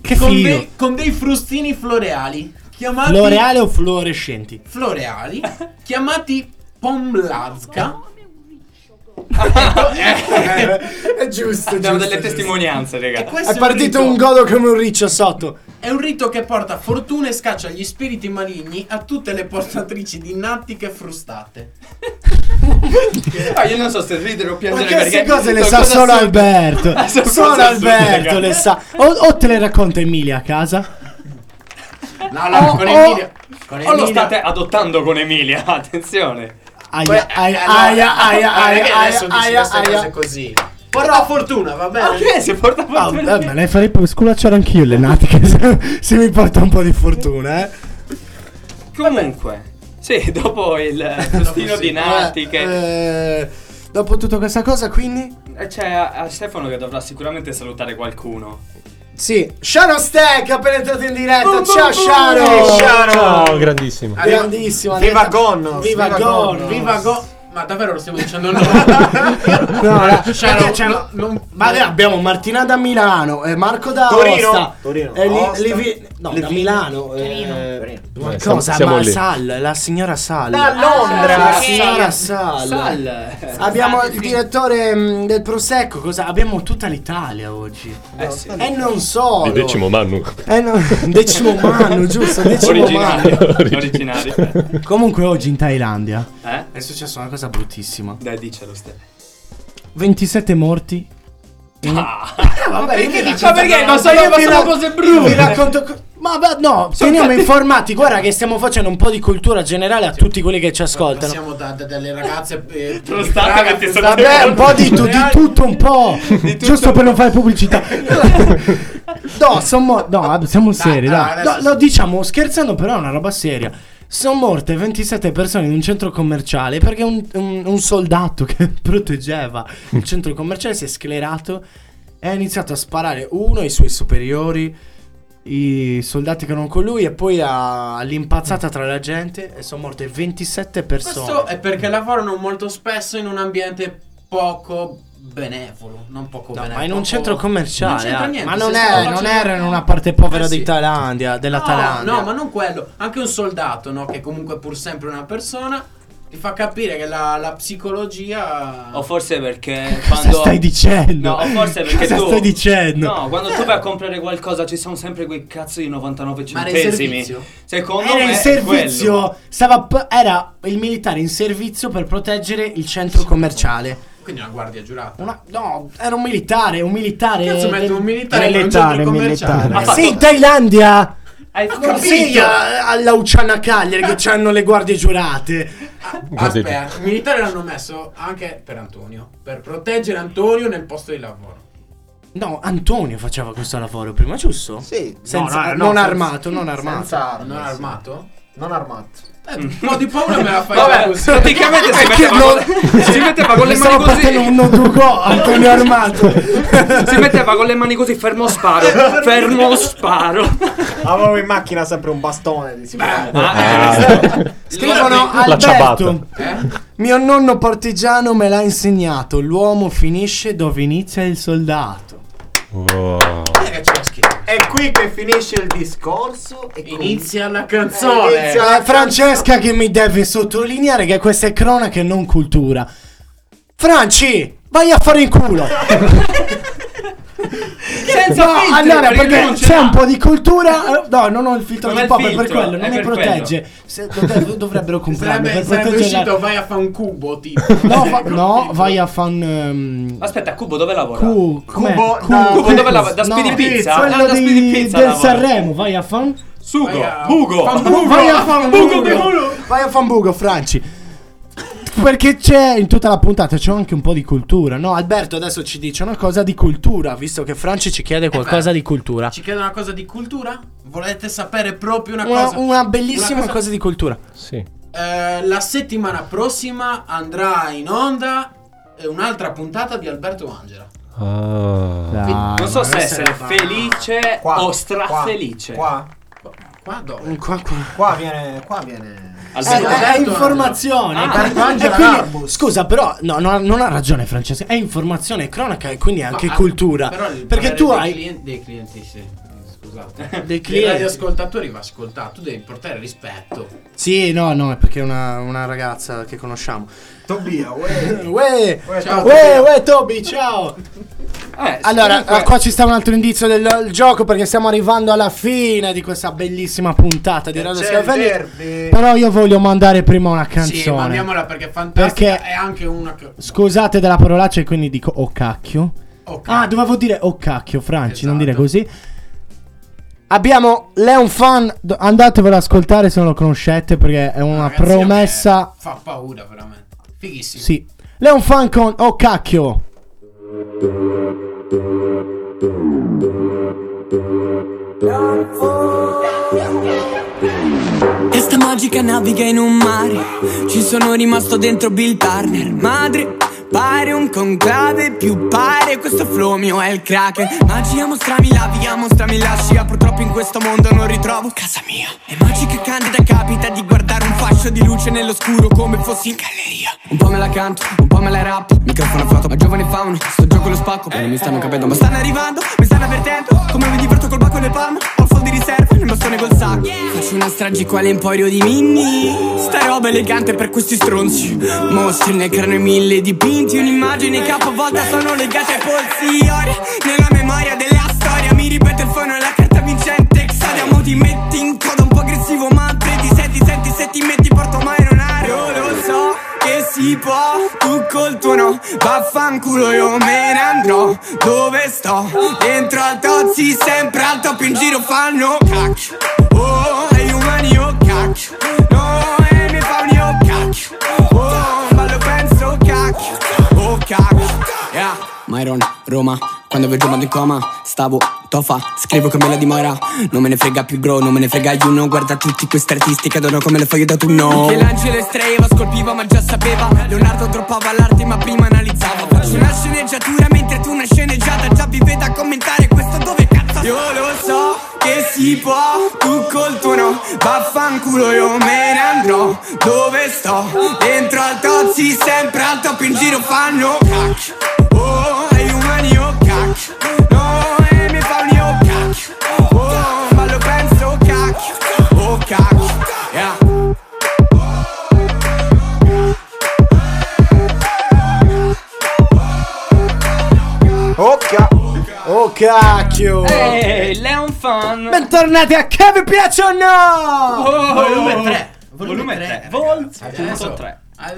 Speaker 3: Che
Speaker 6: con,
Speaker 3: figo.
Speaker 6: dei, con dei frustini floreali chiamati
Speaker 3: Floreale o fluorescenti?
Speaker 6: floreali chiamati pomlazka.
Speaker 3: Eh, È giusto,
Speaker 4: Abbiamo delle testimonianze, raga.
Speaker 3: È partito un godo come un riccio sotto.
Speaker 6: È un rito che porta fortuna e scaccia gli spiriti maligni a tutte le portatrici di nattiche frustate.
Speaker 4: Ah, io non so se ridere o piangere
Speaker 3: Perché
Speaker 4: perché
Speaker 3: queste cose le
Speaker 4: sono
Speaker 3: sa
Speaker 4: cose
Speaker 3: solo
Speaker 4: assurde.
Speaker 3: Alberto.
Speaker 4: Sono cose
Speaker 3: Solo
Speaker 4: assurde,
Speaker 3: Alberto
Speaker 4: raga.
Speaker 3: le sa. O, o te le racconta Emilia a casa.
Speaker 6: No, no,
Speaker 3: Oh,
Speaker 6: con
Speaker 3: oh.
Speaker 6: Emilia. Con
Speaker 4: O lo
Speaker 6: Emilia.
Speaker 4: state adottando con Emilia, attenzione.
Speaker 3: Aia, aia,
Speaker 6: allora,
Speaker 3: aia, aia,
Speaker 6: non è che
Speaker 3: aia,
Speaker 6: adesso dici
Speaker 3: aia,
Speaker 6: queste
Speaker 3: aia.
Speaker 6: cose così. Porta fortuna, va bene?
Speaker 4: Ok, se porta fortuna.
Speaker 20: Eh, me le farei per sculacciare anch'io le natiche se, se mi porta un po' di fortuna, eh.
Speaker 4: Comunque, sì, dopo il festino di Nati che...
Speaker 3: Eh, dopo tutta questa cosa, quindi?
Speaker 4: eh, C'è a a Stefano che dovrà sicuramente salutare qualcuno.
Speaker 3: Sì, Shano Stack appena entrato in diretta.
Speaker 4: Boom, boom,
Speaker 3: Ciao
Speaker 4: boom.
Speaker 3: Shano!
Speaker 7: Ciao, grandissimo.
Speaker 3: Arriva- Grandissimo.
Speaker 5: Viva
Speaker 3: adesso-
Speaker 5: Gonnos,
Speaker 3: Viva
Speaker 5: viva
Speaker 3: Gonnos!
Speaker 6: Viva Go. Ma davvero lo stiamo dicendo noi? no, cioè,
Speaker 3: Perché c'è- Ma noi abbiamo Martina da Milano, eh, Marco da
Speaker 5: Torino.
Speaker 3: Aosta,
Speaker 5: Torino.
Speaker 3: eh, Li-
Speaker 5: Aosta.
Speaker 3: Livi- no, da Milano, eh, ma
Speaker 7: Eh, siamo-
Speaker 3: cosa?
Speaker 7: siamo
Speaker 3: ma
Speaker 7: lì.
Speaker 3: Sal, la signora Sal.
Speaker 5: Da Londra.
Speaker 3: La
Speaker 5: Ah, ok.
Speaker 3: signora Sal.
Speaker 6: Sal.
Speaker 3: Abbiamo il direttore mh, del Prosecco, cosa? Abbiamo tutta l'Italia oggi.
Speaker 4: Eh sì.
Speaker 3: E non so.
Speaker 7: Di decimo Mannu.
Speaker 3: Eh no, decimo mano, giusto, decimo
Speaker 4: Originario.
Speaker 3: mano.
Speaker 4: Originario.
Speaker 20: Comunque oggi in Thailandia
Speaker 4: Eh?
Speaker 3: È successa una cosa bruttissima.
Speaker 4: Dai, dicelo, Stefano.
Speaker 3: 27 morti.
Speaker 6: Ah.
Speaker 4: Ah.
Speaker 3: Eh,
Speaker 6: Ma perché dici?
Speaker 2: Ma perché? Non so, io
Speaker 3: vi
Speaker 2: faccio
Speaker 3: ra-
Speaker 2: cose brutte.
Speaker 3: vi racconto co- Ma va- no,
Speaker 2: Sono
Speaker 3: teniamo
Speaker 2: fatti-
Speaker 3: informati. Guarda che stiamo facendo un po' di cultura generale a tutti quelli che ci ascoltano.
Speaker 6: Siamo da, da- dalle ragazze eh,
Speaker 2: Frustate
Speaker 6: raga,
Speaker 2: che ti sono
Speaker 6: frustate.
Speaker 3: Vabbè, un po' di, tu- di tutto, un po'. Giusto per non fare pubblicità. no, son mo- no, vabbè, siamo seri,
Speaker 6: dai,
Speaker 3: dai.
Speaker 6: adesso
Speaker 3: No, no, diciamo scherzando, però è una roba seria. Sono morte 27 persone in un centro commerciale perché un, un- un soldato che proteggeva il centro commerciale si è sclerato e ha iniziato a sparare uno ai suoi superiori, i soldati che erano con lui e poi a- all'impazzata tra la gente e sono morte 27 persone.
Speaker 6: Questo è perché lavorano molto spesso in un ambiente poco benevolo, non poco benevolo.
Speaker 3: Ma in un
Speaker 6: poco-
Speaker 3: centro commerciale,
Speaker 6: Non c'entra
Speaker 3: eh.
Speaker 6: niente,
Speaker 3: ma
Speaker 6: se
Speaker 3: non,
Speaker 6: stanno
Speaker 3: è, non
Speaker 6: facendo-
Speaker 3: era in una parte povera
Speaker 6: Eh sì.
Speaker 3: di Thailandia, della
Speaker 6: No,
Speaker 3: Thailandia.
Speaker 6: no, ma non quello. Anche un soldato, no? Che comunque è pur sempre una persona. Ti fa capire che la, la psicologia.
Speaker 19: O forse perché quando.
Speaker 3: stai dicendo?
Speaker 19: No, o forse perché
Speaker 3: Cosa
Speaker 19: tu.
Speaker 3: stai dicendo? Eh.
Speaker 19: No, quando tu vai a comprare qualcosa ci sono sempre quei cazzo di 99
Speaker 6: Ma era in
Speaker 19: centesimi.
Speaker 6: servizio?
Speaker 19: Secondo
Speaker 3: Era
Speaker 19: me.
Speaker 3: in
Speaker 19: è
Speaker 3: servizio,
Speaker 19: quello.
Speaker 3: stava p- era il militare in servizio per proteggere il centro commerciale.
Speaker 6: Quindi una guardia giurata.
Speaker 3: Una- no, era un militare, un militare.
Speaker 6: Cazzo,
Speaker 3: del-
Speaker 6: metto un militare in un centro commerciale?
Speaker 3: Ma
Speaker 6: Ha fatto-
Speaker 3: sì, in Thailandia!
Speaker 19: Hai
Speaker 6: capito?
Speaker 3: Sì, a- alla Ucciana Cagliari che c'hanno le guardie giurate.
Speaker 6: Aspetta, i militari l'hanno messo anche per Antonio. Per proteggere Antonio nel posto di lavoro.
Speaker 3: No, Antonio faceva questo lavoro prima, giusto? Sì,
Speaker 6: No, no, no,
Speaker 3: non
Speaker 6: senza-
Speaker 3: armato, non armato.
Speaker 6: senza armi, Non sì. armato?
Speaker 5: Non armato.
Speaker 6: Eh, un po' di paura me la fai Eh,
Speaker 19: Vabbè,
Speaker 6: così.
Speaker 19: praticamente si metteva con- si metteva con le
Speaker 3: Stavo
Speaker 19: mani così.
Speaker 3: partendo un no to go, Antonio armato.
Speaker 19: Si metteva con le mani così fermo sparo. fermo sparo.
Speaker 5: Avevo in macchina sempre un bastone di
Speaker 19: Ah,
Speaker 3: eh,
Speaker 19: eh,
Speaker 7: Ah.
Speaker 3: Scrivono
Speaker 5: Ah, eh. La ciabatta.
Speaker 3: Alberto.
Speaker 6: Eh?
Speaker 3: Mio nonno partigiano me l'ha insegnato. L'uomo finisce dove inizia il soldato.
Speaker 6: Eh, cioè,
Speaker 5: È qui che finisce il discorso e
Speaker 6: Inizia la canzone.
Speaker 5: Eh, inizia la
Speaker 3: Eh, Francesca che mi deve sottolineare che questa è cronaca e non cultura. Franci, vai a fare in culo.
Speaker 19: Senza
Speaker 3: no,
Speaker 19: filtri,
Speaker 3: allora,
Speaker 19: perché
Speaker 3: perché
Speaker 19: non ce
Speaker 3: c'è
Speaker 19: l'ha.
Speaker 3: un po' di cultura. eh, No, non ho il filtro
Speaker 19: Non
Speaker 3: di
Speaker 19: è il
Speaker 3: pop, è per
Speaker 19: filtro,
Speaker 3: quello, non
Speaker 19: è
Speaker 3: mi
Speaker 19: per
Speaker 3: protegge. Se- dov- dovrebbero comprarlo
Speaker 6: Sarebbe,
Speaker 3: per
Speaker 6: sarebbe
Speaker 3: proteggere.
Speaker 6: uscito
Speaker 3: la-
Speaker 6: vai a fa un cubo tipo.
Speaker 3: No, fa- no, vai a fan. ehm,
Speaker 19: Aspetta, Cubo dove lavora?
Speaker 3: Cu- com'è?
Speaker 19: Cubo,
Speaker 3: Cu-
Speaker 19: da, Cubo dove lavora? Da
Speaker 3: No,
Speaker 19: Speedy Pizza? Ah,
Speaker 3: Quello
Speaker 19: da
Speaker 3: di-
Speaker 19: Speedy Pizza
Speaker 3: del
Speaker 19: lavora.
Speaker 3: Sanremo, vai a fan.
Speaker 19: Sugo, Bugo,
Speaker 3: Vai a fan
Speaker 19: Bugo,
Speaker 3: Bugo. Vai a fan Bugo, Franci. Perché c'è in tutta la puntata c'è anche un po' di cultura, no? Alberto adesso ci dice una cosa di cultura, visto che Franci ci chiede qualcosa di cultura.
Speaker 6: Ci chiedono una cosa di cultura? Volete sapere proprio una
Speaker 3: Una,
Speaker 6: cosa?
Speaker 3: una bellissima cosa... di cultura.
Speaker 7: Sì.
Speaker 6: Eh, la settimana prossima andrà in onda eh, un'altra puntata di Alberto Angela.
Speaker 19: Non so
Speaker 3: Eh,
Speaker 19: se essere felice
Speaker 5: Qua,
Speaker 19: o
Speaker 5: qua,
Speaker 19: strafelice.
Speaker 5: Qua.
Speaker 6: Oh, Qua dove?
Speaker 3: Mm, Qua,
Speaker 5: viene. Qua viene.
Speaker 3: Eh, È, è informazione,
Speaker 5: Ah,
Speaker 3: Car-
Speaker 5: Alberto Angela
Speaker 3: e quindi-
Speaker 5: Arbus.
Speaker 3: scusa, però no, no, non ha ragione Francesca. È informazione, è cronaca e quindi è anche
Speaker 19: Ah,
Speaker 6: Ma-
Speaker 3: cultura.
Speaker 6: ah, però il
Speaker 3: Perché
Speaker 6: parlare
Speaker 3: tu
Speaker 6: dei
Speaker 3: hai
Speaker 6: clien- dei clienti, sì. Scusate.
Speaker 3: Dei
Speaker 6: Dei
Speaker 3: clienti.
Speaker 6: ascoltatori va ascoltato, tu devi portare rispetto.
Speaker 3: Sì, no, no, è perché è una, una ragazza che conosciamo.
Speaker 5: Tobia,
Speaker 3: Oh, Uè,
Speaker 6: Uè,
Speaker 3: ciao,
Speaker 6: ciao,
Speaker 3: uè,
Speaker 6: Tobia.
Speaker 3: uè, Toby, ciao. allora,
Speaker 6: comunque-
Speaker 3: eh, qua ci sta un altro indizio del, del gioco perché stiamo arrivando alla fine di questa bellissima puntata di Radio
Speaker 6: Eh, c'è
Speaker 3: Schiavelli.
Speaker 6: il derby.
Speaker 3: Però io voglio mandare prima una
Speaker 6: Sì,
Speaker 3: canzone.
Speaker 6: mandiamola perché è fantastica.
Speaker 3: Perché-
Speaker 6: È anche una. che-
Speaker 3: Scusate della parolaccia e quindi dico oh cacchio. Ah, dovevo dire oh cacchio, Franci, non
Speaker 6: Esatto.
Speaker 3: dire così. Abbiamo Leon Fan, do- andatevelo ad ascoltare se non lo conoscete perché è una
Speaker 6: Ragazzi,
Speaker 3: promessa
Speaker 6: a me Fa paura veramente. Fighissimo.
Speaker 3: Sì. Leon Fan con Oh cacchio.
Speaker 21: Testa magica naviga in un mare. Ci sono rimasto dentro Bill Turner. Madre, pare un conclave, più pare questo flow mio è il crack. Magia mostrami la via, mostrami la scia. Purtroppo in questo mondo non ritrovo casa mia. E magica e candida capita di guardare un fascio di luce nell'oscuro come fossi in galleria. Un po' me la canto, un po' me la rap. Microfono affatto, ma giovane fauno. Sto gioco lo spacco, poi non mi stanno capendo, ma stanno arrivando, mi stanno avvertendo. Come mi diverto col bacco e le palme, ho il soldi di riserva nel bastone col sacco. Faccio una strage qua all'emporio di Minni. Sta roba elegante per questi stronzi. Mostri nel cranio mille dipinti. Un'immagine che a volta sono legate ai polsi. Ora, nella memoria della storia, mi ripeto il fono e la carta vincente. Xadiamo ti metti in coda un po' aggressivo, ma preti, senti, senti, se ti metti porto mai non aro. Lo so che si può, tu col tuo no, va vaffanculo io me ne andrò Dove sto? Dentro al tozzi sempre al top in giro fanno cacchio Oh, e gli umani oh cacchio No, e mi fa un io cacchio Oh, ma lo penso cacchio Oh cacchio, yeah
Speaker 22: Myron, Roma, quando avevo giù vado in coma Stavo tofa, scrivo come la dimora Non me ne frega più bro, non me ne frega Juno Guarda tutti questi artisti cadono come le foglie da tunno
Speaker 21: Michelangelo estraeva, scolpiva ma già sapeva Leonardo droppava l'arte ma prima analizzava Faccio una sceneggiatura mentre tu una sceneggiata Già vive da commentare questo dove cazzo Io lo so che si può, tu col tuo no Vaffanculo io me ne andrò Dove sto? Dentro al tozzi sempre al top in giro fanno Cacchio, oh, e umani oh cacchio No, e mi fa un io cacchio Oh, ma lo penso cacchio Oh cacchio, yeah
Speaker 5: Oh, ca- oh cacchio!
Speaker 19: Eh,
Speaker 4: Ehi,
Speaker 3: Eh,
Speaker 4: Leon Fan.
Speaker 5: Bentornati a Che vi piace o no?
Speaker 19: Oh.
Speaker 4: Oh,
Speaker 6: Volume 3.
Speaker 4: Volume 3. Volume 3.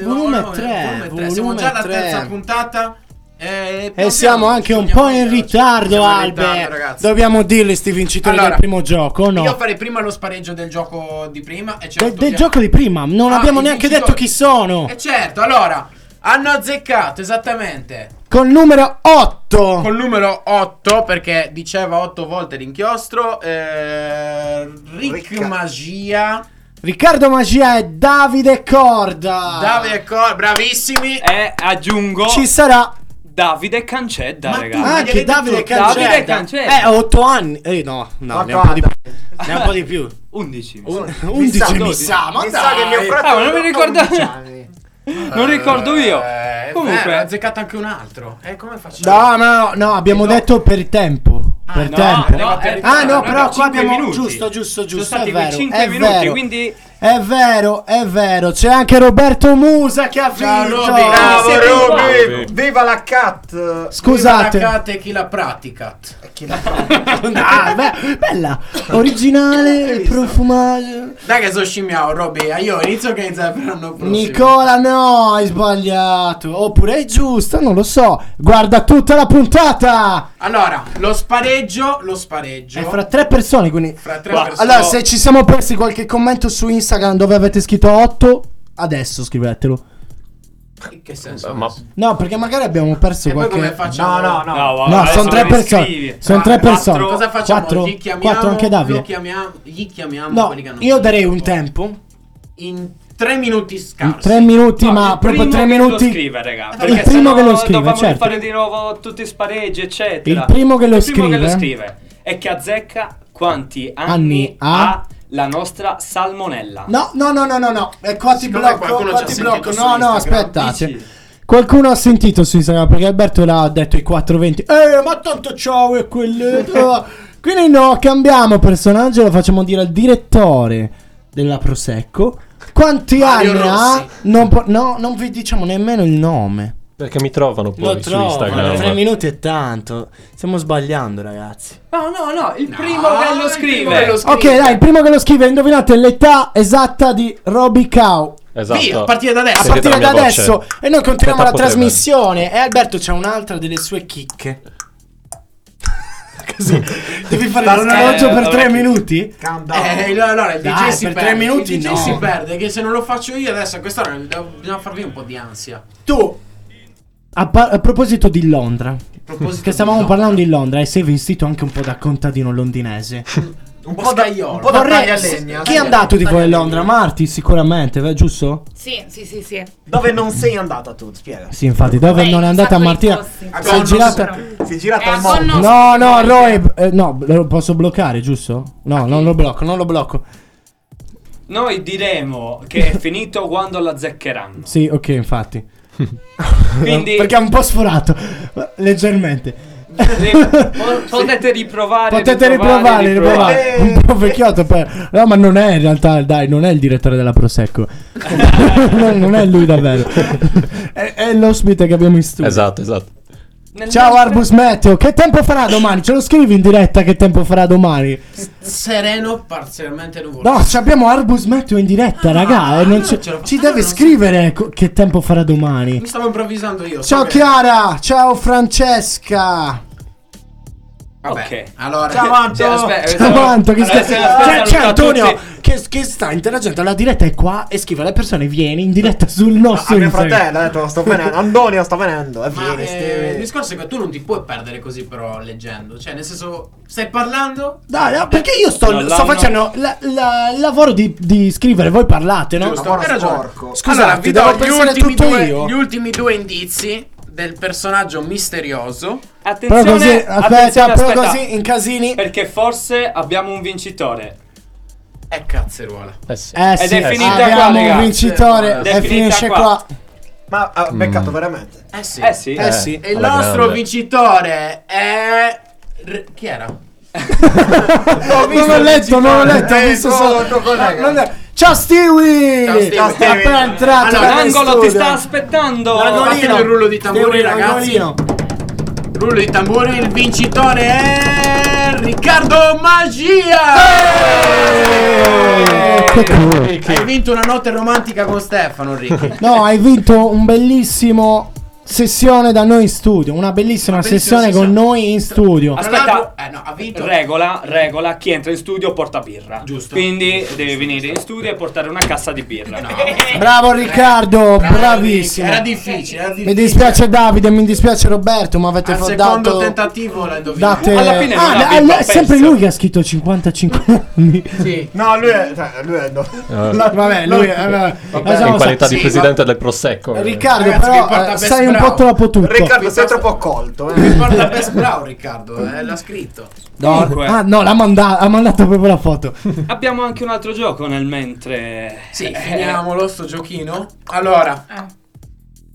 Speaker 3: Volume 3,
Speaker 6: Siamo
Speaker 3: volume
Speaker 6: già alla
Speaker 3: 3.
Speaker 6: terza puntata. E,
Speaker 3: E siamo anche un po' in ritardo,
Speaker 6: Siamo in
Speaker 3: Albe.
Speaker 6: ritardo, ragazzi.
Speaker 3: Dobbiamo dirli sti vincitori
Speaker 6: Allora,
Speaker 3: del primo gioco, no?
Speaker 6: Io farei prima lo spareggio del gioco di prima. E certo
Speaker 3: Del, del
Speaker 6: che-
Speaker 3: gioco di prima, non
Speaker 6: Ah,
Speaker 3: abbiamo
Speaker 6: i
Speaker 3: neanche
Speaker 6: vincitori.
Speaker 3: detto chi sono.
Speaker 6: E certo, allora hanno azzeccato esattamente
Speaker 3: Col numero 8.
Speaker 6: col numero 8 perché diceva 8 volte l'inchiostro. Eh, Rick Magia.
Speaker 3: Riccardo Magia e Davide Corda.
Speaker 6: Davide Cor, bravissimi.
Speaker 4: E aggiungo
Speaker 3: Ecco, Ci sarà
Speaker 4: Davide Cancedda, ragazzi.
Speaker 3: anche Ah, Davide Cancella.
Speaker 4: Davide Cancedda.
Speaker 3: Eh, 8 anni. Eh no, no, ne ha un po' di più. Ne ha un po' di più.
Speaker 4: 11.
Speaker 3: Un- 11 mi sa, ma dai.
Speaker 4: Ah, ma non mi ricordo. non ricordo io.
Speaker 6: Comunque,
Speaker 4: Comunque,
Speaker 6: Eh, ha azzeccato anche un altro. E come facciamo?
Speaker 3: No, no, no, abbiamo detto per tempo. per
Speaker 6: no,
Speaker 3: tempo.
Speaker 6: no, per-
Speaker 3: ah, no,
Speaker 6: no,
Speaker 3: però qua
Speaker 6: cinque
Speaker 3: abbiamo.
Speaker 6: minuti.
Speaker 3: Giusto, giusto, giusto.
Speaker 4: stati
Speaker 3: è
Speaker 4: quei
Speaker 3: vero,
Speaker 4: cinque
Speaker 3: è
Speaker 4: minuti,
Speaker 3: vero.
Speaker 4: quindi-
Speaker 3: È vero, è vero. C'è anche Roberto Musa che ha
Speaker 5: Ciao,
Speaker 3: vinto.
Speaker 5: Roby, bravo,
Speaker 3: Siete in
Speaker 5: Roby.
Speaker 3: qua.
Speaker 5: Viva la cat!
Speaker 3: Scusate.
Speaker 6: Viva la cat e chi la pratica.
Speaker 3: Ah, beh, bella. Originale, profumato.
Speaker 6: Dai che sono scimmiao, Robby. Ah, Io inizio che inizio per l'anno prossimo.
Speaker 3: Nicola, no, hai sbagliato. Oppure è giusto, non lo so. Guarda tutta la puntata.
Speaker 6: Allora, lo spareggio, lo spareggio.
Speaker 3: È Eh, fra tre persone, quindi.
Speaker 6: Fra tre
Speaker 3: Guarda,
Speaker 6: persone.
Speaker 3: Allora, se ci siamo persi qualche commento su Instagram dove avete scritto 8, adesso scrivetelo.
Speaker 6: In che senso?
Speaker 3: No, perché magari abbiamo perso
Speaker 6: E poi
Speaker 3: qualche.
Speaker 6: come facciamo? No, no, no.
Speaker 3: No,
Speaker 6: Adesso
Speaker 3: sono tre
Speaker 6: non li scrivi.
Speaker 3: persone. Sono
Speaker 6: Ah,
Speaker 3: tre
Speaker 6: quattro.
Speaker 3: persone.
Speaker 6: Cosa facciamo?
Speaker 3: Quattro,
Speaker 6: Gli chiamiamo,
Speaker 3: quattro anche
Speaker 6: Lo
Speaker 3: Davide.
Speaker 6: chiamiamo, gli chiamiamo
Speaker 3: No,
Speaker 6: quelli che hanno
Speaker 3: io darei un tempo.
Speaker 6: in tre minuti scarsi.
Speaker 3: Tre minuti, ma Ah, proprio
Speaker 4: primo
Speaker 3: tre
Speaker 4: che lo
Speaker 3: minuti.
Speaker 4: scrive, raga,
Speaker 3: il
Speaker 4: perché
Speaker 3: primo
Speaker 4: sennò
Speaker 3: che lo scrive,
Speaker 4: dovevamo
Speaker 3: certo.
Speaker 4: rifare di nuovo tutti i spareggi, eccetera.
Speaker 3: Il primo che lo
Speaker 4: Il primo che lo
Speaker 3: scrive.
Speaker 4: scrive e che azzecca quanti anni,
Speaker 3: Anni ha-
Speaker 4: ha la nostra salmonella.
Speaker 3: No, no, no, no, no, no. E qua ti
Speaker 4: Siccome
Speaker 3: blocco.
Speaker 4: qualcuno
Speaker 3: Qua
Speaker 4: ci ha
Speaker 3: ti
Speaker 4: sentito
Speaker 3: blocco.
Speaker 4: su
Speaker 3: No, no,
Speaker 4: Instagram,
Speaker 3: aspettate.
Speaker 4: dici?
Speaker 3: Qualcuno ha sentito su Instagram perché Alberto l'ha detto i 420. Eh, ma tanto ciao e quelle. oh. Quindi no, cambiamo personaggio, lo facciamo dire al direttore della Prosecco. Quanti
Speaker 2: Mario
Speaker 3: anni
Speaker 2: Rossi.
Speaker 3: ha? Non po- no, non vi diciamo nemmeno il nome.
Speaker 2: Perché mi trovano
Speaker 3: Lo trovano, tre minuti è tanto. Stiamo sbagliando, ragazzi.
Speaker 4: No, no, no, il primo che lo scrive.
Speaker 3: Ok, dai, il primo che lo scrive, indovinate l'età esatta di Roby Cow.
Speaker 7: Esatto.
Speaker 3: Via, a partire da adesso.
Speaker 7: Sentite
Speaker 3: A partire
Speaker 7: la mia
Speaker 3: da
Speaker 7: voce.
Speaker 3: adesso. E noi
Speaker 7: Aspetta,
Speaker 3: continuiamo la
Speaker 7: potrebbe.
Speaker 3: trasmissione. E Alberto c'ha un'altra delle sue chicche. Così. Devi fare
Speaker 6: Basta,
Speaker 3: un orologio
Speaker 6: eh,
Speaker 3: per
Speaker 6: vabbè.
Speaker 3: tre minuti?
Speaker 6: Eh, allora il DJ
Speaker 3: Dai,
Speaker 6: si
Speaker 3: per
Speaker 6: perde.
Speaker 3: tre minuti
Speaker 6: il DJ
Speaker 3: no.
Speaker 6: si perde. Che se non lo faccio io adesso a quest'ora bisogna farvi un po' di ansia.
Speaker 3: Tu. A, par- a proposito di Londra,
Speaker 6: proposito
Speaker 3: che stavamo parlando di Londra e sei vestito anche un po' da contadino londinese.
Speaker 6: Un po' da un
Speaker 5: po' da
Speaker 3: Vorrei-
Speaker 5: taglialegna.
Speaker 3: Chi è andato di voi a Londra? Marti, sicuramente, va- giusto?
Speaker 10: Sì, sì, sì, sì.
Speaker 5: Dove non sei andata tu, spiega.
Speaker 3: Sì, infatti, dove
Speaker 10: Beh,
Speaker 3: non
Speaker 10: un
Speaker 3: è andata a
Speaker 10: sacco di
Speaker 3: Martina?
Speaker 10: posti.
Speaker 5: A
Speaker 3: Si è
Speaker 5: Connors.
Speaker 3: girata.
Speaker 5: Si è girata
Speaker 10: Eh,
Speaker 5: al mondo.
Speaker 10: Connors.
Speaker 3: No, no, Roe. eh, no, lo posso bloccare, giusto? No, non lo blocco, non lo blocco.
Speaker 4: Noi diremo che è finito quando la zeccheranno.
Speaker 3: Sì, ok, infatti.
Speaker 4: Quindi-
Speaker 3: Perché è un po' sforato. Leggermente.
Speaker 4: Potete riprovare.
Speaker 3: Potete riprovare, riprovare.
Speaker 4: Eh,
Speaker 3: Un po' vecchiotto. poi. No, ma non è in realtà, dai, non è il direttore della Prosecco. non non è lui davvero. è, è l'ospite che abbiamo in studio.
Speaker 7: Esatto, esatto.
Speaker 4: nel
Speaker 3: Ciao
Speaker 4: nostro-
Speaker 3: Arbus Meteo, che tempo farà domani? Ce lo scrivi in diretta che tempo farà domani?
Speaker 6: Sereno, parzialmente nuvoloso.
Speaker 3: No, ci abbiamo Arbus Meteo in diretta,
Speaker 6: Ah,
Speaker 3: raga. eh, non c'è- ci deve scrivere co- che tempo farà domani.
Speaker 6: Mi stavo improvvisando io.
Speaker 3: Ciao
Speaker 6: so che-
Speaker 3: Chiara, ciao Francesca.
Speaker 6: Vabbè. Allora, Cioè,
Speaker 2: Ciao, Anto.
Speaker 6: aspetta,
Speaker 3: Ciao,
Speaker 6: aspetta.
Speaker 3: Anto, che
Speaker 6: Allora,
Speaker 3: stai-
Speaker 6: aspetta, aspetta,
Speaker 3: C'è, c'è
Speaker 6: saluta
Speaker 3: Antonio
Speaker 6: tutti.
Speaker 3: che, che sta interagendo. La diretta è qua e scrive alle persone: Vieni in diretta
Speaker 6: Ah,
Speaker 3: sul nostro
Speaker 5: a mio
Speaker 3: Instagram.
Speaker 5: fratello, ha detto, sto venendo, Antonio sta venendo, e
Speaker 6: Ma
Speaker 5: vieni,
Speaker 6: eh, il
Speaker 5: Steve.
Speaker 6: discorso è che tu non ti puoi perdere così però leggendo, cioè nel senso stai parlando? Eh,
Speaker 3: Dai, no, perché io sto,
Speaker 6: No,
Speaker 3: sto
Speaker 6: l'hanno-
Speaker 3: facendo la- la- il lavoro di, di scrivere, voi parlate, no?
Speaker 6: Giusto, hai ragione.
Speaker 3: Scusate,
Speaker 6: allora, vi
Speaker 3: devo
Speaker 6: do gli
Speaker 3: pensare
Speaker 6: ultimi,
Speaker 3: tutto
Speaker 6: due,
Speaker 3: io?
Speaker 6: gli ultimi due indizi del personaggio misterioso.
Speaker 4: Attenzione,
Speaker 3: Però così- aspetta,
Speaker 4: attenzione,
Speaker 3: però
Speaker 4: aspetta.
Speaker 3: così incasini.
Speaker 4: Perché forse abbiamo un vincitore.
Speaker 6: È cazzeruola.
Speaker 7: Eh sì.
Speaker 3: Eh
Speaker 4: Ed
Speaker 3: sì,
Speaker 4: è finita
Speaker 3: abbiamo
Speaker 4: qua,
Speaker 3: un
Speaker 4: raga.
Speaker 3: vincitore,
Speaker 4: Ed
Speaker 3: e
Speaker 4: è finita
Speaker 3: finisce qua.
Speaker 5: Ma
Speaker 6: ah,
Speaker 5: ha beccato veramente.
Speaker 6: Eh sì.
Speaker 4: Eh sì.
Speaker 3: Eh sì.
Speaker 6: E il
Speaker 3: Alla
Speaker 6: nostro
Speaker 3: grande.
Speaker 6: vincitore è... R- chi era?
Speaker 3: non ho letto, non ho letto, ho
Speaker 6: Eh,
Speaker 3: visto
Speaker 6: no,
Speaker 3: solo. Ah,
Speaker 6: tuo collega.
Speaker 3: Non è- Ciao Stewie!
Speaker 6: Ciao, Stewie.
Speaker 3: È appena entrato.
Speaker 4: Allora,
Speaker 3: nello
Speaker 4: l'angolo ti
Speaker 3: studio.
Speaker 4: sta aspettando.
Speaker 6: Fatemi il rullo di tamburi,
Speaker 4: Stewie,
Speaker 6: ragazzi.
Speaker 4: l'angolino.
Speaker 6: Rullo di tamburi, il vincitore è Riccardo Magia!
Speaker 3: Che culo.
Speaker 6: Hai vinto una notte romantica con Stefano, Ricky.
Speaker 3: No, hai vinto un bellissimo sessione da noi in studio, una bellissima, sessione, con noi in studio.
Speaker 4: Aspetta, regola, regola, chi entra in studio porta birra. Giusto. Quindi devi venire in studio e portare una cassa di birra.
Speaker 3: eh, Bravo Riccardo, bravissimo.
Speaker 6: Era difficile, era difficile.
Speaker 3: Mi dispiace Davide, mi dispiace Roberto, ma avete
Speaker 6: Al
Speaker 3: fa-
Speaker 6: secondo
Speaker 3: dato
Speaker 6: tentativo l'ha indovinato.
Speaker 3: date Ah, è è sempre lui che ha scritto 55 anni.
Speaker 6: Sì.
Speaker 5: No, lui è... Cioè, lui è... No.
Speaker 7: Eh.
Speaker 3: Vabbè, lui è- vabbè. Ma siamo
Speaker 7: in qualità
Speaker 3: sa-
Speaker 7: di
Speaker 3: sì,
Speaker 7: presidente del Prosecco. eh.
Speaker 3: Riccardo,
Speaker 6: Ragazzi, vi porta
Speaker 3: però eh,
Speaker 6: best
Speaker 3: sai un po'
Speaker 6: bravo.
Speaker 3: troppo tutto.
Speaker 5: Riccardo, sei troppo accolto, eh.
Speaker 6: Mi porta best bravo Riccardo, eh, l'ha scritto.
Speaker 3: No,
Speaker 4: Comunque.
Speaker 3: ah, no, l'ha manda- ha mandato proprio la foto.
Speaker 4: Abbiamo anche un altro gioco nel mentre. eh,
Speaker 6: Sì, finiamolo sto giochino. Allora,
Speaker 7: Ah.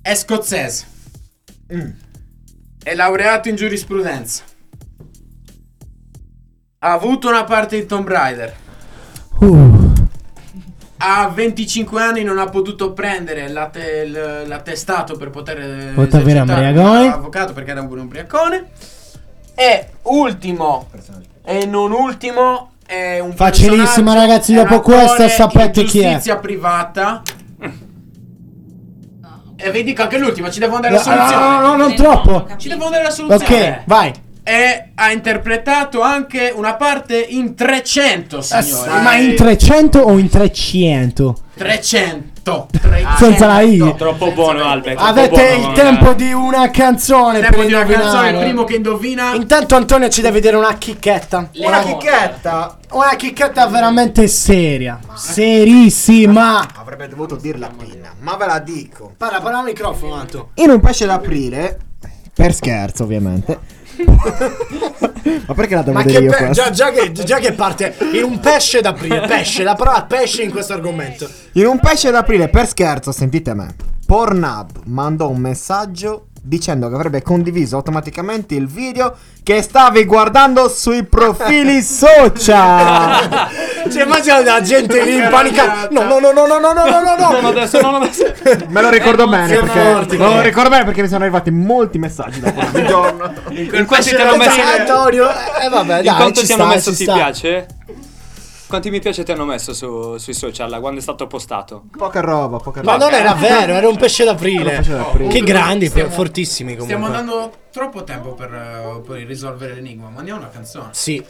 Speaker 6: è scozzese. È laureato in giurisprudenza. Ha avuto una parte in Tomb Raider.
Speaker 3: Uh.
Speaker 6: A 25 anni non ha potuto prendere l'atte- l- l'attestato per poter eh,
Speaker 3: Volta vera
Speaker 6: esercitare
Speaker 3: ubriacone.
Speaker 6: un avvocato perché era un ubriacone. E ultimo, e non ultimo, è un
Speaker 3: Facilissima,
Speaker 6: personaggio-
Speaker 3: ragazzi,
Speaker 6: è
Speaker 3: dopo
Speaker 6: un
Speaker 3: questa
Speaker 6: attore
Speaker 3: sapete
Speaker 6: in
Speaker 3: chi è.
Speaker 6: giustizia privata. E vedi che anche l'ultimo ci devo andare la
Speaker 3: No, Eh, ah, no,
Speaker 6: soluzione.
Speaker 3: no, no, non troppo.
Speaker 6: Ci devo andare la soluzione.
Speaker 3: Ok, vai.
Speaker 6: E ha interpretato anche una parte in 300, signori.
Speaker 3: Ah, Ma in 300 o in 300?
Speaker 6: 300.
Speaker 2: Ah,
Speaker 3: Senza la
Speaker 2: certo.
Speaker 3: I.
Speaker 4: Troppo buono, Albert. troppo
Speaker 3: Avete
Speaker 4: buono,
Speaker 3: il
Speaker 4: eh.
Speaker 3: tempo di una canzone
Speaker 6: Tempo
Speaker 3: per
Speaker 6: di una canzone, il
Speaker 3: indovinare.
Speaker 6: primo che indovina.
Speaker 3: Intanto Antonio ci deve dire una chicchetta.
Speaker 5: Una chicchetta!
Speaker 3: Una chicchetta veramente seria. Serissima.
Speaker 5: Avrebbe dovuto dirla Pina, ma ve la dico.
Speaker 2: Parla, parla al microfono, eh. Anto.
Speaker 5: In un pesce d'aprile, per scherzo ovviamente. ma perché la devo
Speaker 2: Ma
Speaker 5: dire
Speaker 2: che
Speaker 5: io
Speaker 2: pe- già,
Speaker 5: questa?
Speaker 2: già che, già che parte in un pesce d'aprile, pesce, la parola pesce in questo argomento.
Speaker 5: In un pesce d'aprile, per scherzo, sentite me, Pornhub mandò un messaggio dicendo che avrebbe condiviso automaticamente il video che stavi guardando sui profili social.
Speaker 2: Cioè, immagina la gente lì in panica. No, no, no, no, no, no, no, no, no.
Speaker 5: Non
Speaker 4: adesso, non adesso.
Speaker 5: Me lo ricordo bene
Speaker 2: Eh, Siamo
Speaker 5: perché
Speaker 2: morti,
Speaker 5: me lo
Speaker 2: eh.
Speaker 5: ricordo bene perché mi sono arrivati molti messaggi dopo quel giorno.
Speaker 4: In quanti te l'ho messo
Speaker 2: Antonio, eh vabbè,
Speaker 4: In
Speaker 2: dai,
Speaker 4: quanto
Speaker 2: ci
Speaker 4: ti hanno
Speaker 2: sta,
Speaker 4: messo
Speaker 2: ci
Speaker 4: ti
Speaker 2: sta.
Speaker 4: piace? Quanti mi piace ti hanno messo su- sui social quando è stato postato?
Speaker 5: Poca roba, poca
Speaker 2: Ma
Speaker 5: roba.
Speaker 2: non era vero, era un pesce d'aprile.
Speaker 5: Era un pesce d'aprile.
Speaker 2: Che grandi,
Speaker 6: Stiamo-
Speaker 2: fortissimi comunque.
Speaker 6: Stiamo andando troppo tempo per, eh, per risolvere l'enigma. Mandiamo una canzone.
Speaker 2: Sì.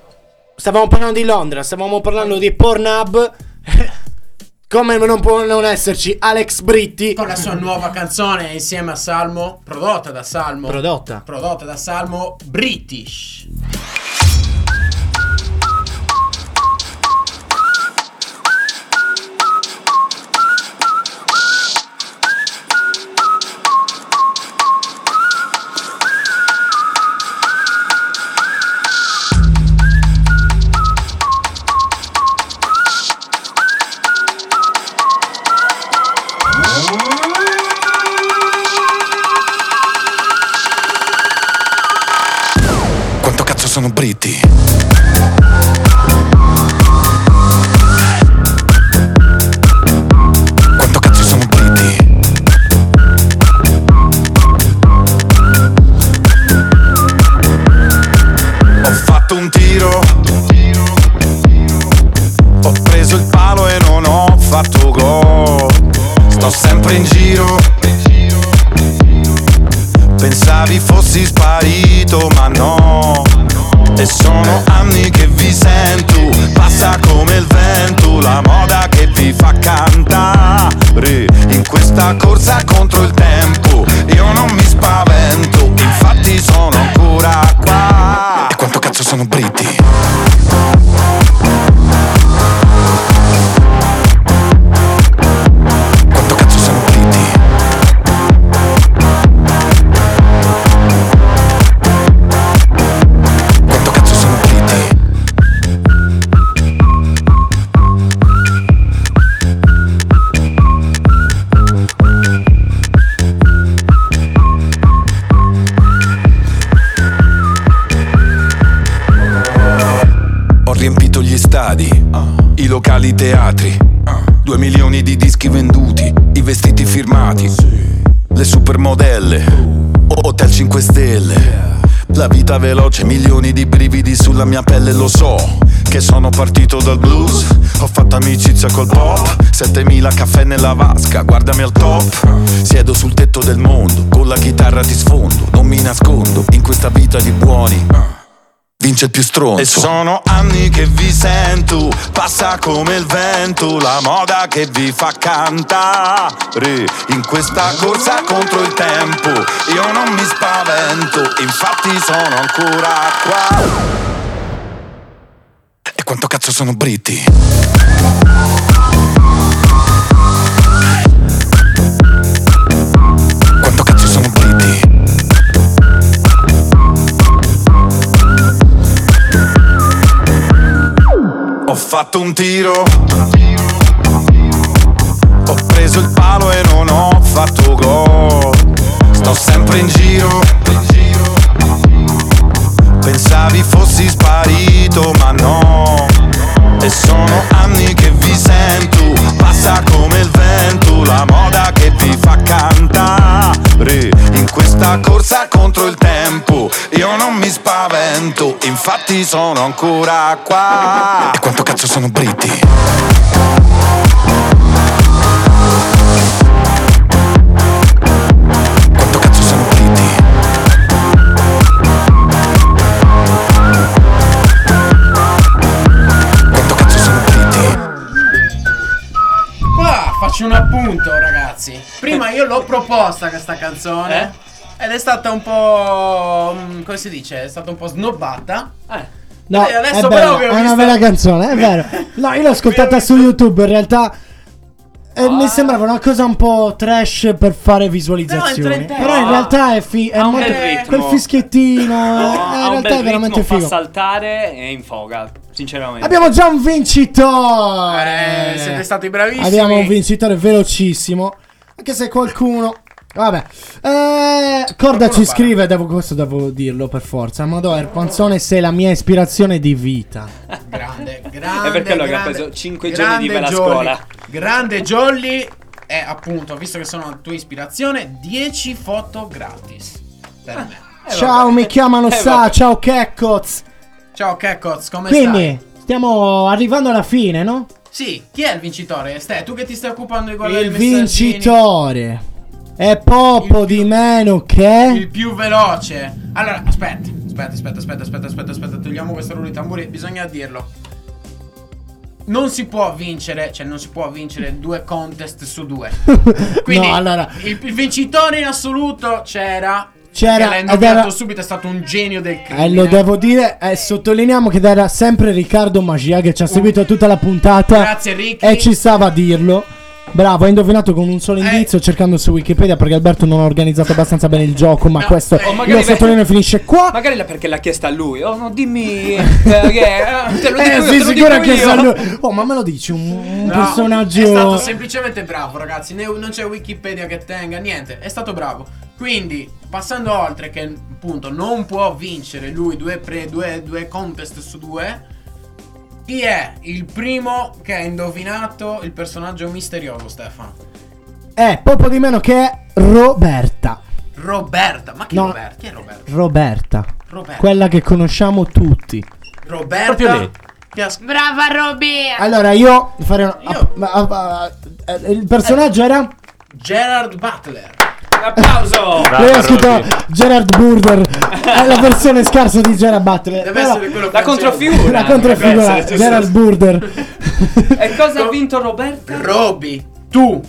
Speaker 2: Stavamo parlando di Londra, stavamo parlando di Pornhub. Come non può non esserci Alex Britti
Speaker 6: con la sua nuova canzone insieme a Salmo, prodotta da Salmo.
Speaker 2: Prodotta.
Speaker 6: Prodotta da Salmo British.
Speaker 1: Quanto cazzo sono britti? Quanto cazzo sono britti?
Speaker 2: Pensavi fossi sparito, ma no. E sono anni che vi sento, passa come il vento, la moda che vi fa cantare. In questa corsa contro il tempo, io non mi spavento, infatti sono ancora qua.
Speaker 23: E quanto cazzo sono britti? Quanto cazzo sono britti? Quanto cazzo sono britti?
Speaker 2: Ho riempito gli stadi, i locali teatri, due milioni di dischi venduti, i vestiti firmati, le supermodelle, hotel 5 stelle. La vita veloce, milioni di brividi sulla mia pelle, lo so che sono partito dal blues, ho fatto amicizia col pop, 7000 caffè nella vasca, guardami al top, siedo sul tetto del mondo, con la chitarra ti sfondo, non mi nascondo, in questa vita di buoni, vince il più stronzo. E sono anni che vi sento, passa come il vento, la moda che vi fa cantare. In questa corsa contro il tempo, io non mi spavento, infatti sono ancora qua.
Speaker 23: E quanto cazzo sono britti? Quanto cazzo sono britti?
Speaker 2: Ho fatto un tiro. Ho preso il palo e non ho fatto gol. Sto sempre in giro. Pensavi fossi sparito, ma no. E sono anni che vi sento, passa come il vento, la moda che vi fa cantare. In questa corsa contro il tempo, io non mi spavento, infatti sono ancora qua.
Speaker 23: E quanto cazzo sono britti? Quanto cazzo sono britti? Quanto cazzo sono britti?
Speaker 6: Qua faccio un appunto, ragazzi. Prima io l'ho proposta questa canzone.
Speaker 2: Eh?
Speaker 6: Ed è stata un po'. mm, come si dice? È stata un po' snobbata.
Speaker 2: Eh.
Speaker 3: No,
Speaker 6: E adesso
Speaker 3: è, bella,
Speaker 6: però che ho
Speaker 3: è una
Speaker 6: visto-
Speaker 3: bella canzone, è vero. No, io l'ho ascoltata su YouTube, in realtà eh,
Speaker 2: Ah.
Speaker 3: mi sembrava una cosa un po' trash per fare
Speaker 6: Però
Speaker 3: visualizzazioni.
Speaker 6: entra in
Speaker 3: Però in
Speaker 6: testa.
Speaker 3: realtà è, fi- è
Speaker 6: Ha un
Speaker 3: molto-
Speaker 6: bel ritmo.
Speaker 3: quel fischiettino, eh,
Speaker 4: ha
Speaker 3: in
Speaker 4: un
Speaker 3: realtà
Speaker 4: bel
Speaker 3: è veramente
Speaker 4: ritmo,
Speaker 3: figo.
Speaker 4: fa saltare e in foga, sinceramente.
Speaker 3: Abbiamo già un vincitore.
Speaker 4: Eh, siete stati bravissimi.
Speaker 3: Abbiamo un vincitore velocissimo. Anche se qualcuno. Vabbè,
Speaker 6: Cioè,
Speaker 3: Eh, Corda ci scrive, devo, questo devo dirlo per forza. Madò, il panzone sei la mia ispirazione di vita.
Speaker 6: Eh, Grande,
Speaker 4: È
Speaker 6: grande.
Speaker 4: per quello che ha
Speaker 6: grande,
Speaker 4: preso 5
Speaker 6: grande
Speaker 4: giorni di bella
Speaker 6: Jolly.
Speaker 4: scuola.
Speaker 6: Grande Jolly. E appunto, visto che sono la tua ispirazione, 10 foto gratis. Per
Speaker 4: Ah,
Speaker 6: me.
Speaker 3: ciao, mi chiamano
Speaker 6: Eh,
Speaker 3: Sa,
Speaker 6: vabbè.
Speaker 3: ciao Kekkoz.
Speaker 6: Ciao Kekoz, come
Speaker 3: Quindi, stiamo arrivando alla fine, no?
Speaker 6: stai? Sì, chi è il vincitore? Ste, tu che ti stai occupando di guardare
Speaker 3: Il
Speaker 6: i messaggi?
Speaker 3: vincitore è poco di meno che.
Speaker 6: Il più veloce. Allora, aspetta, aspetta, aspetta, aspetta, aspetta, aspetta, aspetta. Togliamo questo rullo di tamburi, bisogna dirlo. Non si può vincere, cioè non si può vincere due contest su due. Quindi
Speaker 3: No, allora-
Speaker 6: il, il vincitore in assoluto c'era.
Speaker 3: C'era-
Speaker 6: che l'ha
Speaker 3: ed
Speaker 6: indovinato
Speaker 3: era-
Speaker 6: subito, è stato un genio del crimine.
Speaker 3: Eh, lo devo dire, eh, sottolineiamo che era sempre Riccardo Magia che ci ha
Speaker 4: Mm.
Speaker 3: seguito tutta la puntata.
Speaker 6: Grazie, Ricky.
Speaker 3: E ci stava a dirlo. Bravo, hai indovinato con un
Speaker 4: Eh.
Speaker 3: solo indizio cercando su Wikipedia perché Alberto non ha organizzato abbastanza bene il gioco, ma questo
Speaker 4: eh, o magari
Speaker 3: lo
Speaker 4: perché-
Speaker 3: sottolineo e finisce qua.
Speaker 4: Magari la perché l'ha chiesta a lui. Oh no, dimmi. eh, che- eh, te lo dico
Speaker 3: Eh,
Speaker 4: io,
Speaker 3: sì,
Speaker 4: te lo
Speaker 3: sicuro
Speaker 4: dico
Speaker 3: che
Speaker 4: io.
Speaker 3: sa lui. Oh, ma me lo dici un, un
Speaker 6: No,
Speaker 3: personaggio
Speaker 6: È stato semplicemente bravo, ragazzi. Ne- non c'è Wikipedia che tenga, niente. È stato bravo. Quindi, passando oltre, che appunto non può vincere lui due, pre- due- due contest su due. Chi è il primo che ha indovinato il personaggio misterioso, Stefano?
Speaker 3: Eh, poco di meno che è Roberta.
Speaker 6: Roberta. Ma chi è
Speaker 3: No.
Speaker 6: Roberta? Chi è Roberta?
Speaker 3: Roberta.
Speaker 6: Roberta.
Speaker 3: Quella che conosciamo tutti.
Speaker 6: Roberta.
Speaker 3: Proprio lei.
Speaker 6: Brava Roby!
Speaker 3: Allora io farei una- ah, ah, ah, eh, il eh, personaggio era
Speaker 6: Gerard Butler. oh,
Speaker 4: applauso!
Speaker 3: Lei ha scritto Gerard Burder, è la versione scarsa di Gerard Butler.
Speaker 4: Deve
Speaker 3: Però-
Speaker 4: essere quello La controfigura.
Speaker 3: La controfigura,
Speaker 4: Deve essere-
Speaker 3: Gerard Burder.
Speaker 4: E cosa ha vinto Roberta?
Speaker 6: Roby, tu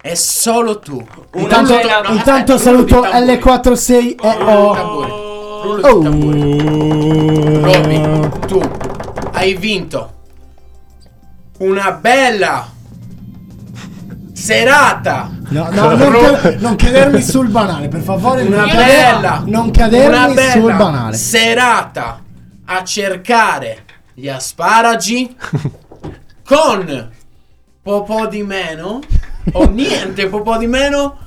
Speaker 6: e solo tu. Una
Speaker 3: Intanto,
Speaker 6: sola- no,
Speaker 3: intanto
Speaker 6: aspetta,
Speaker 3: saluto
Speaker 6: rullo di tamburi.
Speaker 3: L46 e O.
Speaker 6: Rullo
Speaker 3: Oh.
Speaker 6: di tamburi. Roby, tu hai vinto una bella serata.
Speaker 3: No, no, non, ca- non cadermi sul banale, per favore.
Speaker 6: Una
Speaker 3: non cadere-
Speaker 6: bella,
Speaker 3: non cadermi
Speaker 6: una bella
Speaker 3: sul banale.
Speaker 6: serata a cercare gli asparagi con po' po' di meno o niente po' po' di meno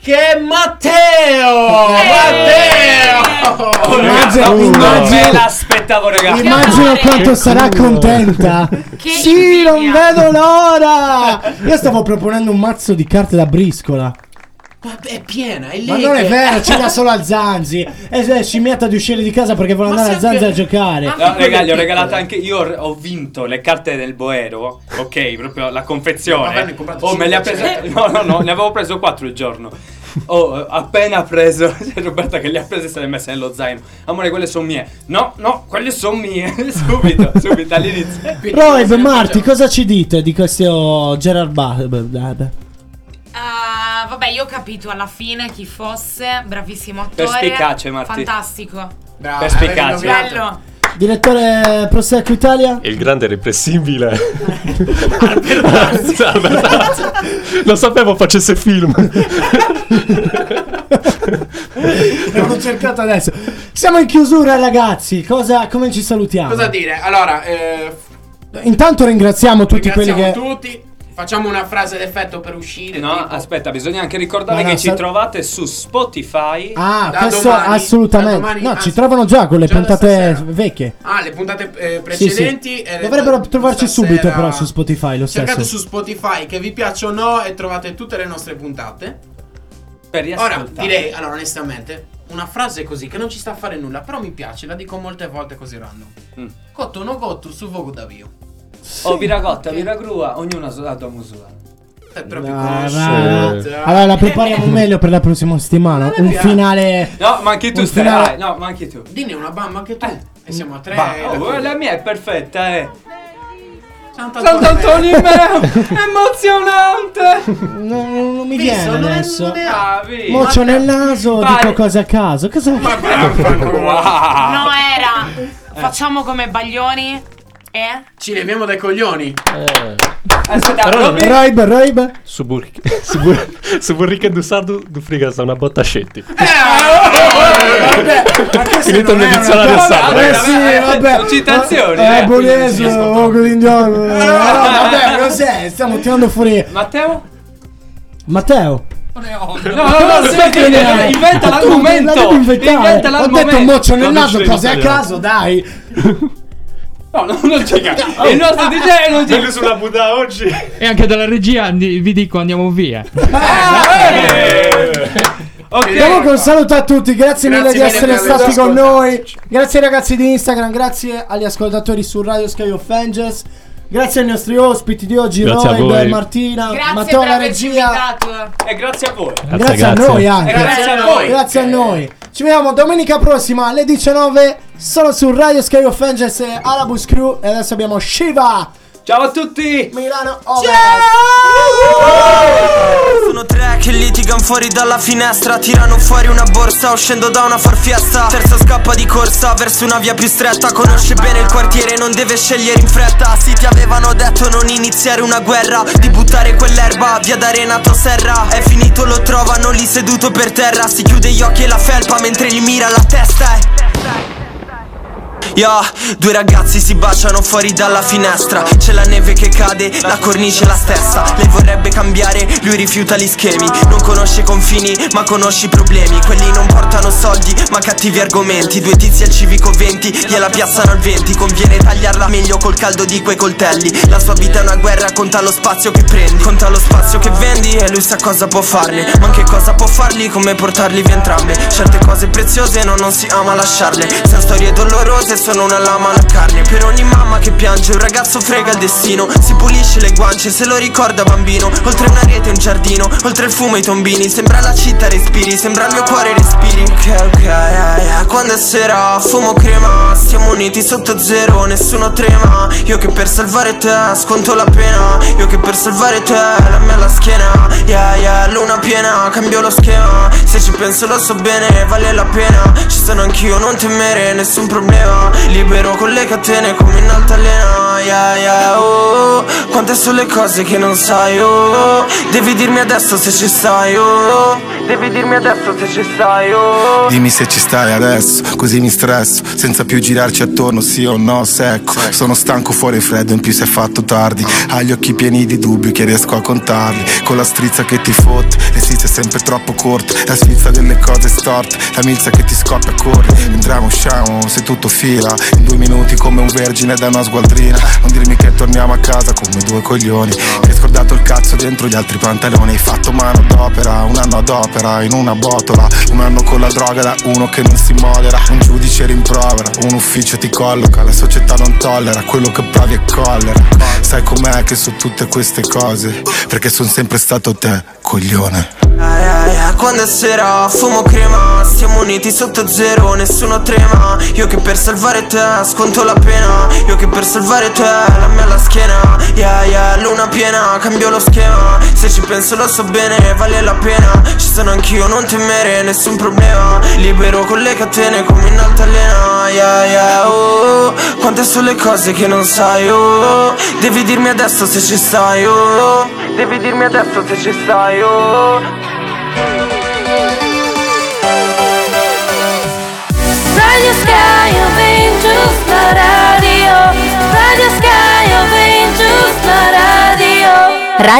Speaker 6: che Matteo!
Speaker 3: Eh!
Speaker 6: Matteo!
Speaker 3: Immagino- immagino-
Speaker 4: me l'aspettavo, ragazzi.
Speaker 3: Immagino quanto sarà contenta. sì, non vedo l'ora. Io stavo proponendo un mazzo di carte da briscola.
Speaker 6: Ma è piena, è lì.
Speaker 3: Ma non è
Speaker 4: Eh.
Speaker 6: che-
Speaker 3: vero, ce l'ha solo a Zanzi. E se è scimmiata di uscire di casa perché vuole andare a Zanzi a giocare.
Speaker 4: Eh, No, raga, gli ho regalato anche io. Ho ho vinto le carte del Boero. Ok, proprio la
Speaker 6: Ah,
Speaker 4: confezione. Oh, me le ha prese.
Speaker 6: cioè.
Speaker 4: No, no, no, ne avevo preso quattro il giorno. Oh, eh, appena preso. C'è Roberta che le ha prese e se le ha messe nello zaino. Amore, quelle sono mie. No, no, quelle sono mie. subito, subito all'inizio.
Speaker 3: Roev, Marti, cosa ci dite di questo Gerard eh, Butler?
Speaker 10: Ah, vabbè, io ho capito alla fine chi fosse, bravissimo attore.
Speaker 4: Perspicace, Marti.
Speaker 10: Fantastico.
Speaker 4: Bravo, Perspicace. avevi
Speaker 10: Bello.
Speaker 3: Direttore Prosecco Italia?
Speaker 7: Il grande repressibile. Albert Arts. Lo sapevo facesse film.
Speaker 3: L'ho cercato adesso. Siamo in chiusura, ragazzi. Cosa, come ci salutiamo?
Speaker 6: Cosa dire? Allora, eh,
Speaker 3: Intanto ringraziamo tutti
Speaker 6: ringraziamo
Speaker 3: quelli che.
Speaker 6: tutti. Facciamo una frase d'effetto per uscire.
Speaker 4: No, aspetta, bisogna anche ricordare
Speaker 3: Ma no,
Speaker 4: che ci
Speaker 3: sal-
Speaker 4: trovate su Spotify.
Speaker 3: Ah, questo assolutamente.
Speaker 6: domani,
Speaker 3: no, ci
Speaker 6: anzi,
Speaker 3: trovano già con le puntate vecchie.
Speaker 6: Ah, le puntate eh,
Speaker 3: Sì, sì.
Speaker 6: precedenti. eh, le-
Speaker 3: Dovrebbero trovarci subito, però, su Spotify lo
Speaker 6: Cercate
Speaker 3: stesso.
Speaker 6: su Spotify che vi piaccia o no e trovate tutte le nostre puntate.
Speaker 4: Per
Speaker 6: Ora
Speaker 4: riascoltare.
Speaker 6: direi, allora onestamente, una frase così che non ci sta a fare nulla, però mi piace, la dico molte volte così random.
Speaker 4: Mm.
Speaker 6: Cotto no cotto su vogo davio.
Speaker 4: O Oh, viragotta, viragrua, ognuna la tua misura.
Speaker 6: È proprio
Speaker 3: Ah, va. Allora la prepariamo meglio per la prossima settimana. Un
Speaker 6: piace.
Speaker 3: finale.
Speaker 4: No, ma anche tu
Speaker 3: un
Speaker 4: stai,
Speaker 3: finale-
Speaker 4: dai, no, ma anche tu.
Speaker 6: Dimmi una bamba anche tu. e siamo a tre.
Speaker 4: Bah,
Speaker 6: e
Speaker 4: oh,
Speaker 6: la chiudo.
Speaker 4: la mia è perfetta, eh.
Speaker 6: Sant'Antonio
Speaker 4: Sant'Antonio meo, emozionante.
Speaker 3: Non, non- non mi
Speaker 4: Visto,
Speaker 3: viene
Speaker 4: non è-
Speaker 3: adesso.
Speaker 4: non è- Ah, vedi.
Speaker 3: Mo c'ho nel naso,
Speaker 10: Vai.
Speaker 3: dico cose a caso. Cosa
Speaker 4: Wow.
Speaker 10: No, era.
Speaker 4: Eh.
Speaker 10: Facciamo come Baglioni e.
Speaker 6: Ci leviamo dai coglioni.
Speaker 4: Aspetta, Robby.
Speaker 3: Raib, Raib.
Speaker 7: Suburri- Subur- Suburrica du sardo du frigas da una botta
Speaker 3: Eh!
Speaker 7: scetti. Finito il mio dizionario al sardo.
Speaker 3: Eh sì, vabbè.
Speaker 4: citazioni,
Speaker 3: Eh,
Speaker 4: eh,
Speaker 3: Bolognese, oh, Colignano. Eh, no, vabbè, cos'è? Stiamo tirando fuori.
Speaker 4: Matteo?
Speaker 3: Matteo.
Speaker 4: No, no, no, eh, aspetta, inventa
Speaker 3: Tu l'avevi
Speaker 4: l'argomento.
Speaker 3: inventato.
Speaker 4: Inventa
Speaker 3: Ho detto
Speaker 4: l'argomento.
Speaker 3: moccio nel
Speaker 4: No,
Speaker 3: naso,
Speaker 4: non ci
Speaker 3: cose a
Speaker 4: sbagliamo.
Speaker 3: caso, dai. Oh.
Speaker 4: No, no, non c'è cazzo. Il nostro DJ non c'è.
Speaker 7: sulla Buddha oggi.
Speaker 12: E anche dalla regia andi- vi dico andiamo via.
Speaker 3: Comunque un saluto a tutti,
Speaker 12: Grazie
Speaker 3: grazie, mille di
Speaker 12: mille
Speaker 3: essere
Speaker 12: per aver
Speaker 3: stati con noi. Grazie ai ragazzi di Instagram, grazie agli ascoltatori su Radio Sky of Angels. Grazie ai nostri ospiti di oggi,
Speaker 7: Grazie a
Speaker 3: Roland,
Speaker 7: voi.
Speaker 3: Martina,
Speaker 10: Grazie
Speaker 3: Matteo
Speaker 10: per
Speaker 3: la
Speaker 10: averci
Speaker 3: regia.
Speaker 10: invitato.
Speaker 4: E Eh, grazie a voi.
Speaker 3: Grazie, a noi anche.
Speaker 4: E grazie a noi.
Speaker 3: Grazie a noi. Ci vediamo domenica prossima alle 19 solo su Radio Sky of Angels e Alabus Crew. E adesso abbiamo Shiva.
Speaker 4: Ciao a tutti.
Speaker 3: Milano Ovest.
Speaker 22: Sono tre che litigano fuori dalla finestra Tirano fuori una borsa o scendo da una farfiesta Terzo scappa di corsa verso una via più stretta Conosce bene il quartiere, non deve scegliere in fretta Sì ti avevano detto non iniziare una guerra Di buttare quell'erba via da Renato Serra È finito lo trovano lì seduto per terra Si chiude gli occhi e la felpa mentre gli mira la testa e- Yo, due ragazzi si baciano fuori dalla finestra C'è la neve che cade, la cornice è la stessa Lei vorrebbe cambiare, lui rifiuta gli schemi Non conosce i confini, ma conosce i problemi Quelli non portano soldi, ma cattivi argomenti Due tizi al civico 20, gliela piazzano al 20 Conviene tagliarla meglio col caldo di quei coltelli La sua vita è una guerra, conta lo spazio che prendi Conta lo spazio che vendi e lui sa cosa può farne Ma anche cosa può farli, come portarli via entrambe Certe cose preziose no, non si ama lasciarle Sono storie dolorose, sono sono una lama, una carne Per ogni mamma che piange un ragazzo frega il destino Si pulisce le guance se lo ricorda bambino Oltre una rete un giardino, oltre il fumo i tombini Sembra la città respiri, sembra il mio cuore respiri Ok ok, eh, eh. quando è sera fumo crema Siamo uniti sotto zero, nessuno trema Io che per salvare te sconto la pena Io che per salvare te la mia alla schiena Yeah yeah, luna piena, cambio lo schema Se ci penso lo so bene, vale la pena Ci sono anch'io, non temere, nessun problema Libero con le catene come in altalena Yeah yeah, oh Quante sono le cose che non sai, oh Devi dirmi adesso se ci stai, oh Devi dirmi adesso se ci stai, oh
Speaker 1: Dimmi se ci stai adesso, così mi stresso Senza più girarci attorno, sì o no, secco Sono stanco fuori freddo, in più si è fatto tardi Hai gli occhi pieni di dubbi che riesco a contarli Con la strizza che ti fotte, le strizze sempre troppo corte La sfizza delle cose storte, la milza che ti scoppia e corri Entriamo, usciamo, se tutto fila In due minuti come un vergine da una sgualdrina Non dirmi che torniamo a casa come due coglioni Che hai scordato il cazzo dentro gli altri pantaloni Hai fatto mano d'opera, un anno d'opera In una botola, un anno con la droga da uno che non si modera Un giudice rimprovera, un ufficio ti colloca La società non tollera, quello che provi è collera Sai com'è che su tutte queste cose Perché sono sempre stato te, coglione
Speaker 22: Eh, eh, Quando è sera fumo crema Siamo uniti sotto zero, nessuno trema Io che per salvare te sconto la pena Io che per salvare te la mia alla schiena Yeah yeah, luna piena, cambio lo schema Se ci penso lo so bene, vale la pena Ci sono anch'io, non temere, nessun problema Libero con le catene come in altalena Yeah yeah, oh Quante sono le cose che non sai, oh Devi dirmi adesso se ci stai, oh Devi dirmi adesso se ci stai, oh
Speaker 11: Radio Sky Avengers, la radio. Radio Sky Avengers, la radio.
Speaker 24: Radio